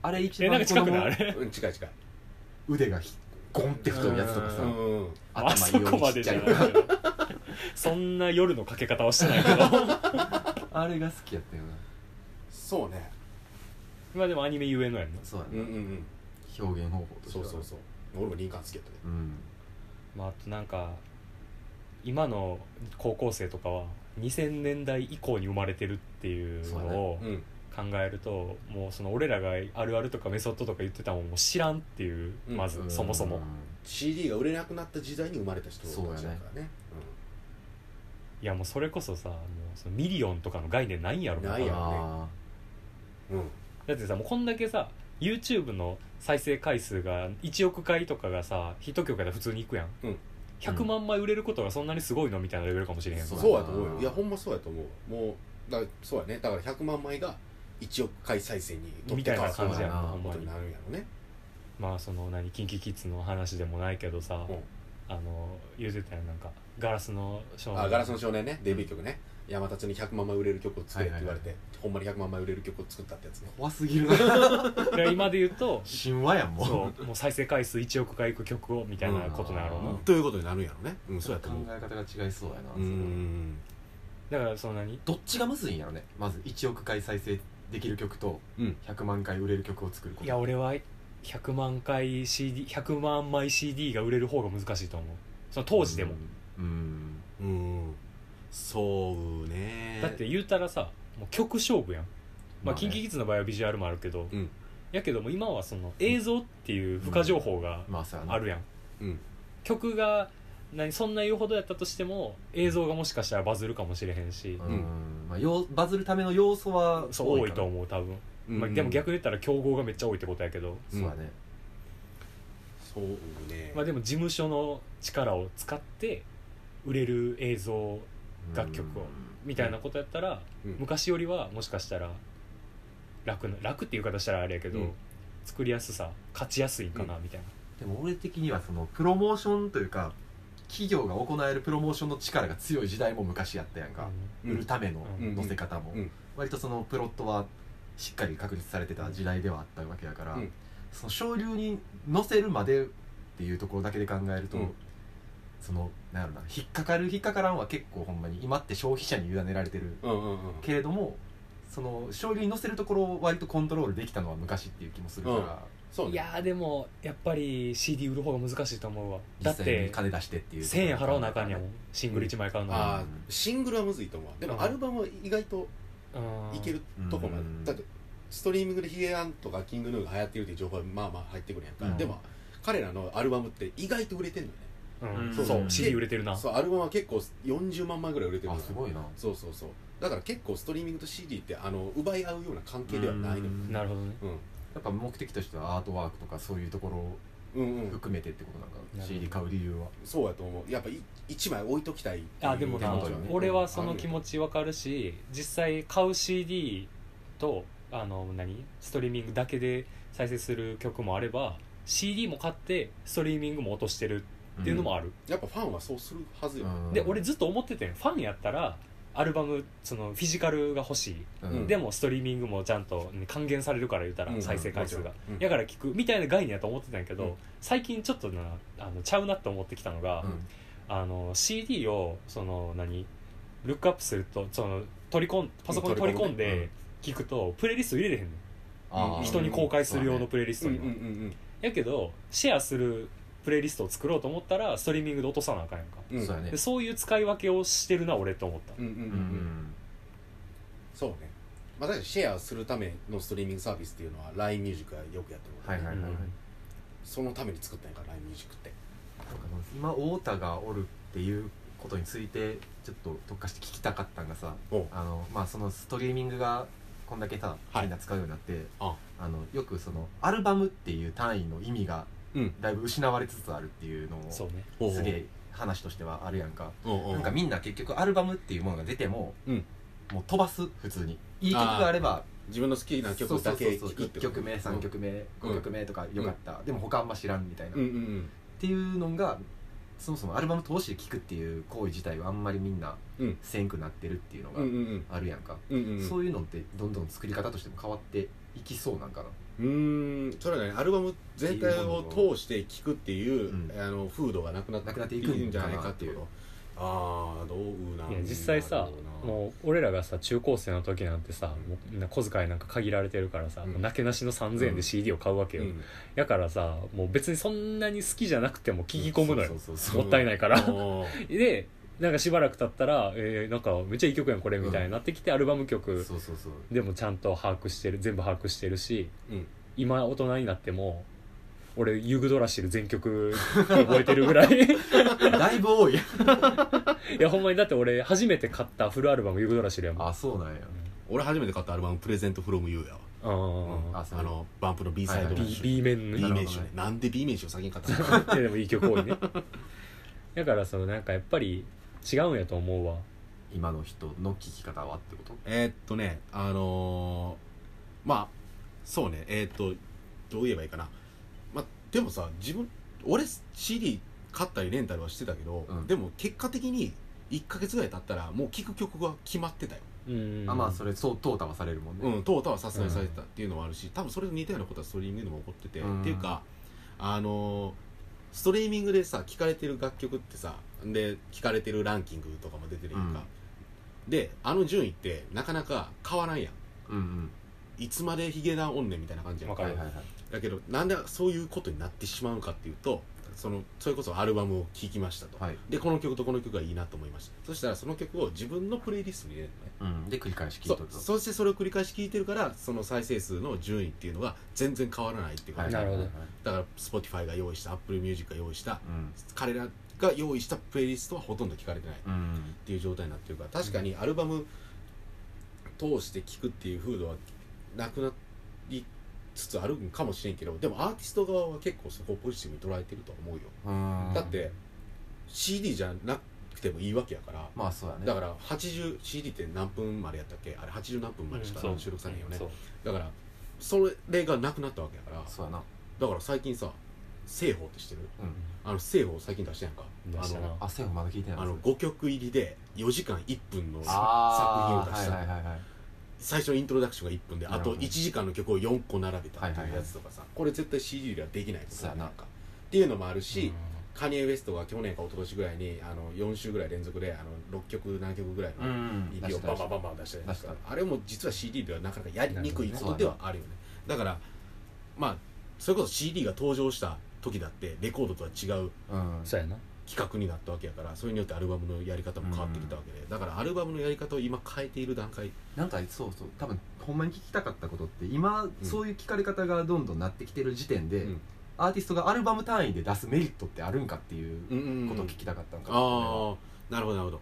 [SPEAKER 2] あれ 一
[SPEAKER 4] えなん
[SPEAKER 2] 番
[SPEAKER 4] か近くないあれ
[SPEAKER 3] うん近い近い
[SPEAKER 2] 腕がひゴンって太いやつとかさ
[SPEAKER 3] うんうん
[SPEAKER 4] あそこまでじゃない
[SPEAKER 2] 頭
[SPEAKER 4] けどそんな夜のかけ方はしてないけど
[SPEAKER 2] あれが好きやったよな
[SPEAKER 3] そうね
[SPEAKER 4] まあでもアニメゆえのやんな
[SPEAKER 2] そうや
[SPEAKER 3] うんう
[SPEAKER 2] ね
[SPEAKER 3] んうん
[SPEAKER 2] 表現方法として
[SPEAKER 3] そ
[SPEAKER 2] は
[SPEAKER 3] うそうそう俺もリンカーン好きやったね
[SPEAKER 2] うん
[SPEAKER 4] まあ、あとなんか今の高校生とかは2000年代以降に生まれてるっていうのを
[SPEAKER 3] うん
[SPEAKER 4] 考えるともうその俺らがあるあるとかメソッドとか言ってたもんもう知らんっていう
[SPEAKER 3] うん
[SPEAKER 4] まず
[SPEAKER 2] うん
[SPEAKER 4] そもそも
[SPEAKER 3] CD が売れなくなった時代に生まれた人たちだからね
[SPEAKER 4] いやもうそれこそさもうそのミリオンとかの概念ないんやろ
[SPEAKER 3] ないやろ
[SPEAKER 2] あ
[SPEAKER 3] うん、うん
[SPEAKER 4] だってさもうこんだけさ YouTube の再生回数が1億回とかがさヒット曲やったら普通にいくやん、
[SPEAKER 3] うん
[SPEAKER 4] 100万枚売れることがそんなにすごいのみたいなレベルかもしれへん
[SPEAKER 2] そ
[SPEAKER 3] そうう
[SPEAKER 2] やな
[SPEAKER 3] やと思うよいやほんまそうやと思うもうだからそうやねだから100万枚が1億回再生に取
[SPEAKER 4] み
[SPEAKER 3] って
[SPEAKER 4] たい
[SPEAKER 3] 変わ
[SPEAKER 4] な
[SPEAKER 3] るそう
[SPEAKER 4] 感じや
[SPEAKER 3] な
[SPEAKER 4] な
[SPEAKER 2] そうだな
[SPEAKER 4] ほん
[SPEAKER 3] こ
[SPEAKER 4] ま
[SPEAKER 3] とに
[SPEAKER 4] に
[SPEAKER 3] なるんやろね
[SPEAKER 4] まあその何 KinKiKids の話でもないけどさ、
[SPEAKER 3] うん
[SPEAKER 4] あの言うてたやんなんかガラスの少
[SPEAKER 3] あガラスの少年ねデビュー曲ね山立に100万枚売れる曲を作れって言われて、ほんまに100万枚売れる曲を作ったってやつね
[SPEAKER 2] ー怖すぎるな
[SPEAKER 4] だから今で言うと
[SPEAKER 2] 神話やんもう
[SPEAKER 4] そうもう再生回数1億回いく曲をみたいなことなんやろうな、
[SPEAKER 2] うん
[SPEAKER 3] ということになるんやろねうんそうやと
[SPEAKER 2] 考
[SPEAKER 3] 思う
[SPEAKER 2] え方が違いそうやなそれ
[SPEAKER 3] う
[SPEAKER 2] は
[SPEAKER 3] ん
[SPEAKER 4] だからその何
[SPEAKER 2] どっちがむずいんやろねまず1億回再生できる曲と
[SPEAKER 3] うん
[SPEAKER 2] 100万回売れる曲を作るこ
[SPEAKER 4] い
[SPEAKER 2] と
[SPEAKER 4] や俺は100万回 CD100 万枚 CD が売れる方が難しいと思うその当時でも、
[SPEAKER 2] うん
[SPEAKER 3] うんそうね
[SPEAKER 4] だって言うたらさもう曲勝負やん、まあ、
[SPEAKER 2] まあね
[SPEAKER 4] KinKiKids の場合はビジュアルもあるけど、
[SPEAKER 3] うん
[SPEAKER 4] やけども今はその映像っていう付加情報が
[SPEAKER 2] まあそうやな
[SPEAKER 4] あるやん、
[SPEAKER 3] うん
[SPEAKER 4] 曲が何そんな言うほどやったとしても映像がもしかしたらバズるかもしれへんし、
[SPEAKER 2] うんまあようバズるための要素は
[SPEAKER 4] そう多い
[SPEAKER 2] か
[SPEAKER 4] と
[SPEAKER 2] な
[SPEAKER 4] 思う多分、
[SPEAKER 3] うん
[SPEAKER 4] まあ、でも逆に言ったら競合がめっちゃ多いってことやけど、
[SPEAKER 2] そうやね
[SPEAKER 3] そうね
[SPEAKER 4] まあ、でも事務所の力を使って売れる映像
[SPEAKER 2] うん
[SPEAKER 4] 楽曲をみたいなことやったら、
[SPEAKER 3] うん
[SPEAKER 4] 昔よりはもしかしたら楽な楽っていう言い方したらあれやけど、
[SPEAKER 3] うん
[SPEAKER 4] 作りやすさ勝ちやすいんかなみたいな、
[SPEAKER 2] でも俺的にはそのプロモーションというか企業が行えるプロモーションの力が強い時代も昔やったやんか、
[SPEAKER 3] うん
[SPEAKER 2] 売るための
[SPEAKER 4] うん
[SPEAKER 2] 載せ方も、
[SPEAKER 3] うん
[SPEAKER 2] 割とそのプロットはしっかり確立されてた時代ではあったわけだから、
[SPEAKER 3] うん
[SPEAKER 2] その昇流に載せるまでっていうところだけで考えると、
[SPEAKER 3] うん
[SPEAKER 2] そのなんやろな引っかかる引っかからんは結構ほんまに今って消費者に委ねられてる
[SPEAKER 3] うんうんうん
[SPEAKER 2] けれどもその昇流に載せるところを割とコントロールできたのは昔っていう気もするから、
[SPEAKER 3] うんそうね
[SPEAKER 4] いやーでもやっぱり CD 売る方が難しいと思うわだっ
[SPEAKER 2] 実際に
[SPEAKER 4] て
[SPEAKER 2] 金出してっていう
[SPEAKER 4] 1000円払わなあかんやもんシングル1枚買うのに
[SPEAKER 3] ああシングルはむずいと思うで
[SPEAKER 4] う
[SPEAKER 3] も
[SPEAKER 4] ん
[SPEAKER 3] アルバムは意外と
[SPEAKER 4] うん
[SPEAKER 3] いけるとこまで
[SPEAKER 2] うん
[SPEAKER 3] だってストリーミングでヒゲアンとかキングヌーが流行ってるっていう情報はまあまあ入ってくるやんか、
[SPEAKER 2] うん
[SPEAKER 3] でも彼らのアルバムって意外と売れてんのよね
[SPEAKER 4] うん
[SPEAKER 2] うん
[SPEAKER 4] そう
[SPEAKER 3] うん
[SPEAKER 4] CD 売れてるな
[SPEAKER 3] そうアルバムは結構40万枚ぐらい売れてるの
[SPEAKER 2] あ
[SPEAKER 3] よ
[SPEAKER 2] すごいな
[SPEAKER 3] そうそうそうだから結構ストリーミングと CD ってあの奪い合うような関係ではないのよ
[SPEAKER 2] うん
[SPEAKER 4] なるほどね
[SPEAKER 3] うん
[SPEAKER 2] やっぱ目的としてはアートワークとかそういうところを
[SPEAKER 3] うんうん
[SPEAKER 2] 含めてってことなんか
[SPEAKER 4] なるほど
[SPEAKER 2] CD 買う理由は
[SPEAKER 3] そうやと思うやっぱい一枚置いときたいっていう
[SPEAKER 4] あでもな
[SPEAKER 2] 手元にね
[SPEAKER 4] 俺はその気持ちわかるし実際買う CD とあの何ストリーミングだけで再生する曲もあれば CD も買ってストリーミングも落としてるっていうのもある、
[SPEAKER 3] やっぱファンはそうするはずよ、
[SPEAKER 2] うん
[SPEAKER 4] で俺ずっと思っててんファンやったらアルバムそのフィジカルが欲しい、
[SPEAKER 2] うん
[SPEAKER 4] でもストリーミングもちゃんとね還元されるから言うた
[SPEAKER 3] う
[SPEAKER 4] ら
[SPEAKER 3] ん
[SPEAKER 4] 再生回数が、
[SPEAKER 3] うん
[SPEAKER 4] やから聞くみたいな概念やと思ってたんやけど、
[SPEAKER 3] うん
[SPEAKER 4] 最近ちょっとなあのちゃうなって思ってきたのが、
[SPEAKER 2] うん
[SPEAKER 4] あの CD をその何ルックアップするとその取り込んパソコンに取り込ん
[SPEAKER 3] 取り込ん
[SPEAKER 4] で
[SPEAKER 3] で
[SPEAKER 4] 聞くとプレイリスト入れれへんね
[SPEAKER 2] あ
[SPEAKER 3] うん
[SPEAKER 2] ー
[SPEAKER 4] ん人に公開する用のプレイリス
[SPEAKER 3] う
[SPEAKER 4] トに
[SPEAKER 3] んうん
[SPEAKER 4] は、
[SPEAKER 3] うんうん
[SPEAKER 4] やけどシェアするプレイリストを作ろうと思ったらストリーミングで落とさなあかんやんか、
[SPEAKER 3] うん
[SPEAKER 2] そうやね
[SPEAKER 4] でそういう使い分けをしてるな俺と思った、
[SPEAKER 3] うんうんうん
[SPEAKER 2] う
[SPEAKER 3] うんん、
[SPEAKER 2] うんうん
[SPEAKER 3] そうね、まあ、確かにシェアするためのストリーミングサービスっていうのは LINE ミュージックがよくやってること
[SPEAKER 2] はいはいはいはい
[SPEAKER 4] うん
[SPEAKER 3] そのために作ったんやから LINE ミュージックって
[SPEAKER 2] そうか今太田がおるっていうことについてちょっと特化して聞きたかったんがさ
[SPEAKER 3] お
[SPEAKER 2] あのまあそのストリーミングがこんだけさ
[SPEAKER 3] はい
[SPEAKER 2] みんな使うようになって
[SPEAKER 3] あ
[SPEAKER 2] あのよくそのアルバムっていう単位の意味が
[SPEAKER 3] うん
[SPEAKER 2] だいぶ失われつつあるっていうのを
[SPEAKER 4] そうね
[SPEAKER 2] すげえ話としてはあるやんか
[SPEAKER 3] お
[SPEAKER 2] なんかみんな結局アルバムっていうものが出ても、
[SPEAKER 3] うん
[SPEAKER 2] もう飛ばす普通にいい曲があれば
[SPEAKER 3] 自分の好きな曲だけ聴くっ
[SPEAKER 2] 1
[SPEAKER 3] てこと
[SPEAKER 2] 曲目3曲目5曲目とかよかった、でも他あんま知らんみたいな、
[SPEAKER 3] うん
[SPEAKER 2] っ
[SPEAKER 3] うんうん
[SPEAKER 2] ていうのがそもそもアルバム通して聴くっていう行為自体はあんまりみんな
[SPEAKER 3] うん
[SPEAKER 2] せんくなってるっていうのが
[SPEAKER 3] うんうん
[SPEAKER 2] あるやんか、
[SPEAKER 3] うんうん
[SPEAKER 2] そういうのってどんどん作り方としても変わっていきそうなんかな
[SPEAKER 3] うんうんそれはねアルバム全体を通して聴くってい
[SPEAKER 2] う
[SPEAKER 3] う、
[SPEAKER 2] ん
[SPEAKER 3] あの風土がなくなって
[SPEAKER 2] なくなっていくんかなっていうん
[SPEAKER 3] じゃないかっていうことああどうなん
[SPEAKER 4] いや実際さもう俺らがさ中高生の時なんてさもうみんな小遣いなんか限られてるからさ、
[SPEAKER 3] うん
[SPEAKER 4] もうなけなしの3000円で CD を買うわけ
[SPEAKER 3] う
[SPEAKER 4] よ、
[SPEAKER 3] ん
[SPEAKER 4] やからさもう別にそんなに好きじゃなくても聞き込むのよ
[SPEAKER 2] そうそうそう
[SPEAKER 3] う
[SPEAKER 2] そう
[SPEAKER 4] もったいないから
[SPEAKER 3] おー
[SPEAKER 4] でなんかしばらく経ったら、えーなんかめっちゃいい曲やんこれみたいになってきて、アルバム曲
[SPEAKER 2] そうそうそう
[SPEAKER 4] でもちゃんと把握してる全部把握してるし
[SPEAKER 3] うん
[SPEAKER 4] 今大人になっても俺ユグドラシル全曲覚えてるぐらい い
[SPEAKER 2] だいぶ多い
[SPEAKER 4] やほんまにだって俺初めて買ったフルアルバムユグドラシルやもん
[SPEAKER 2] あそうなんや
[SPEAKER 3] 俺初めて買ったアルバム「プレゼントフロムユーやわ
[SPEAKER 4] あ
[SPEAKER 2] あそう
[SPEAKER 3] あのバンプの B サイド
[SPEAKER 2] はい
[SPEAKER 4] ー
[SPEAKER 2] はい
[SPEAKER 4] B, B 面の
[SPEAKER 3] B
[SPEAKER 2] なる
[SPEAKER 3] 名
[SPEAKER 2] ほど
[SPEAKER 3] 称
[SPEAKER 2] ね
[SPEAKER 3] なんで B 名称先に買ったの
[SPEAKER 4] いやでもいい曲多いね だからそのなんかやっぱり違うんやと思うわ
[SPEAKER 2] 今の人の聞き方はってこと
[SPEAKER 3] えーっとねあのーまあそうねえーっとどう言えばいいかなまあでもさ自分俺 CD 買ったりレンタルはしてたけど、
[SPEAKER 2] うん
[SPEAKER 3] でも結果的に1か月ぐらい経ったらもう聴く曲が決まってたよ
[SPEAKER 4] うん
[SPEAKER 2] あまあそれそう淘汰はされるもん
[SPEAKER 3] う
[SPEAKER 2] ね
[SPEAKER 3] ん、淘汰はさすがにされてたっていうのもあるし、多分それと似たようなことはストリーミングでも起こってて、
[SPEAKER 2] うん
[SPEAKER 3] っていうかあのーストリーミングでさ聴かれてる楽曲ってさで聴かれてるランキングとかも出てるやんか、であの順位ってなかなか変わらんやん
[SPEAKER 2] うんうん
[SPEAKER 3] いつまでヒゲダンおんねんみたいな感じやん
[SPEAKER 4] わ
[SPEAKER 2] は
[SPEAKER 4] か
[SPEAKER 2] い
[SPEAKER 4] る
[SPEAKER 2] はいはい
[SPEAKER 3] だけどなんでそういうことになってしまうのかっていうとそのそれこそアルバムを聴きましたと、
[SPEAKER 2] はい
[SPEAKER 3] でこの曲とこの曲がいいなと思いましたそしたらその曲を自分のプレイリストに入れるのね
[SPEAKER 2] うんで繰り返し聞
[SPEAKER 3] そ
[SPEAKER 2] いとると
[SPEAKER 3] そしてそれを繰り返し聞いてるからその再生数の順位っていうのが全然変わらないっていうか、
[SPEAKER 2] はい
[SPEAKER 4] なるほど
[SPEAKER 2] はいはいはい
[SPEAKER 3] だから Spotify が用意した AppleMusic が用意した
[SPEAKER 2] うん
[SPEAKER 3] 彼らが用意したプレイリストはほとんど聞かれてないっ
[SPEAKER 2] うん
[SPEAKER 3] ていう状態になってるから確かにアルバム通して聞くっていう風土はなくなりつつあるんかもしれんけどでもアーティスト側は結構そこをポジティブに捉えてるとは思うよ、
[SPEAKER 2] うん
[SPEAKER 3] だって CD じゃなくてもいいわけやから
[SPEAKER 2] まあそうだね
[SPEAKER 3] だから 80CD って何分までやったっけあれ80何分までしか
[SPEAKER 4] そう
[SPEAKER 3] 収録されへんよね、
[SPEAKER 4] そう
[SPEAKER 3] だからそれがなくなったわけだから
[SPEAKER 2] そうやな
[SPEAKER 3] だから最近さ西宝って知ってる
[SPEAKER 2] うん
[SPEAKER 3] あの西宝最近出してんやんか
[SPEAKER 4] 出したな
[SPEAKER 3] あ
[SPEAKER 2] あセーフまだ聞いてない
[SPEAKER 3] のあの5曲入りで4時間1分の作品
[SPEAKER 2] あ
[SPEAKER 3] を
[SPEAKER 2] ー
[SPEAKER 3] 出した、
[SPEAKER 2] はいはいはいはい
[SPEAKER 3] 最初のイントロダクションが1分で
[SPEAKER 2] な
[SPEAKER 3] あ
[SPEAKER 2] るほど
[SPEAKER 3] と1時間の曲を4個並べたって
[SPEAKER 2] はい
[SPEAKER 3] い
[SPEAKER 2] は
[SPEAKER 3] う
[SPEAKER 2] いは
[SPEAKER 3] や
[SPEAKER 2] い
[SPEAKER 3] つとかさ、これ絶対 CD ではできないこと
[SPEAKER 2] そうやな
[SPEAKER 3] なんかっていうのもあるし、
[SPEAKER 4] う
[SPEAKER 3] カニエ・ウエストが去年か一昨年ぐらいにあの4週ぐらい連続であの6曲7曲ぐらいの
[SPEAKER 2] ん
[SPEAKER 3] 指をバンバンバンバン出したり
[SPEAKER 2] 出し
[SPEAKER 3] あれも実は CD ではなかなかやりにくいことではあるよねだからまあそれこそ CD が登場した時だってレコードとは違う
[SPEAKER 2] うん
[SPEAKER 4] んそうやな
[SPEAKER 3] 企画になったわけやからそれによってアルバムのやり方も変わってきたわけで、だからアルバムのやり方を今変えている段階
[SPEAKER 2] なんかそうそう多分ほんまに聞きたかったことって今、そういう聞かれ方がどんどんなってきてる時点で、
[SPEAKER 3] うん
[SPEAKER 2] アーティストがアルバム単位で出すメリットってあるんかっていうことを聞きたかったんかな、
[SPEAKER 3] ああなるほどなるほど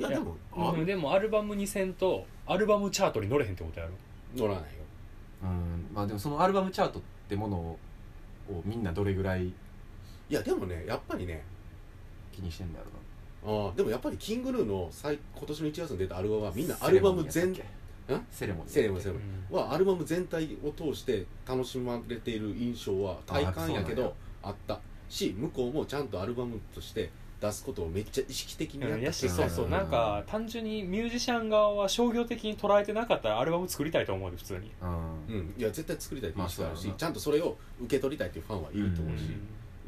[SPEAKER 3] いや
[SPEAKER 4] いや
[SPEAKER 3] でもあ
[SPEAKER 4] うんでもアルバムにせんとアルバムチャートに乗れへんってことやろ
[SPEAKER 3] 乗らないよ
[SPEAKER 2] うんまあでもそのアルバムチャートってものをみんなどれぐらい
[SPEAKER 3] いやでもねやっぱりね
[SPEAKER 2] 気にしてんだろ
[SPEAKER 3] あーでもやっぱりキングヌーの最今年の1月に出たアルバムは
[SPEAKER 2] うな
[SPEAKER 3] みんなアルバム全
[SPEAKER 2] セレモニーやったっけんセレモニー
[SPEAKER 3] 全セレモニーセレモニー
[SPEAKER 4] う
[SPEAKER 3] はアルバム全体を通して楽しまれている印象は体感やけ
[SPEAKER 2] あやっ
[SPEAKER 3] どあったし向こうもちゃんとアルバムとして出すことをめっちゃ意識的にやっ
[SPEAKER 4] ん
[SPEAKER 3] た
[SPEAKER 4] や
[SPEAKER 3] し
[SPEAKER 4] し
[SPEAKER 2] ん
[SPEAKER 4] そうそうなんか単純にミュージシャン側は商業的に捉えてなかったらアルバム作りたいと思うで普通に
[SPEAKER 2] う
[SPEAKER 3] うんん、いや絶対作りたいって意識がある
[SPEAKER 2] まあ
[SPEAKER 3] し、
[SPEAKER 2] そうやろな
[SPEAKER 3] ちゃんとそれを受け取りたいっていうファンはいると思うし、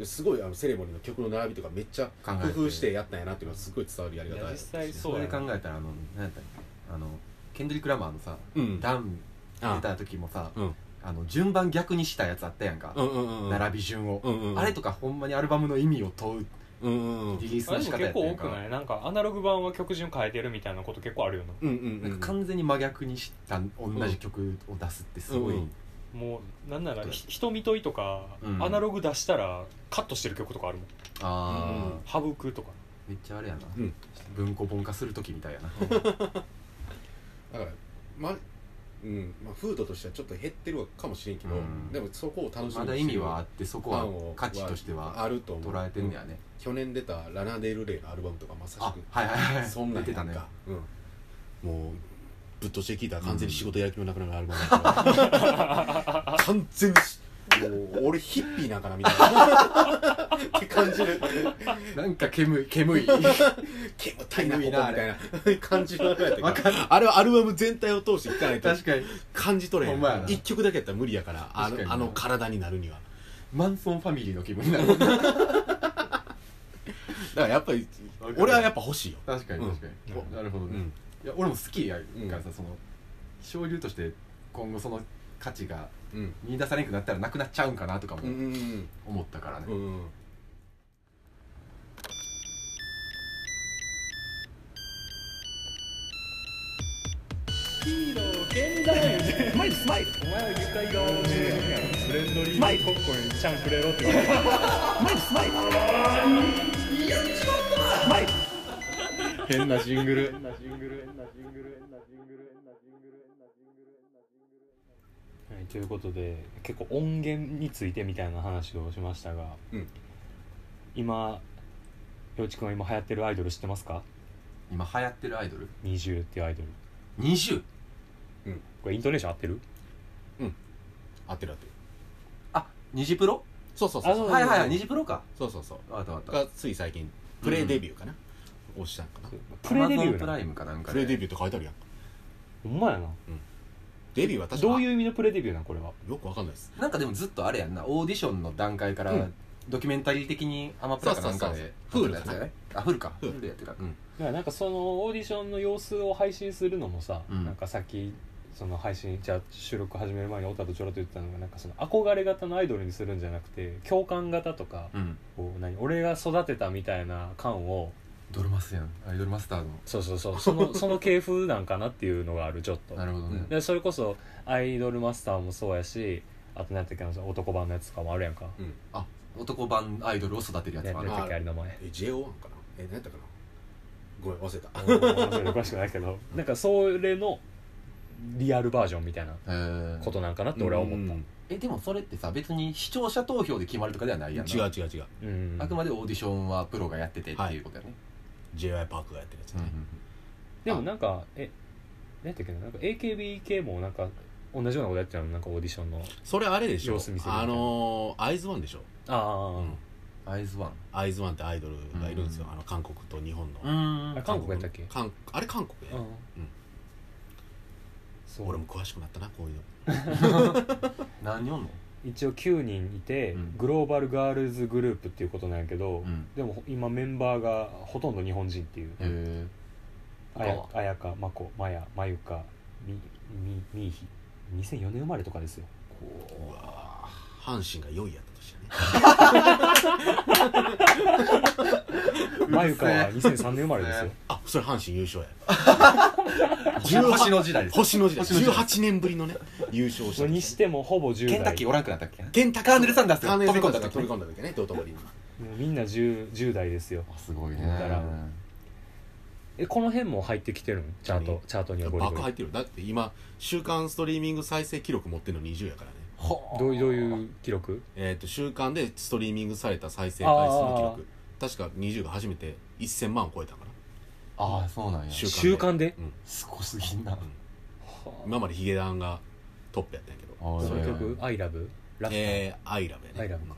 [SPEAKER 3] すごいあのセレモニーの曲の並びとかめっちゃ
[SPEAKER 2] 考
[SPEAKER 3] 工
[SPEAKER 2] えて
[SPEAKER 3] 夫してやったんやなっていうのはすごい伝わるやり
[SPEAKER 4] い
[SPEAKER 3] 方
[SPEAKER 4] や
[SPEAKER 3] や
[SPEAKER 4] 実際そ
[SPEAKER 2] そうれ
[SPEAKER 4] や
[SPEAKER 2] で考
[SPEAKER 4] な
[SPEAKER 2] えたらあの何やったっけあのケンドリック・ラマーのさ、
[SPEAKER 3] うん
[SPEAKER 2] ダウン出
[SPEAKER 3] あ
[SPEAKER 2] た時もさ
[SPEAKER 3] うん
[SPEAKER 2] あの順番逆にしたやつあったやんか、
[SPEAKER 3] うんうんうんうん
[SPEAKER 2] 並び順を、
[SPEAKER 3] うんうんうん
[SPEAKER 2] あれとかほんまにアルバムの意味を問う
[SPEAKER 3] うんうんうん
[SPEAKER 2] リリース
[SPEAKER 4] あれ
[SPEAKER 2] の
[SPEAKER 4] も
[SPEAKER 2] 仕方
[SPEAKER 4] 結
[SPEAKER 2] やった
[SPEAKER 4] 構
[SPEAKER 2] や
[SPEAKER 4] 多
[SPEAKER 2] んか
[SPEAKER 4] くないなんかアナログ版は曲順変えてるみたいなこと結構あるよな
[SPEAKER 3] うんうん
[SPEAKER 2] な
[SPEAKER 3] う
[SPEAKER 2] ん
[SPEAKER 3] ん
[SPEAKER 2] か完全に真逆にした同じ曲を出すってすごい、
[SPEAKER 3] うん
[SPEAKER 4] もうなんなら
[SPEAKER 2] どうや
[SPEAKER 4] ひ瞳問いとか、
[SPEAKER 2] うん
[SPEAKER 4] アナログ出したらカットしてる曲とかあるもん
[SPEAKER 2] ああ、
[SPEAKER 3] うん
[SPEAKER 4] 省くとか
[SPEAKER 2] めっちゃあれやな、
[SPEAKER 3] うん
[SPEAKER 2] 文庫本化する時みたいやな
[SPEAKER 3] だからまあうんまあ、風土としてはちょっと減ってるかもしれんけど、
[SPEAKER 2] うん
[SPEAKER 3] でもそこを楽しみにして
[SPEAKER 2] ま
[SPEAKER 3] る
[SPEAKER 2] だ意味はあってそこは
[SPEAKER 3] ファンを
[SPEAKER 2] 価値としては
[SPEAKER 3] あると思う
[SPEAKER 2] 捉えてんねやね、
[SPEAKER 3] 去年出たラナ・デル・レイのアルバムとかまさし
[SPEAKER 2] あ
[SPEAKER 3] く
[SPEAKER 2] はいはいはい
[SPEAKER 3] そんなん
[SPEAKER 2] 出てたね
[SPEAKER 3] やんかうん、もうぶっとして聞いたら完全に仕事やる気のなくなるアルバムやから 完全にしもう俺ヒッピーなんかなみたいなって感じる
[SPEAKER 2] なんか煙煙い
[SPEAKER 3] 煙たい
[SPEAKER 2] 煙
[SPEAKER 3] なここみ
[SPEAKER 2] いなあ
[SPEAKER 3] たい
[SPEAKER 2] れ
[SPEAKER 3] な 感じのアルバムやったからあれはアルバム全体を通していかないと
[SPEAKER 2] 確かに
[SPEAKER 3] 感じ取れへ
[SPEAKER 2] ほ
[SPEAKER 3] ん
[SPEAKER 2] んまやな
[SPEAKER 3] 一曲だけやったら無理やからあ
[SPEAKER 2] 確かに
[SPEAKER 3] の
[SPEAKER 2] な
[SPEAKER 3] あの体になるには
[SPEAKER 2] マンソンファミリーの気分になる
[SPEAKER 3] だからやっぱり
[SPEAKER 2] わかる
[SPEAKER 3] 俺はやっぱ欲しいよ、
[SPEAKER 2] 確かに確かに、
[SPEAKER 4] うん
[SPEAKER 2] なるほど
[SPEAKER 3] う
[SPEAKER 2] ね、
[SPEAKER 3] ん、
[SPEAKER 2] いや俺も好きやからさ、その昇流として今後その価値が
[SPEAKER 3] うん
[SPEAKER 2] 見出されなくなったらなくなっちゃうんかなとかも
[SPEAKER 3] うんうん
[SPEAKER 2] 思ったからね、
[SPEAKER 3] うんうん
[SPEAKER 1] スマイル
[SPEAKER 4] お前は愉快顔の中年やフレンドリーにコッコンにシャンくれろって言われて
[SPEAKER 1] マイルスマイルマイル
[SPEAKER 3] 変なジング
[SPEAKER 4] 変なジングル変なジングル変なジングル変なジン
[SPEAKER 3] ル
[SPEAKER 4] グル変なジングル変なジングルはい、ということで結構音源についてみたいな話をしましたが、
[SPEAKER 3] うん
[SPEAKER 4] 今陽一君は今流行ってるアイドル知ってますか
[SPEAKER 2] 今流行ってるアイドル
[SPEAKER 4] ?20 っていうアイドル
[SPEAKER 2] 20?
[SPEAKER 4] これイントネーション合ってる
[SPEAKER 3] 当てる当てる
[SPEAKER 2] あ虹プロ
[SPEAKER 3] そうそうそう
[SPEAKER 4] あそう
[SPEAKER 2] はいはいはい虹プロか
[SPEAKER 3] そうそうそう
[SPEAKER 2] わかったわかった
[SPEAKER 3] がつい最近プレイデビューかな、押したんかな
[SPEAKER 4] プレデビ
[SPEAKER 2] Amazon
[SPEAKER 4] ュー
[SPEAKER 2] プ
[SPEAKER 4] な
[SPEAKER 2] ライムかなんか
[SPEAKER 3] プ
[SPEAKER 2] で
[SPEAKER 3] レイデビューって書いてあるやん
[SPEAKER 4] ほんまやな
[SPEAKER 3] デビューは確か
[SPEAKER 4] どういう意味のプレデビューなんこれは
[SPEAKER 3] よくわかんないです
[SPEAKER 2] なんかでもずっとあれやんなオーディションの段階から、
[SPEAKER 3] うん
[SPEAKER 2] ドキュメンタリー的にアマプラかなんか
[SPEAKER 3] そう
[SPEAKER 2] で
[SPEAKER 3] そうそう
[SPEAKER 2] やってたやつ
[SPEAKER 3] フールかな
[SPEAKER 2] やねあフールかフ
[SPEAKER 3] フール
[SPEAKER 2] ールでやってたか、
[SPEAKER 3] うん
[SPEAKER 4] だからなんかそのオーディションの様子を配信するのもさ、
[SPEAKER 2] うん
[SPEAKER 4] なんかさっきその配信じゃあ収録始める前にオタとちょろっと言ってたのがなんかその憧れ型のアイドルにするんじゃなくて共感型とか、
[SPEAKER 2] うん
[SPEAKER 4] こう何俺が育てたみたいな感を
[SPEAKER 2] ドルマスやんアイドルマスターの
[SPEAKER 4] そうそうそうその その系風なんかなっていうのがあるちょっと
[SPEAKER 2] なるほどね、
[SPEAKER 4] でそれこそアイドルマスターもそうやしあと何ていうか男版のやつとかもあるやんか、
[SPEAKER 3] うん
[SPEAKER 2] 男版アイドルを育てるやつ
[SPEAKER 4] ね、
[SPEAKER 2] もあ
[SPEAKER 4] 何
[SPEAKER 2] る
[SPEAKER 4] やったっけあれ名前
[SPEAKER 3] え JO1 かなえ何やったかなごめん忘れた
[SPEAKER 4] もう忘れて詳しくないけどなんかそれのリアルバージョンみたいな
[SPEAKER 2] へー
[SPEAKER 4] ことなんかなって俺は思った、
[SPEAKER 2] えでもそれってさ別に視聴者投票で決まるとかではないやんな
[SPEAKER 3] 違う違う違う
[SPEAKER 4] うん
[SPEAKER 2] あくまでオーディションはプロがやっててっていうことやね、
[SPEAKER 3] j y パークがやってるやつ
[SPEAKER 2] うんう
[SPEAKER 3] ね、
[SPEAKER 2] ん
[SPEAKER 4] でもなんかえ何やったっけななんか AKB 系もなんか同じようなことやってたのなんかオーディションの
[SPEAKER 3] それあれでしょ
[SPEAKER 4] 様子見せるみたいな
[SPEAKER 3] あのーアイズワンでしょ、
[SPEAKER 4] あ
[SPEAKER 2] うんアイズワン
[SPEAKER 3] アイズワンってアイドルがいるんですよ、
[SPEAKER 2] うん
[SPEAKER 3] あの韓国と日本の、
[SPEAKER 2] ん
[SPEAKER 4] あ韓国やったっけ
[SPEAKER 3] 韓あれ韓国
[SPEAKER 4] あ、
[SPEAKER 3] や、
[SPEAKER 4] うん
[SPEAKER 3] そう俺も詳しくなったなこういうの
[SPEAKER 2] 何をんの
[SPEAKER 4] 一応9人いて、
[SPEAKER 2] うん
[SPEAKER 4] グローバルガールズグループっていうことなんやけど、
[SPEAKER 2] うん
[SPEAKER 4] でも今メンバーがほとんど日本人っていう
[SPEAKER 2] へえ
[SPEAKER 4] あや
[SPEAKER 2] 他
[SPEAKER 4] あやかまこまやまゆかみみみいひ2004年生まれとかですよ
[SPEAKER 3] うわー阪神が4位やったとしたね
[SPEAKER 4] まゆかは2003年生まれです
[SPEAKER 2] う
[SPEAKER 4] よ
[SPEAKER 2] る
[SPEAKER 3] あそれ阪神優勝や
[SPEAKER 2] 星の時代です
[SPEAKER 3] 星の時代
[SPEAKER 2] 星の時代
[SPEAKER 3] 18年ぶりのね優勝
[SPEAKER 4] それに
[SPEAKER 3] し
[SPEAKER 4] したてもほぼ10代
[SPEAKER 2] ケンタッキーおらんくなったっけ
[SPEAKER 3] ケンタッキー
[SPEAKER 2] カーネルサンダース
[SPEAKER 3] カーネルサンダースが
[SPEAKER 2] 飛
[SPEAKER 3] 飛
[SPEAKER 2] び込
[SPEAKER 3] び込んだ時ね道頓堀に
[SPEAKER 4] もうみんな 10, 10代ですよ
[SPEAKER 2] あすごいね
[SPEAKER 4] だからえこの辺も入ってきてるんチャート
[SPEAKER 3] 何
[SPEAKER 4] チャートにはゴリゴ
[SPEAKER 3] 爆
[SPEAKER 4] リ
[SPEAKER 3] 入ってるよだって今週刊ストリーミング再生記録持ってるの20やからね
[SPEAKER 2] ほ
[SPEAKER 4] どういうどういう記録
[SPEAKER 3] えっ、と週刊でストリーミングされた再生回数の記録確か20が初めて1000万を超えたんかな
[SPEAKER 2] ああそうなんや
[SPEAKER 3] 週刊
[SPEAKER 4] 週刊で
[SPEAKER 3] でうん
[SPEAKER 2] すごすぎんな
[SPEAKER 3] 今までヒゲダンがトップやったんやけど
[SPEAKER 4] その
[SPEAKER 2] へ
[SPEAKER 4] 曲「アイラブラフター
[SPEAKER 3] えー、アイラブやね
[SPEAKER 4] アイラブか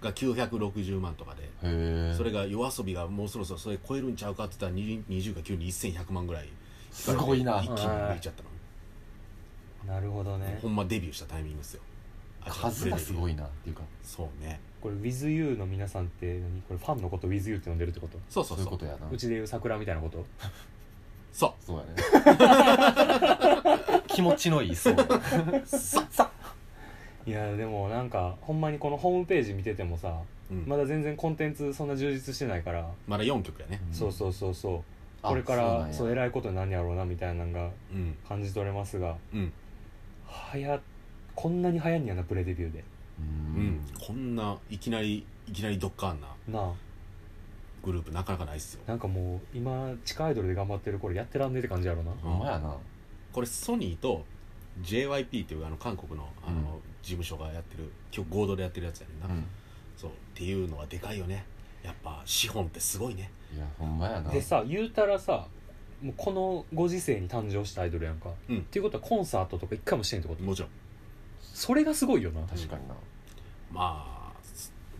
[SPEAKER 3] が960万とかで
[SPEAKER 2] え
[SPEAKER 3] それが夜遊びがもうそろそろそれ超えるんちゃうかって言ったら20 20が急に1100万ぐらい
[SPEAKER 2] すごいな
[SPEAKER 3] 一気に抜いちゃったの、
[SPEAKER 4] なるほどね
[SPEAKER 3] ほんまデビューしたタイミングですよ
[SPEAKER 2] 数がすご
[SPEAKER 3] い
[SPEAKER 2] いなっていうか
[SPEAKER 3] そうね
[SPEAKER 4] これ「WithYou」の皆さんって何これファンのこと「WithYou」って呼んでるってこと
[SPEAKER 3] そうそ
[SPEAKER 2] そううい
[SPEAKER 3] そ
[SPEAKER 2] ううことやな
[SPEAKER 4] うちでいう桜みたいなこと
[SPEAKER 3] そ
[SPEAKER 2] そう やね気持ちのいいそう
[SPEAKER 4] いやでもなんかほんまにこのホームページ見ててもさ
[SPEAKER 3] う、うん
[SPEAKER 4] ま
[SPEAKER 3] ま
[SPEAKER 4] だ全然コンテンツそんな充実してないから、
[SPEAKER 3] だ4曲やね
[SPEAKER 4] そうそうそうそうこれからそうえらいことになんやろうなみたいなのが
[SPEAKER 3] うん
[SPEAKER 4] 感じ取れますが
[SPEAKER 3] うん
[SPEAKER 4] はやこんなに早いんやなプレデビューで
[SPEAKER 2] う
[SPEAKER 3] うん、
[SPEAKER 2] ん
[SPEAKER 3] こんないきなりいきなりドッカーンな
[SPEAKER 4] なあ
[SPEAKER 3] グループなかなかないっすよ
[SPEAKER 4] なんかもう今地下アイドルで頑張ってる頃やってらんねえって感じやろな
[SPEAKER 2] ほんまやな
[SPEAKER 3] これソニーと JYP っていうあの韓国のあの事務所がやってる今日合同でやってるやつやねんな、そうっていうのはでかいよねやっぱ資本ってすごいね
[SPEAKER 2] いやほんまやな
[SPEAKER 4] でさ言うたらさもうこのご時世に誕生したアイドルやんか、
[SPEAKER 3] うん
[SPEAKER 4] っていうことはコンサートとか一回もしてんってこと
[SPEAKER 3] もちろん
[SPEAKER 4] それがすごいよな
[SPEAKER 2] 確かにな
[SPEAKER 3] まあ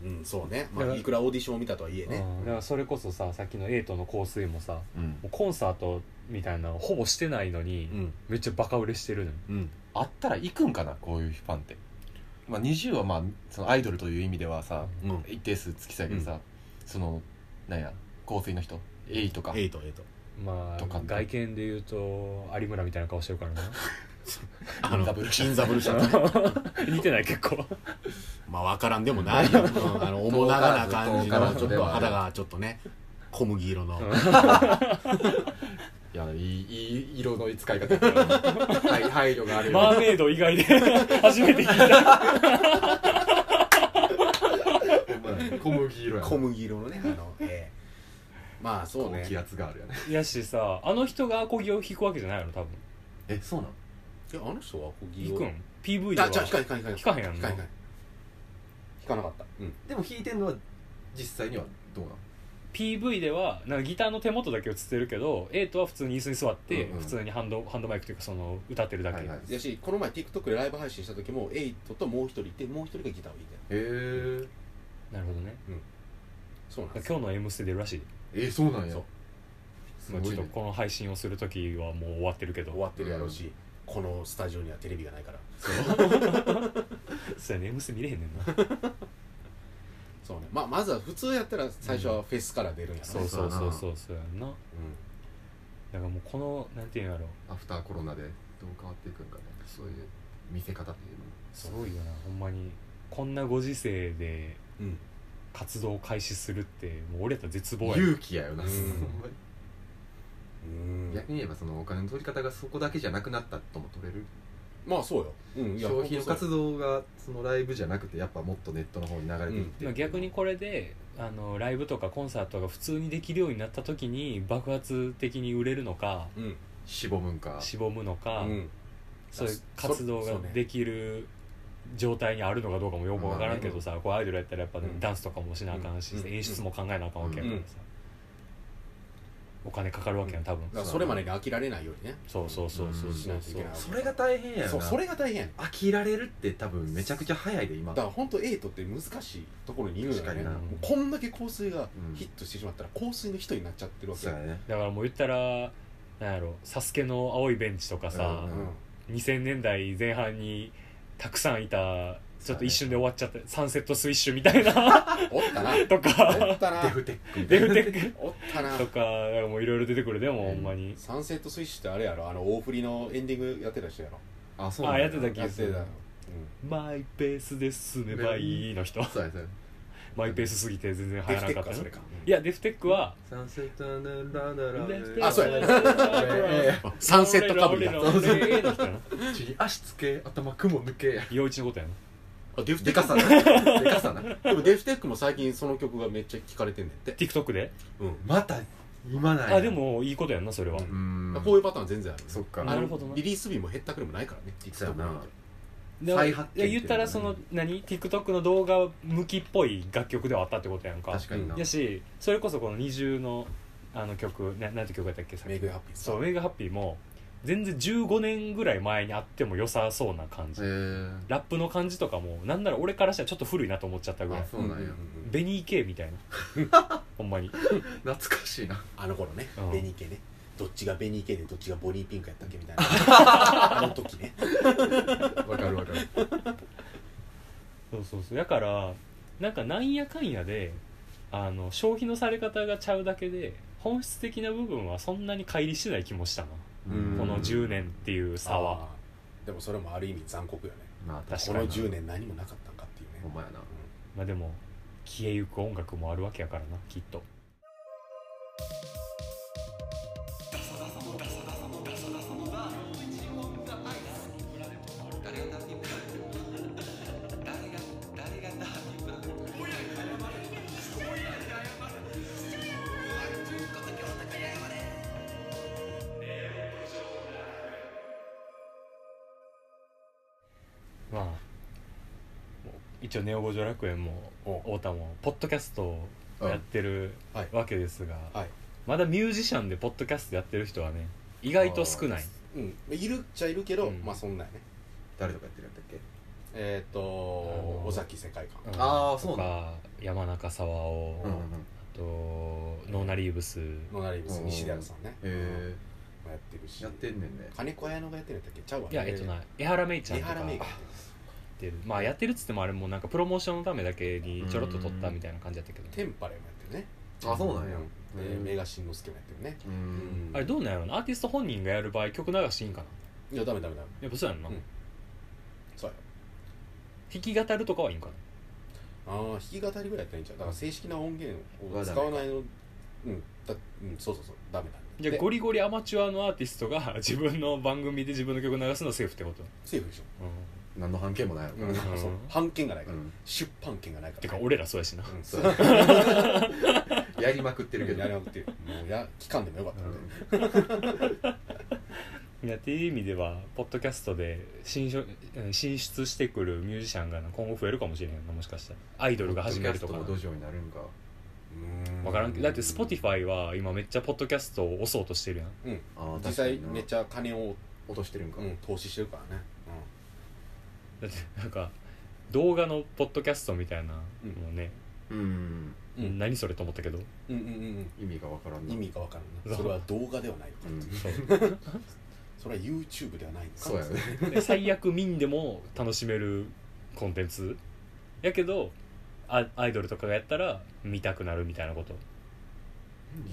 [SPEAKER 3] うんそうね、ま
[SPEAKER 4] だか
[SPEAKER 3] あ、
[SPEAKER 4] ら
[SPEAKER 3] いくらオーディションを見たとはいえね
[SPEAKER 4] うん、だからそれこそささっきのエイトの香水もさも
[SPEAKER 2] うん
[SPEAKER 4] うコンサートみたいなのほぼしてないのに、
[SPEAKER 3] うん
[SPEAKER 4] めっちゃバカ売れしてるのよ
[SPEAKER 3] うん
[SPEAKER 2] あったら行くんかなこういうファンってまあ20はまあそのアイドルという意味ではさ
[SPEAKER 3] うん
[SPEAKER 2] 一定数つきそうやけどさそのなんや香水の人エイとか
[SPEAKER 3] エイトエイト
[SPEAKER 4] ま
[SPEAKER 2] とか
[SPEAKER 4] あ
[SPEAKER 2] って
[SPEAKER 4] 外見で言うと有村みたいな顔してるからな
[SPEAKER 3] あの
[SPEAKER 2] インザブルーシャ
[SPEAKER 3] インザブルーシャツ
[SPEAKER 4] 似てない結構
[SPEAKER 3] まあ分からんでもないよ、うんあの面長な感じ
[SPEAKER 2] 遠から
[SPEAKER 3] の
[SPEAKER 2] ず
[SPEAKER 3] ちょ
[SPEAKER 2] 遠からず
[SPEAKER 3] っ
[SPEAKER 2] で
[SPEAKER 3] と
[SPEAKER 2] はある
[SPEAKER 3] 肌がちょっとね小麦色の
[SPEAKER 2] いやいいいい色の使い方やから はい配慮がある
[SPEAKER 4] マーメイド以外で 初めて聞いた
[SPEAKER 2] 小麦色やな
[SPEAKER 3] 小麦色のねあの、ええまあそうねい
[SPEAKER 2] 気
[SPEAKER 3] や
[SPEAKER 2] 圧があるやね
[SPEAKER 4] やしさあの人がアコギを弾くわけじゃないの多分
[SPEAKER 2] えそうなの
[SPEAKER 3] あの人は小麦
[SPEAKER 4] 弾く
[SPEAKER 3] 色
[SPEAKER 4] ん PV で
[SPEAKER 3] あじゃあ
[SPEAKER 4] は
[SPEAKER 3] 引かへん引かへん
[SPEAKER 4] 引かへんやん
[SPEAKER 3] 引
[SPEAKER 4] な
[SPEAKER 3] かへん引かへん引かなかったうん
[SPEAKER 2] でも弾いてんのは実際にはどうなの
[SPEAKER 4] PV ではなんかギターの手元だけ映ってるけどエイトは普通に椅子に座って、
[SPEAKER 2] うんうん
[SPEAKER 4] 普通にハンドハンドマイクというかその歌ってるだけ、
[SPEAKER 2] はいはい
[SPEAKER 3] やしこの前 TikTok でライブ配信した時もエイトともう一人いてもう一人がギターを弾いてる
[SPEAKER 2] えー、
[SPEAKER 4] なるほどね
[SPEAKER 3] そうなんです
[SPEAKER 4] 今日の「M ステ」出るらしい、
[SPEAKER 2] えー、そうなんや
[SPEAKER 3] そう
[SPEAKER 2] す
[SPEAKER 4] ま
[SPEAKER 2] ご
[SPEAKER 4] あ、
[SPEAKER 2] い
[SPEAKER 4] ち
[SPEAKER 2] ね
[SPEAKER 4] ょっとこの配信をする時はもう終わってるけど
[SPEAKER 3] 終わってるやろうし、このスタジオにはテレビがないから
[SPEAKER 4] そうやね「M ステ」見れへんねんな
[SPEAKER 3] そうねまあまずは普通やったら最初はフェスから出るんやろ
[SPEAKER 4] そうそうそうそうそうやんな
[SPEAKER 3] うん
[SPEAKER 4] だからもうこのなんていうんやろ
[SPEAKER 2] アフターコロナでどう変わっていくんかねそういう見せ方っていうのも
[SPEAKER 4] すごいよなほんまにこんなご時世で
[SPEAKER 3] うん
[SPEAKER 4] 活動を開始するってもう俺やったら絶望や
[SPEAKER 2] 勇気やよな、
[SPEAKER 3] う
[SPEAKER 2] ほ
[SPEAKER 3] ん
[SPEAKER 2] んまに
[SPEAKER 3] うん
[SPEAKER 2] 逆に言えばそのお金の取り方がそこだけじゃなくなったとも取れる
[SPEAKER 3] まあそうよ、うん、いや
[SPEAKER 2] 消費の
[SPEAKER 3] ほんとそ
[SPEAKER 2] 活動がそのライブじゃなくてやっぱもっとネットの方に流れていって、
[SPEAKER 4] まあ逆にこれであのライブとかコンサートが普通にできるようになった時に爆発的に売れるのか
[SPEAKER 3] ううん
[SPEAKER 2] しぼむんか
[SPEAKER 4] しぼむのか、
[SPEAKER 3] うん
[SPEAKER 4] そういう
[SPEAKER 3] そ
[SPEAKER 4] 活動
[SPEAKER 3] そ
[SPEAKER 4] が
[SPEAKER 3] うね
[SPEAKER 4] できる状態にあるのかどうかもよく分からんけどさ、こうアイドルやったらやっぱ、ね
[SPEAKER 3] うん
[SPEAKER 4] ダンスとかもしなあかんし、
[SPEAKER 3] うん
[SPEAKER 4] 演出も考えなあかんわけやからさ、お金かかるわけやん多分、
[SPEAKER 3] だからそれまでに飽きられないようにね
[SPEAKER 4] そうそうそうそううんそうそう
[SPEAKER 2] それが大変やよ
[SPEAKER 3] そう
[SPEAKER 2] な
[SPEAKER 3] それが大変
[SPEAKER 2] 飽きられるって多分めちゃくちゃ早いで今
[SPEAKER 3] だから本当エイトって難しいところにいるのよ
[SPEAKER 2] 確か
[SPEAKER 3] ね
[SPEAKER 2] にな
[SPEAKER 3] もうこんだけ香水が
[SPEAKER 2] うん
[SPEAKER 3] ヒットしてしまったら香水の人になっちゃってるわけ
[SPEAKER 2] そう
[SPEAKER 3] よ
[SPEAKER 2] やね
[SPEAKER 4] だからもう言ったらなんやろ「サスケの青いベンチとかさ、
[SPEAKER 2] うん
[SPEAKER 4] 2000年代前半にたくさんいたちょっと一瞬で終わっちゃったサンセットスイッシュみたいな
[SPEAKER 3] うんおったな
[SPEAKER 4] と
[SPEAKER 3] お
[SPEAKER 4] か
[SPEAKER 3] っ たな
[SPEAKER 2] デフテックみた
[SPEAKER 4] デ
[SPEAKER 2] いな
[SPEAKER 4] フテック
[SPEAKER 3] おったな
[SPEAKER 4] とかなんかもういろいろ出てくるでもほ
[SPEAKER 2] うん
[SPEAKER 4] んまに
[SPEAKER 3] サンセットスイッシュってあれやろあの大振りのエンディングやってた人やろ
[SPEAKER 2] あそうなん
[SPEAKER 4] あやってたっけ
[SPEAKER 3] やってたの
[SPEAKER 4] 「マイペースで進めばいい」の人
[SPEAKER 2] そうやそうや
[SPEAKER 4] マイペースすぎて全然入らなかった
[SPEAKER 3] デフテックかそれか
[SPEAKER 4] いやデフテックは
[SPEAKER 2] サンセットラダラ
[SPEAKER 3] あそうやうんサンセットカブリや
[SPEAKER 4] 俺ら俺ら俺らの人やな
[SPEAKER 2] 地に足つけ頭雲抜け
[SPEAKER 4] 陽一のことやな
[SPEAKER 3] あデ フ
[SPEAKER 2] でかさなでかさな
[SPEAKER 3] でもデフテックも最近その曲がめっちゃ聴かれてんねんって、
[SPEAKER 4] TikTok で
[SPEAKER 3] うん
[SPEAKER 2] また今ない
[SPEAKER 4] あでもいいことやんなそれは
[SPEAKER 2] う、ん
[SPEAKER 3] こういうパターン全然ある
[SPEAKER 2] そっか
[SPEAKER 4] なるほどな
[SPEAKER 3] リリース日も減ったくれもないからね
[SPEAKER 2] そうや
[SPEAKER 3] TikTok
[SPEAKER 2] な
[SPEAKER 3] なんて
[SPEAKER 4] で
[SPEAKER 2] 再発見っていうのがね
[SPEAKER 4] いや言ったらその何 TikTok の動画向きっぽい楽曲ではあったってことやんか
[SPEAKER 2] 確かにな
[SPEAKER 4] やしそれこそこの二重のあの曲ななんて曲やったっけさっ
[SPEAKER 3] メイ
[SPEAKER 4] き
[SPEAKER 3] グハッピーさ
[SPEAKER 4] そう「メイグハッピー」も全然15年ぐらい前にあっても良さそうな感じ、
[SPEAKER 2] へー
[SPEAKER 4] ラップの感じとかもなんなら俺からしたらちょっと古いなと思っちゃったぐらい
[SPEAKER 2] あそうなんや
[SPEAKER 3] ん
[SPEAKER 4] ベニー系みたい なほんまに
[SPEAKER 2] 懐かしいな
[SPEAKER 3] あの頃ね
[SPEAKER 4] うん
[SPEAKER 3] ベニー系ねどっちがベニー系でどっちがボニーピンクやったっけみ たいなあの時ね
[SPEAKER 2] わかるわかる
[SPEAKER 4] そうそうそうだからなんかなんやかんやであの消費のされ方がちゃうだけで本質的な部分はそんなに乖離してない気もしたな、
[SPEAKER 3] うん
[SPEAKER 4] この10年っていう差は
[SPEAKER 3] あーでもそれもある意味残酷よね
[SPEAKER 2] まあ確
[SPEAKER 4] 確
[SPEAKER 2] か
[SPEAKER 3] こ
[SPEAKER 4] か
[SPEAKER 3] の
[SPEAKER 4] に
[SPEAKER 2] に
[SPEAKER 3] 10年何もなかったんかっていうね
[SPEAKER 2] ほんまやな
[SPEAKER 4] まあでも消えゆく音楽もあるわけやからなきっとまあもう一応「ネオ五条楽園」も
[SPEAKER 3] お
[SPEAKER 4] 太田もポッドキャストをやってる
[SPEAKER 3] うんはい
[SPEAKER 4] わけですが、
[SPEAKER 3] はい
[SPEAKER 4] まだミュージシャンでポッドキャストやってる人はね意外と少ない
[SPEAKER 3] うんいるっちゃいるけど、
[SPEAKER 4] うん
[SPEAKER 3] まあそんなんやね
[SPEAKER 2] 誰とかやってるやったっけ
[SPEAKER 3] えっ、と
[SPEAKER 4] のー
[SPEAKER 3] 尾崎世界観、
[SPEAKER 4] うん
[SPEAKER 2] あーそう
[SPEAKER 4] とか山中沢を、
[SPEAKER 3] うん
[SPEAKER 4] あとノーナリーブス
[SPEAKER 3] ノナリブス西田さんね、
[SPEAKER 2] へ
[SPEAKER 3] もやってるし
[SPEAKER 2] えやってんねんね
[SPEAKER 3] 金子綾乃がやってるんだっけちゃうわ
[SPEAKER 4] いやえっとな江原芽衣ちゃん
[SPEAKER 3] 江
[SPEAKER 4] とか
[SPEAKER 3] 原メイク
[SPEAKER 4] やってるまあやってるっつってもあれもなんかプロモーションのためだけにちょろっと撮ったみたいな感じだったけどね
[SPEAKER 3] テンパレもやってるね
[SPEAKER 2] あそうなんや
[SPEAKER 3] うんで
[SPEAKER 2] うん
[SPEAKER 3] メガシンのすけもやってるね
[SPEAKER 2] う
[SPEAKER 3] うん
[SPEAKER 4] あれどうなんやろうなアーティスト本人がやる場合曲流していいんかない
[SPEAKER 3] やダメダメダメ
[SPEAKER 4] やっぱそうやんな、
[SPEAKER 3] うんそうや
[SPEAKER 4] 弾き語るとかはいいんかな
[SPEAKER 3] ああ弾き語りぐらいやったらいいんちゃうだから正式な音源を使わないのうんだうんそうそうそうダメなん
[SPEAKER 4] じゃあ
[SPEAKER 3] で
[SPEAKER 4] ゴリゴリアマチュアのアーティストが 自分の番組で自分の曲流すのはセーフってこと、
[SPEAKER 3] セーフでしょ
[SPEAKER 4] う
[SPEAKER 2] 何の半径もないやろ
[SPEAKER 3] う
[SPEAKER 2] うから
[SPEAKER 3] ん そう版権がないから、
[SPEAKER 2] うん
[SPEAKER 3] 出版権がないか
[SPEAKER 4] ん、
[SPEAKER 3] ら
[SPEAKER 4] てか俺らそうやしな、
[SPEAKER 3] うん
[SPEAKER 2] そうやりまくってるけど
[SPEAKER 3] やりまくってるもうや期間でもよかったので、
[SPEAKER 4] いやっていう意味ではポッドキャストで進出進出してくるミュージシャンが今後増えるかもしれんよなもしかしたらアイドルが始めるとか
[SPEAKER 2] ポ
[SPEAKER 4] な
[SPEAKER 2] ッドキャストの土壌になるんか
[SPEAKER 3] うん
[SPEAKER 4] わからんけどだって Spotify は今めっちゃポッドキャストを押そうとしてるやん
[SPEAKER 3] うん
[SPEAKER 2] あー
[SPEAKER 3] 実
[SPEAKER 2] 確
[SPEAKER 3] 際
[SPEAKER 2] かにな
[SPEAKER 3] めっちゃ金を、
[SPEAKER 2] 落としてるんか、
[SPEAKER 3] うん、投資してるからね、
[SPEAKER 4] だってなんか動画のポッドキャストみたいな
[SPEAKER 3] うん
[SPEAKER 4] もうね、
[SPEAKER 2] うん
[SPEAKER 3] うんうん、
[SPEAKER 4] 何それと思ったけ ど
[SPEAKER 3] うんうんうん
[SPEAKER 2] 意味がわからん
[SPEAKER 3] うん
[SPEAKER 2] な
[SPEAKER 3] 意味がわからんなそれは動画ではないのか
[SPEAKER 2] う
[SPEAKER 3] っていうんそれは YouTube ではないのか
[SPEAKER 2] そうやね
[SPEAKER 4] で最悪民でも楽しめるコンテンツやけどアアイドルとかがやったら見たくなるみたいなこと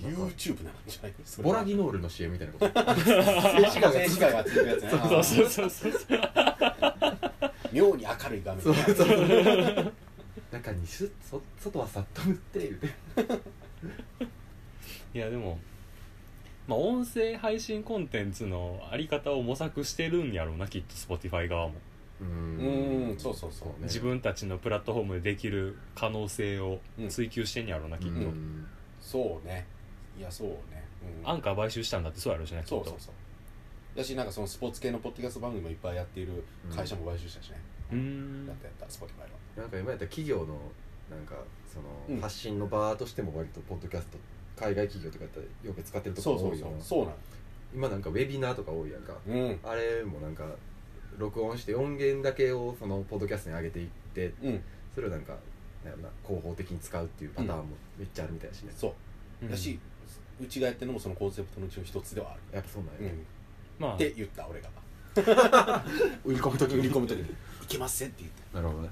[SPEAKER 3] YouTube なんじゃないそれ
[SPEAKER 2] ボ
[SPEAKER 3] は
[SPEAKER 2] ラギノールの CM みたいなこと政治家が
[SPEAKER 3] 政治家がついてるやつねあ
[SPEAKER 4] そう
[SPEAKER 3] ー
[SPEAKER 4] そうそうそうそう
[SPEAKER 3] 妙に明るい画面
[SPEAKER 2] そうそう そう中にシュッそ外はさっと塗って言うて
[SPEAKER 4] いやでもまあ音声配信コンテンツのあり方を模索してるんやろうなきっと Spotify 側も、
[SPEAKER 2] う
[SPEAKER 3] うーんそうそうそう
[SPEAKER 2] ね
[SPEAKER 4] 自分たちのプラットフォームでできる可能性を追求してんやろうな、きっ
[SPEAKER 2] う
[SPEAKER 4] と、
[SPEAKER 2] ん
[SPEAKER 3] そうねいやそうね、うん
[SPEAKER 4] アンカー買収したんだってそうやろうしなきっと
[SPEAKER 3] そうそうそうだしなんかそのスポーツ系のポッドキャスト番組もいっぱいやっている会社も買収したしね、
[SPEAKER 4] うーん
[SPEAKER 3] やったやった Spotify は
[SPEAKER 2] なんか今やったら企業のなんかそ
[SPEAKER 3] うん
[SPEAKER 2] の発信の場としても割とポッドキャスト海外企業とかやったらよく使ってるとこ
[SPEAKER 3] そ
[SPEAKER 2] ろ
[SPEAKER 3] うそ
[SPEAKER 2] 多
[SPEAKER 3] う
[SPEAKER 2] い
[SPEAKER 3] そ
[SPEAKER 2] よ
[SPEAKER 3] う
[SPEAKER 2] な
[SPEAKER 3] そうなの
[SPEAKER 2] 今なんかウェビナーとか多いやんか
[SPEAKER 3] うん
[SPEAKER 2] あれもなんか録音して音源だけをそのポッドキャストに上げていって
[SPEAKER 3] うん
[SPEAKER 2] それをなんかなんやろな広報的に使うっていうパターンもめっちゃあるみたいだしね、
[SPEAKER 3] そううんだし、うちがやってるのもそのコンセプトのうちの一つではある、
[SPEAKER 2] やっぱそうなんや、
[SPEAKER 3] う
[SPEAKER 2] ね
[SPEAKER 3] ん、
[SPEAKER 4] まあ
[SPEAKER 3] って言った俺が
[SPEAKER 2] 売り込む時
[SPEAKER 3] 売り込む時に「いけません」って言って
[SPEAKER 2] なるほどね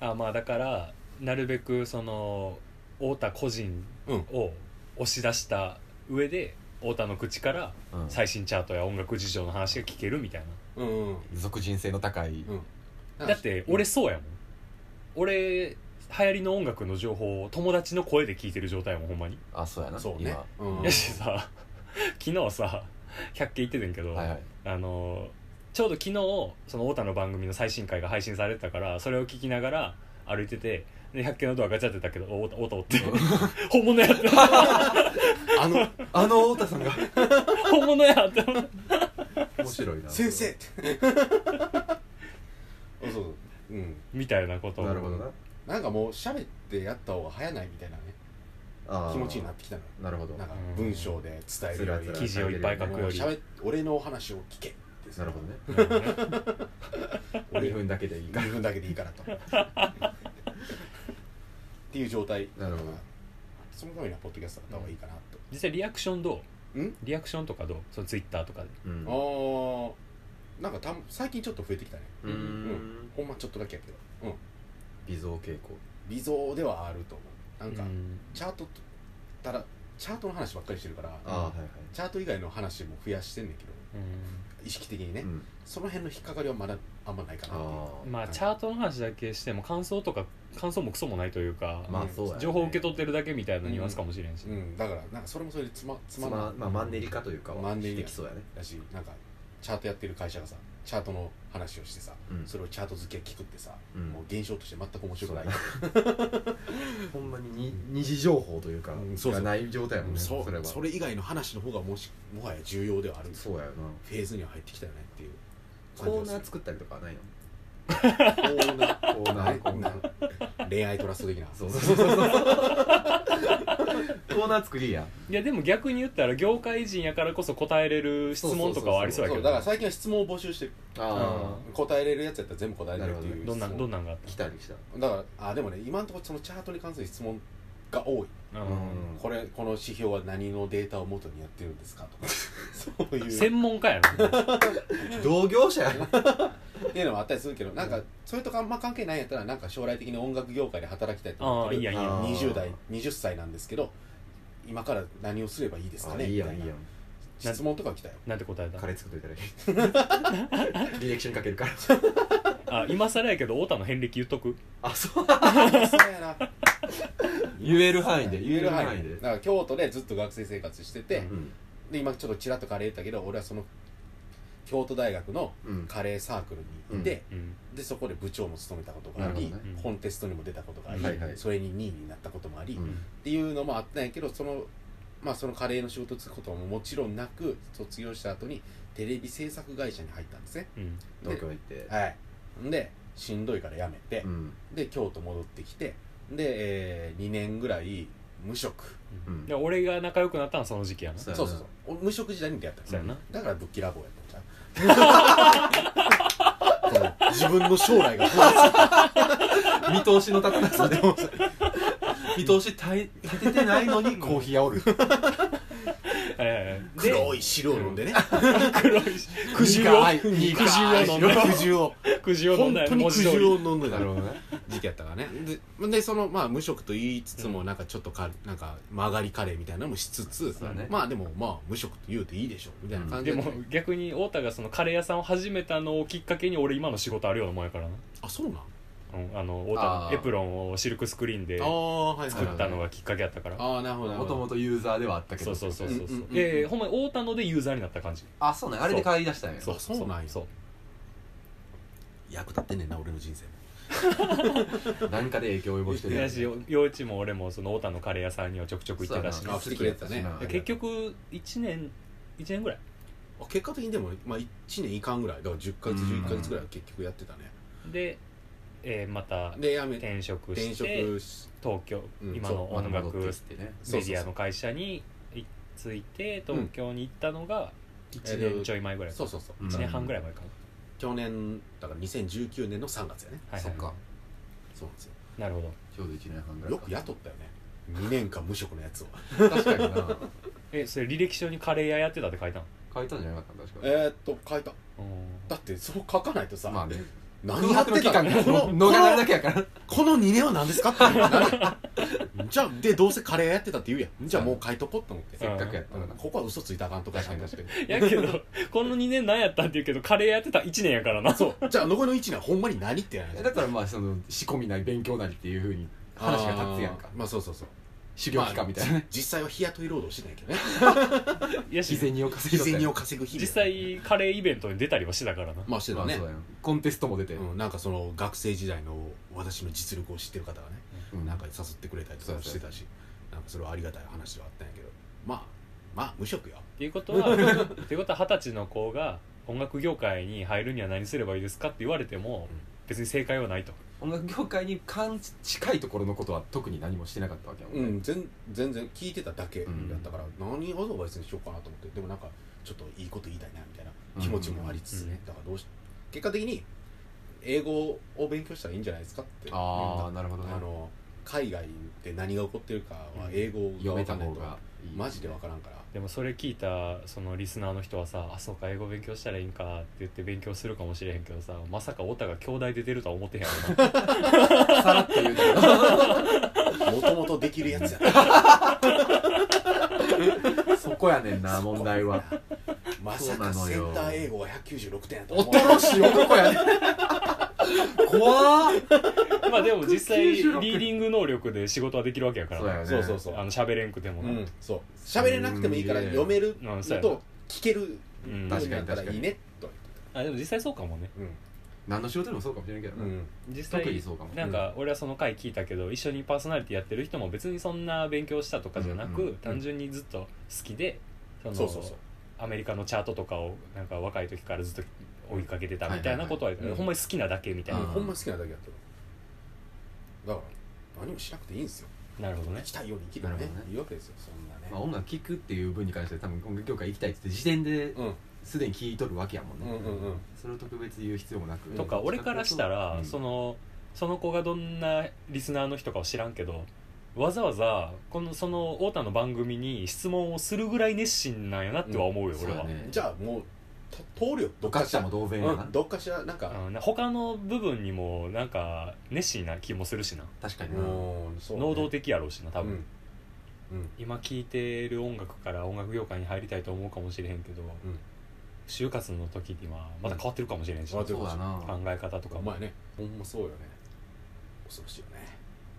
[SPEAKER 4] あまあだからなるべくその太田個人を押し出した上で太田の口から
[SPEAKER 2] うん
[SPEAKER 4] 最新チャートや音楽事情の話が聞けるみたい
[SPEAKER 3] うんうん
[SPEAKER 2] 俗人性の高い、
[SPEAKER 3] うん
[SPEAKER 4] なだって俺そうやもん俺流行りの音楽の情報を友達の声で聞いてる状態やもんほんまに
[SPEAKER 2] あそうやな
[SPEAKER 3] そうね
[SPEAKER 2] 今
[SPEAKER 3] うん
[SPEAKER 4] やしさ昨日さ100件行っててんけど、
[SPEAKER 2] はいはい
[SPEAKER 4] あのちょうど昨日その太田の番組の最新回が配信されてたからそれを聞きながら歩いててで100件のドアガチャってたけど「お太田太田」って本物やって
[SPEAKER 2] あのあの太田さんが
[SPEAKER 4] 本物やって思って
[SPEAKER 2] 面白いな
[SPEAKER 3] 先生って そうそううん
[SPEAKER 4] みたいなことを
[SPEAKER 2] なるほどな
[SPEAKER 3] なんかもう喋ってやった方が早ないみたいなね
[SPEAKER 2] あー
[SPEAKER 3] 気持ちになってきたのよ
[SPEAKER 2] なるほど
[SPEAKER 3] なんか
[SPEAKER 4] うん
[SPEAKER 3] 文章で伝えるより
[SPEAKER 2] つらつ
[SPEAKER 4] 記事をいっぱい書
[SPEAKER 3] も
[SPEAKER 4] く
[SPEAKER 3] う
[SPEAKER 4] より
[SPEAKER 3] 喋っ俺の話を聞けってさ
[SPEAKER 2] なるほどね
[SPEAKER 4] うん
[SPEAKER 2] 2分だけでいいか
[SPEAKER 3] 自分だけでいいからとっていう状態
[SPEAKER 2] なるほど
[SPEAKER 3] そのためにはポッドキャストだった方がいいかなと、
[SPEAKER 4] 実際リアクションどうんリアクションとかどうそのツイッターとかで
[SPEAKER 2] うん
[SPEAKER 3] あーなんかたん最近ちょっと増えてきたね
[SPEAKER 2] うーん
[SPEAKER 3] ほんまちょっとだけやけどうん
[SPEAKER 2] 微増傾向
[SPEAKER 3] 微増ではあると思うなんか、
[SPEAKER 4] うん
[SPEAKER 3] チャートとただチャートの話ばっかりしてるから
[SPEAKER 2] ああはいはい
[SPEAKER 3] チャート以外の話も増やしてんねんけど意識的にね、
[SPEAKER 2] うん
[SPEAKER 3] その辺の引っかかりはまだあんまないかなっていう
[SPEAKER 2] ああ
[SPEAKER 4] まあチャートの話だけしても感想とか感想もクソもないというか、
[SPEAKER 2] まあそうやね
[SPEAKER 4] 情報を受け取ってるだけみたいなニュアンスかもしれんし、
[SPEAKER 3] うん、だからなんかそれもそれでつまつ
[SPEAKER 2] つ
[SPEAKER 3] ま
[SPEAKER 2] ま
[SPEAKER 3] んな
[SPEAKER 2] まあマンネリ化というか
[SPEAKER 3] マ
[SPEAKER 2] は
[SPEAKER 3] ンネリ
[SPEAKER 2] し
[SPEAKER 3] や
[SPEAKER 2] てきそうやね
[SPEAKER 3] いだしなんかチャートやってる会社がさチャートの話をしてさ、
[SPEAKER 2] うん
[SPEAKER 3] それをチャート付け聞くってさ、
[SPEAKER 2] うん
[SPEAKER 3] もう現象として全く面白くない、
[SPEAKER 2] ほんまにに二次情報というか
[SPEAKER 3] うんそうそう
[SPEAKER 2] がない状態やもんね
[SPEAKER 3] そう
[SPEAKER 2] そ
[SPEAKER 3] そ
[SPEAKER 2] れ
[SPEAKER 3] れ
[SPEAKER 2] は
[SPEAKER 3] 以外の話の方がもしもはや重要ではある
[SPEAKER 2] そうやよな
[SPEAKER 3] フェーズには入ってきたよねっていう
[SPEAKER 2] コーナ
[SPEAKER 3] 感
[SPEAKER 2] ー作ったりとかはないの
[SPEAKER 3] じがするコーナー
[SPEAKER 2] コーナーコーナー
[SPEAKER 3] ー 恋愛トラスト的な
[SPEAKER 2] そうそうそうそうコーナー作りや
[SPEAKER 4] いやでも逆に言ったら業界人やからこそ答えれる質問とかはありそうや
[SPEAKER 3] そ
[SPEAKER 4] け
[SPEAKER 3] うだ
[SPEAKER 4] ど
[SPEAKER 3] から
[SPEAKER 4] ね
[SPEAKER 3] 最近は質問を募集してる
[SPEAKER 2] あ
[SPEAKER 3] 答えれるやつやったら全部答えれるっていう
[SPEAKER 4] どんな
[SPEAKER 3] 質問
[SPEAKER 4] どんなんがあっ
[SPEAKER 2] あ来たりした
[SPEAKER 3] だからあでもね今のところそのチャートに関する質問が多い
[SPEAKER 4] た、うん
[SPEAKER 2] うん
[SPEAKER 3] これこの指標は何のデータを元にやってるんですかとかそういうっ
[SPEAKER 4] 専門家やな
[SPEAKER 2] 同業者や
[SPEAKER 3] ていうのもあったりするけどなんかそれとかあんま関係ないんやったらなんか将来的に音楽業界で働きたいと思
[SPEAKER 4] あ
[SPEAKER 3] っ
[SPEAKER 4] あ
[SPEAKER 3] て
[SPEAKER 4] いいや
[SPEAKER 3] る
[SPEAKER 4] んいいやん
[SPEAKER 2] あー
[SPEAKER 3] 20代20歳なんですけど今から何をすればいいですか
[SPEAKER 2] あ
[SPEAKER 3] ね
[SPEAKER 2] いいやん
[SPEAKER 3] み
[SPEAKER 2] い
[SPEAKER 3] た
[SPEAKER 2] い
[SPEAKER 3] い
[SPEAKER 2] や
[SPEAKER 3] なん質問とか来たよ
[SPEAKER 4] なんて答えた
[SPEAKER 2] カレー作っといた らいい履歴書にかけるから
[SPEAKER 4] あ今更やけど太田の遍歴言っとく
[SPEAKER 2] あそう
[SPEAKER 3] そうやな
[SPEAKER 2] 言える範囲で
[SPEAKER 3] 言える範囲
[SPEAKER 2] 言え
[SPEAKER 3] で
[SPEAKER 2] る
[SPEAKER 3] だから京都でずっと学生生活してて
[SPEAKER 2] うん
[SPEAKER 3] で今ちょっとちらっとカレー言ったけど俺はその京都大学の
[SPEAKER 2] うん
[SPEAKER 3] カレーサークルにいて、
[SPEAKER 4] うん
[SPEAKER 3] でそこで部長も務めたことがあ
[SPEAKER 2] なる
[SPEAKER 3] り、
[SPEAKER 2] ほど
[SPEAKER 4] ね
[SPEAKER 3] コンテストにも出たことがあり、
[SPEAKER 2] はいはい
[SPEAKER 3] それに2位になったこともあり、
[SPEAKER 2] う
[SPEAKER 3] っ
[SPEAKER 2] ん
[SPEAKER 3] ていうのもあったんやけどその,、まあ、そのカレーの仕事をつくことももちろんなく卒業した後にテレビ制作会社に入ったんですね
[SPEAKER 4] うん
[SPEAKER 3] で
[SPEAKER 2] 東京行って
[SPEAKER 3] はいんでしんどいから辞めて、
[SPEAKER 2] うん
[SPEAKER 3] で京都戻ってきてで、え2年ぐらい無職
[SPEAKER 2] うん
[SPEAKER 4] で俺が仲良くなったのはその時期やな
[SPEAKER 2] そ
[SPEAKER 4] そう
[SPEAKER 3] そ
[SPEAKER 2] やな
[SPEAKER 3] うそうそうお無職時代に出会ったんです
[SPEAKER 4] うやな
[SPEAKER 3] だからぶっきらぼうやったんちゃうこの自分の将 来が不安
[SPEAKER 2] 見通しの立たなさでも 見通し立ててないのにコーヒー 煽る
[SPEAKER 4] はいはいはいで
[SPEAKER 3] 黒い汁を飲んでね
[SPEAKER 4] 黒い
[SPEAKER 3] 苦汁を
[SPEAKER 2] 苦い
[SPEAKER 4] 苦汁を飲んだ
[SPEAKER 3] 苦汁を
[SPEAKER 4] 苦汁を飲ん
[SPEAKER 3] 本
[SPEAKER 4] だよ
[SPEAKER 3] 当
[SPEAKER 4] ね文
[SPEAKER 3] に苦
[SPEAKER 4] 字通
[SPEAKER 3] 汁を
[SPEAKER 4] り
[SPEAKER 3] 飲んでた
[SPEAKER 2] なるほどね
[SPEAKER 3] 時期やったからねででそのまあ無職と言いつつもなんかちょっとかなんか曲がりカレーみたいなのもしつつ
[SPEAKER 2] そうだね
[SPEAKER 3] まあでもまあ無職と言うていいでしょみたいな感じ
[SPEAKER 4] で
[SPEAKER 3] で
[SPEAKER 4] も逆に太田がそのカレー屋さんを始めたのをきっかけに俺今の仕事あるようなもんやからな
[SPEAKER 3] あそうなんあ
[SPEAKER 4] うんあの太田
[SPEAKER 2] あ
[SPEAKER 4] の
[SPEAKER 2] ー
[SPEAKER 4] エプロンをシルクスクリーンで
[SPEAKER 3] あはい
[SPEAKER 4] 作ったのがきっかけやったから
[SPEAKER 3] ああなるほどなる
[SPEAKER 2] も
[SPEAKER 3] ほ
[SPEAKER 2] と
[SPEAKER 3] ど
[SPEAKER 2] もとユーザーではあったけ
[SPEAKER 4] そ
[SPEAKER 2] ど
[SPEAKER 4] うそうそうそう
[SPEAKER 3] うんうんうんうん
[SPEAKER 4] でほんまに太田のでユーザーになった感じ
[SPEAKER 2] あそうなんやあれで買い出したんや
[SPEAKER 4] そう
[SPEAKER 3] そうなんや
[SPEAKER 4] そう
[SPEAKER 3] 役立ってんねんな俺の人生も
[SPEAKER 2] なんかで影響を及ぼしてる
[SPEAKER 4] だし陽一も俺もその太田のカレー屋さんにはちょくちょく行ってたし
[SPEAKER 2] そうやな
[SPEAKER 3] 来てくれてたね
[SPEAKER 2] あ
[SPEAKER 4] 結局1年1年ぐらい
[SPEAKER 3] あ結果的にでも、まあ、1年いかんぐらいだから10ヶ月
[SPEAKER 2] うん
[SPEAKER 3] 11ヶ月ぐらいは結局やってたね
[SPEAKER 4] で、えーまた
[SPEAKER 3] でやめ
[SPEAKER 4] 転職
[SPEAKER 3] 転
[SPEAKER 4] して
[SPEAKER 3] 職し
[SPEAKER 4] 東京、
[SPEAKER 3] うん
[SPEAKER 4] 今の
[SPEAKER 2] また
[SPEAKER 4] 音
[SPEAKER 2] 戻っ
[SPEAKER 4] 楽
[SPEAKER 2] て
[SPEAKER 4] メデ
[SPEAKER 2] きてね
[SPEAKER 3] そうそうそう
[SPEAKER 4] ィアの会社にいついて東京に行ったのが1年ちょい前ぐらいか、
[SPEAKER 3] そうそうそ
[SPEAKER 2] う
[SPEAKER 3] う
[SPEAKER 2] ん
[SPEAKER 4] 1年半ぐらい前かな、
[SPEAKER 3] 去年だから2019年の3月やね
[SPEAKER 4] はいはい
[SPEAKER 2] そっか
[SPEAKER 3] そうなんですよ
[SPEAKER 4] なるほど
[SPEAKER 2] ちょうど1年半ぐらい
[SPEAKER 3] よ
[SPEAKER 2] か
[SPEAKER 3] く雇ったよね2年間無職のやつを
[SPEAKER 2] 確かにな
[SPEAKER 4] えそれ履歴書にカレー屋やってたって書いたの
[SPEAKER 2] 買いたんじゃなかった確かに
[SPEAKER 3] えーっと変えただってそう書かないとさ、
[SPEAKER 2] まあね
[SPEAKER 3] 何やってた
[SPEAKER 2] 空
[SPEAKER 3] の
[SPEAKER 2] 白
[SPEAKER 3] こ
[SPEAKER 2] の期間が逃
[SPEAKER 3] のこ
[SPEAKER 2] れるだ
[SPEAKER 3] の
[SPEAKER 2] けやから
[SPEAKER 3] この2年は何ですかってなる じゃあでどうせカレー屋やってたって言うやんじゃあもう書いとこうと思って
[SPEAKER 2] せっかくやったらな
[SPEAKER 3] ここは嘘ついたらあかんとかしかして
[SPEAKER 4] やけどこの2年何やったって言うけどカレー屋やってた1年やからなそう
[SPEAKER 3] じゃあ残りの1年はほんまに何ってやらない
[SPEAKER 2] えだからまあその仕込みなり勉強なりっていうふうに話が立つやんか
[SPEAKER 3] あーまあそうそうそう
[SPEAKER 2] 修行期間みたいなね
[SPEAKER 3] 実際は日雇い労働してないけど ね
[SPEAKER 4] やし
[SPEAKER 2] 日銭を稼
[SPEAKER 3] 日
[SPEAKER 2] ぎ取ったり
[SPEAKER 3] 銭を稼ぐ日々
[SPEAKER 4] 実際カレーイベントに出たりはしてたからな、
[SPEAKER 3] まあして
[SPEAKER 2] ま
[SPEAKER 3] た
[SPEAKER 2] あ
[SPEAKER 3] ね
[SPEAKER 2] そうだよコンテストも出て
[SPEAKER 3] うん、なんかその学生時代の私の実力を知ってる方がね、
[SPEAKER 2] うん
[SPEAKER 3] なんか誘ってくれたりとかしてたしなんかそれはありがたい話ではあったんやけどまあまあ無職よ
[SPEAKER 4] っていうことはっていうことは二十歳の子が音楽業界に入るには何すればいいですかって言われても
[SPEAKER 3] うん
[SPEAKER 4] 別に正解はないと
[SPEAKER 2] 音楽業界に感じ近いところのことは特に何もしてなかったわけやもんね
[SPEAKER 3] 全全然聞いてただけだ
[SPEAKER 2] うん
[SPEAKER 3] ったから、何アドバイスにしようかなと思ってでもなんかちょっといいこと言いたいなみたいな気持ちもありつつね、だからどうし結果的に英語を勉強したらいいんじゃないですかって
[SPEAKER 2] ああなるほどね
[SPEAKER 3] あの海外で何が起こってるかは英語を
[SPEAKER 2] 読
[SPEAKER 3] 読
[SPEAKER 2] め
[SPEAKER 3] め
[SPEAKER 2] た
[SPEAKER 3] た
[SPEAKER 2] 方
[SPEAKER 3] 方
[SPEAKER 2] が
[SPEAKER 3] が
[SPEAKER 2] いい
[SPEAKER 3] マジで分からんから
[SPEAKER 4] でもそれ聞いたそのリスナーの人はさ「あそうか英語勉強したらいいんか」って言って勉強するかもしれへんけどさまさかオタが兄弟で出るとは思ってへんやろな
[SPEAKER 2] さらっと言うけど
[SPEAKER 3] もともとできるや つやな
[SPEAKER 2] そこやねんな問題は
[SPEAKER 3] まさかセンター英語は196点やと思う
[SPEAKER 2] 恐ろしい男やね怖ー
[SPEAKER 4] まあでも実際リ
[SPEAKER 2] 196
[SPEAKER 4] ーディング能力で仕事はできるわけやから
[SPEAKER 2] そうやね
[SPEAKER 3] そうそうそう
[SPEAKER 4] あの喋れんくても
[SPEAKER 3] う
[SPEAKER 4] な、
[SPEAKER 3] んそう喋れなくてもいいから読める
[SPEAKER 4] うん
[SPEAKER 3] の
[SPEAKER 4] そうやな
[SPEAKER 3] と聞ける
[SPEAKER 4] うん
[SPEAKER 3] よう
[SPEAKER 2] 確
[SPEAKER 3] に
[SPEAKER 2] か
[SPEAKER 3] な
[SPEAKER 2] に
[SPEAKER 3] ったらいいねと
[SPEAKER 4] あでも実際そうかもね
[SPEAKER 3] うん
[SPEAKER 2] 何の仕事でもそうかもしれんけどな、
[SPEAKER 4] 実際
[SPEAKER 2] 特にそうかも
[SPEAKER 4] なんか俺はその回聞いたけど一緒にパーソナリティやってる人も別にそんな勉強したとかじゃなく、
[SPEAKER 2] うんうん
[SPEAKER 4] 単純にずっと好きでその
[SPEAKER 3] そうそうそう
[SPEAKER 4] アメリカのチャートとかをなんか若い時からずっと追いかけてたみたいなことは言ってた
[SPEAKER 3] はいはいはい
[SPEAKER 4] ほんまに好きなだけみたいな、
[SPEAKER 2] うん
[SPEAKER 3] ほんま好きなだけやったのだから何もしなくていいんですよ
[SPEAKER 4] なるほどね
[SPEAKER 3] 行きたいように生きる
[SPEAKER 2] な
[SPEAKER 3] ね
[SPEAKER 2] るほどね
[SPEAKER 3] いいわけですよそんなね
[SPEAKER 2] まあ、音楽聴くっていう分に関しては多分音楽業界行きたいって言って時点で
[SPEAKER 3] うん
[SPEAKER 2] すでに聞いとるわけやもんね、
[SPEAKER 3] うんうんうん
[SPEAKER 2] それを特別言う必要もなく
[SPEAKER 4] とか俺からしたら、
[SPEAKER 2] うん
[SPEAKER 4] そのその子がどんなリスナーの人かは知らんけどわざわざこのその太田の番組に質問をするぐらい熱心なんやなっては思うよ、
[SPEAKER 2] そう
[SPEAKER 4] 俺
[SPEAKER 2] や
[SPEAKER 4] は、
[SPEAKER 2] ね
[SPEAKER 3] じゃあもうた通るよど
[SPEAKER 2] お
[SPEAKER 3] っか
[SPEAKER 2] 菓
[SPEAKER 3] し
[SPEAKER 2] 子
[SPEAKER 3] ら
[SPEAKER 2] も同然やな、
[SPEAKER 3] うんどっかしらなんか
[SPEAKER 4] うんな他の部分にもなんか熱心な気もするしな
[SPEAKER 2] 確かにな、
[SPEAKER 3] うんそうね
[SPEAKER 4] 能動的やろうしな多分、
[SPEAKER 3] うんうん
[SPEAKER 4] 今聴いてる音楽から音楽業界に入りたいと思うかもしれへんけど、
[SPEAKER 3] ん
[SPEAKER 4] 就活の時にはまだ変わってるかもしれんし、
[SPEAKER 3] うん変わって
[SPEAKER 2] そうだな
[SPEAKER 4] 考え方とか
[SPEAKER 3] お
[SPEAKER 4] も
[SPEAKER 3] 前ねほんまそうよね恐ろしいよね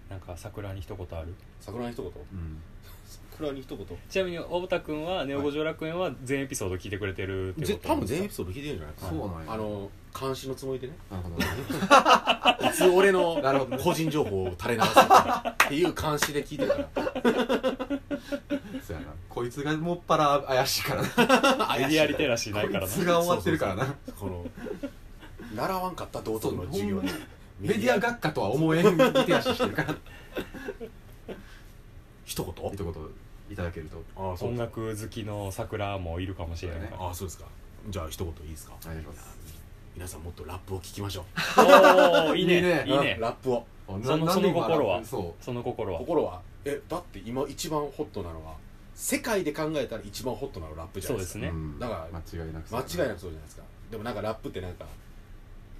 [SPEAKER 4] なんか桜に一言ある
[SPEAKER 3] 桜の一言
[SPEAKER 2] うん
[SPEAKER 3] フラーに一言
[SPEAKER 4] ちなみに小田君は「ネオ五条楽園」は全エピソード聞いてくれてるって
[SPEAKER 3] ぜ
[SPEAKER 4] こと
[SPEAKER 3] 多分全エピソード聞いてるんじゃないか
[SPEAKER 2] そうなんや
[SPEAKER 3] あの監視のつもりでね
[SPEAKER 2] なるほどね
[SPEAKER 3] いつ俺の
[SPEAKER 2] なるほど
[SPEAKER 3] 個人情報を垂れ流すかっていう監視で聞いてるから
[SPEAKER 2] そうやなこいつがもっぱら怪しいか らな
[SPEAKER 4] アイデアリテラシーないからな
[SPEAKER 2] こいつが終わってるからな
[SPEAKER 3] この習わんかった道徳の授業に
[SPEAKER 2] そうメディア学科とは思えん手足してるから
[SPEAKER 3] 一
[SPEAKER 2] 一
[SPEAKER 3] 言
[SPEAKER 2] 言いただけると
[SPEAKER 3] ああ
[SPEAKER 4] 音楽好きの桜もいるかもしれないから、
[SPEAKER 3] ああそうですかじゃあ一言いいですか
[SPEAKER 2] お願いします
[SPEAKER 3] 皆さんもっとラップを聞きましょ
[SPEAKER 4] おおいいねいいね
[SPEAKER 2] いいね
[SPEAKER 3] うラップを
[SPEAKER 2] あな
[SPEAKER 4] その
[SPEAKER 2] なん
[SPEAKER 4] そ
[SPEAKER 2] で
[SPEAKER 4] の
[SPEAKER 2] 今
[SPEAKER 4] 心は
[SPEAKER 2] そ
[SPEAKER 4] その心は
[SPEAKER 3] 心はえだって今一番ホットなのは世界で考えたら一番ホットなのはラップじゃないですか
[SPEAKER 2] う、
[SPEAKER 4] ね
[SPEAKER 2] うん
[SPEAKER 3] だから
[SPEAKER 2] 間違いなく
[SPEAKER 3] 間違いなく
[SPEAKER 2] く
[SPEAKER 3] そうじゃないですかでもなんかラップってなんか、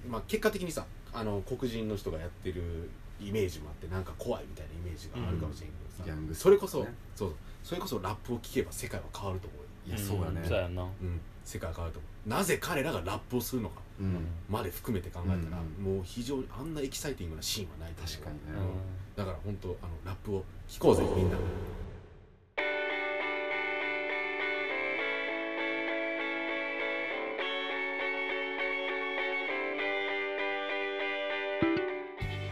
[SPEAKER 3] まあ、結果的にさあの黒人の人がやってるイメージもあってなんか怖いみたいなイメージがあるかもしれんけど
[SPEAKER 2] ギ
[SPEAKER 3] さ、
[SPEAKER 2] ャングス
[SPEAKER 3] それこそ、
[SPEAKER 2] ね
[SPEAKER 3] そうそうそれこそラップを聴けば世界は変わると思うよ
[SPEAKER 2] いやそうやね
[SPEAKER 4] んそうやな
[SPEAKER 3] うん、世界は変わると思うなぜ彼らがラップをするのか
[SPEAKER 2] うん
[SPEAKER 3] まで含めて考えたら、
[SPEAKER 2] うん
[SPEAKER 3] もう非常にあんなエキサイティングなシーンはないと思う
[SPEAKER 2] 確かにね
[SPEAKER 4] う
[SPEAKER 3] だから本当あのラップを聴こうぜみんな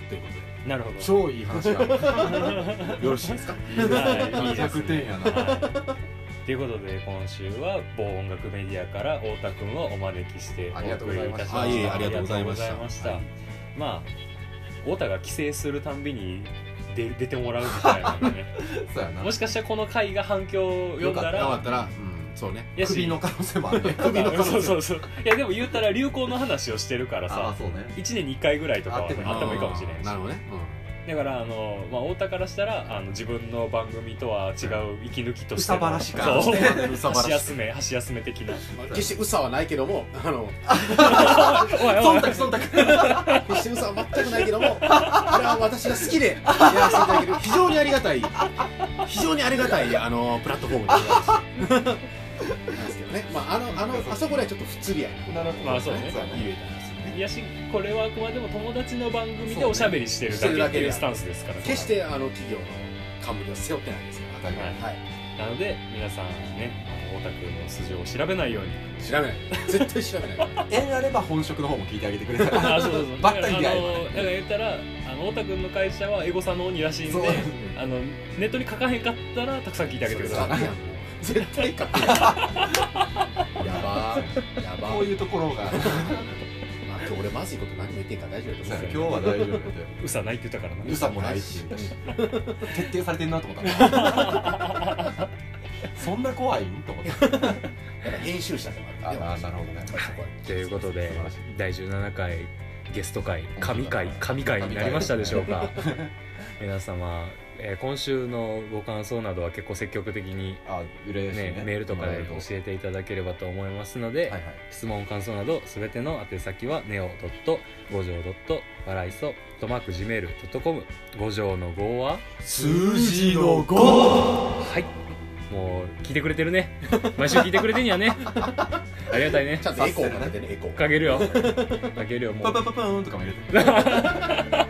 [SPEAKER 3] というこ
[SPEAKER 4] んなるほど
[SPEAKER 2] 超いい話が
[SPEAKER 3] とでよろしいですか
[SPEAKER 2] いいです
[SPEAKER 4] はいいいですね
[SPEAKER 2] ね弱点やな
[SPEAKER 4] はい ということで今週は某音楽メディアから太田君をお招きして
[SPEAKER 2] ありがとうございました
[SPEAKER 4] お送りいたしました
[SPEAKER 2] あ
[SPEAKER 3] いえいえありがとうございました
[SPEAKER 4] ありがとうございました
[SPEAKER 3] はい
[SPEAKER 4] まあ太田が帰省するたんびにで出てもらうみたいなんでね
[SPEAKER 2] そうやな
[SPEAKER 4] もしかしたらこの回が反響を呼んだ
[SPEAKER 3] よかっ
[SPEAKER 4] ら
[SPEAKER 3] たら
[SPEAKER 2] うん
[SPEAKER 3] そうね
[SPEAKER 4] やし
[SPEAKER 2] 首の可能性もあ るね
[SPEAKER 3] 首の可能性
[SPEAKER 4] そうそうそういやでも言ったら流行の話をしてるから
[SPEAKER 2] ああ
[SPEAKER 4] さ
[SPEAKER 2] そうね
[SPEAKER 4] 1年に1回ぐらいとかはね
[SPEAKER 2] あ
[SPEAKER 4] あってもいいかもしれないし
[SPEAKER 3] なるほどね、
[SPEAKER 4] だからあの、まあ、太田からしたらあの自分の番組とは違う息抜きと
[SPEAKER 2] う
[SPEAKER 4] して
[SPEAKER 2] さ
[SPEAKER 4] の
[SPEAKER 2] ばらし
[SPEAKER 4] そ
[SPEAKER 2] か
[SPEAKER 4] う
[SPEAKER 2] して
[SPEAKER 3] うさば
[SPEAKER 4] 箸
[SPEAKER 3] らし
[SPEAKER 4] 休め箸休め的な
[SPEAKER 3] 決して嘘はないけどもあの
[SPEAKER 4] おいおい
[SPEAKER 2] 忖度忖 度
[SPEAKER 3] 決して嘘は全くないけどもあれは私が好きでやらせていただける非常にありがたい非常にありがたいあのプラットフォームでございますなんですけどね、まあ、あのあのあそこではちょっと不釣り合いなこと
[SPEAKER 4] まあそうね
[SPEAKER 3] 言えたんですよね
[SPEAKER 4] いやしこれはあくまでも友達の番組でおしゃべりしてるだけっていうスタンスですから
[SPEAKER 3] 決してあの企業の冠を背負ってないですから、
[SPEAKER 4] はい
[SPEAKER 3] はい、
[SPEAKER 4] なので皆さんねあの太田君の素性を調べないように
[SPEAKER 3] 調べない絶対調べない
[SPEAKER 2] 縁あれば本職の方も聞いてあげてくれたら
[SPEAKER 4] あそうそうそう
[SPEAKER 2] ば
[SPEAKER 4] だ
[SPEAKER 2] っ
[SPEAKER 4] か
[SPEAKER 2] からり
[SPEAKER 4] あの
[SPEAKER 2] 出
[SPEAKER 4] だ
[SPEAKER 2] 会
[SPEAKER 4] から言ったらあの太田君の会社はエゴサの鬼らしいん
[SPEAKER 2] そう
[SPEAKER 4] であのネットに書かへんかったらたくさん聞いてあげてくださ
[SPEAKER 3] 勝
[SPEAKER 4] い
[SPEAKER 3] 手やんもう絶対勝手やんやばーやば
[SPEAKER 2] こういうところが
[SPEAKER 3] まあ、今日俺まずいこと何も言ってんから大丈夫だと思う
[SPEAKER 2] 今日は大丈夫だよ
[SPEAKER 4] うさないって言ったからな
[SPEAKER 2] うさもないし徹底されてんなと思った そんな怖いんと思った
[SPEAKER 3] だから編集者でもあって
[SPEAKER 2] ああなるほどね
[SPEAKER 4] ということで
[SPEAKER 2] 素晴らしい
[SPEAKER 4] 第17回ゲスト会神回神回になりましたでしょうか皆様、えー今週のご感想などは結構積極的に、
[SPEAKER 2] あ嬉しいね
[SPEAKER 4] ねメールとかで
[SPEAKER 2] はい
[SPEAKER 4] 教えていただければと思いますので、
[SPEAKER 2] はい
[SPEAKER 4] 質問感想などすべての宛先は neo. 五条笑いそとマーク gmail.com 五条の5は
[SPEAKER 2] 数字の 5!
[SPEAKER 4] はいもう聞いてくれてる ね毎週聞いてくれてんやねありがたいね
[SPEAKER 3] ちゃんとエコーかけてねエコー
[SPEAKER 4] かけるよかけるよもう
[SPEAKER 2] パパパパーンとかも入れて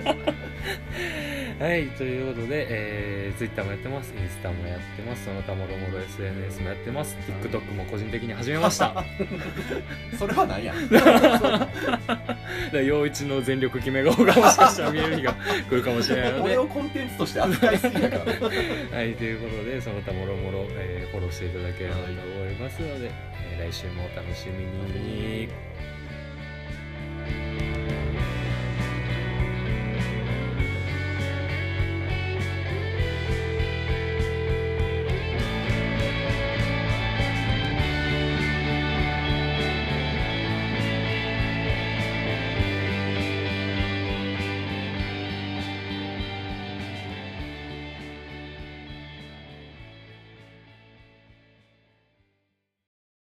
[SPEAKER 4] はい、ということで、えー、Twitter もやってます、インスタもやってます、その他もろもろ SNS もやってます、TikTok も個人的に始めま した。だか
[SPEAKER 2] それはないやん
[SPEAKER 4] ら陽一の全力決め顔がもしかしたら見える日が来るかもしれないので、
[SPEAKER 2] 俺
[SPEAKER 4] は
[SPEAKER 2] をコンテンツとして扱いすぎだからね
[SPEAKER 4] い、ということで、その他もろもろ、えーフォローしていただければと思いますので、えー来週もお楽しみに。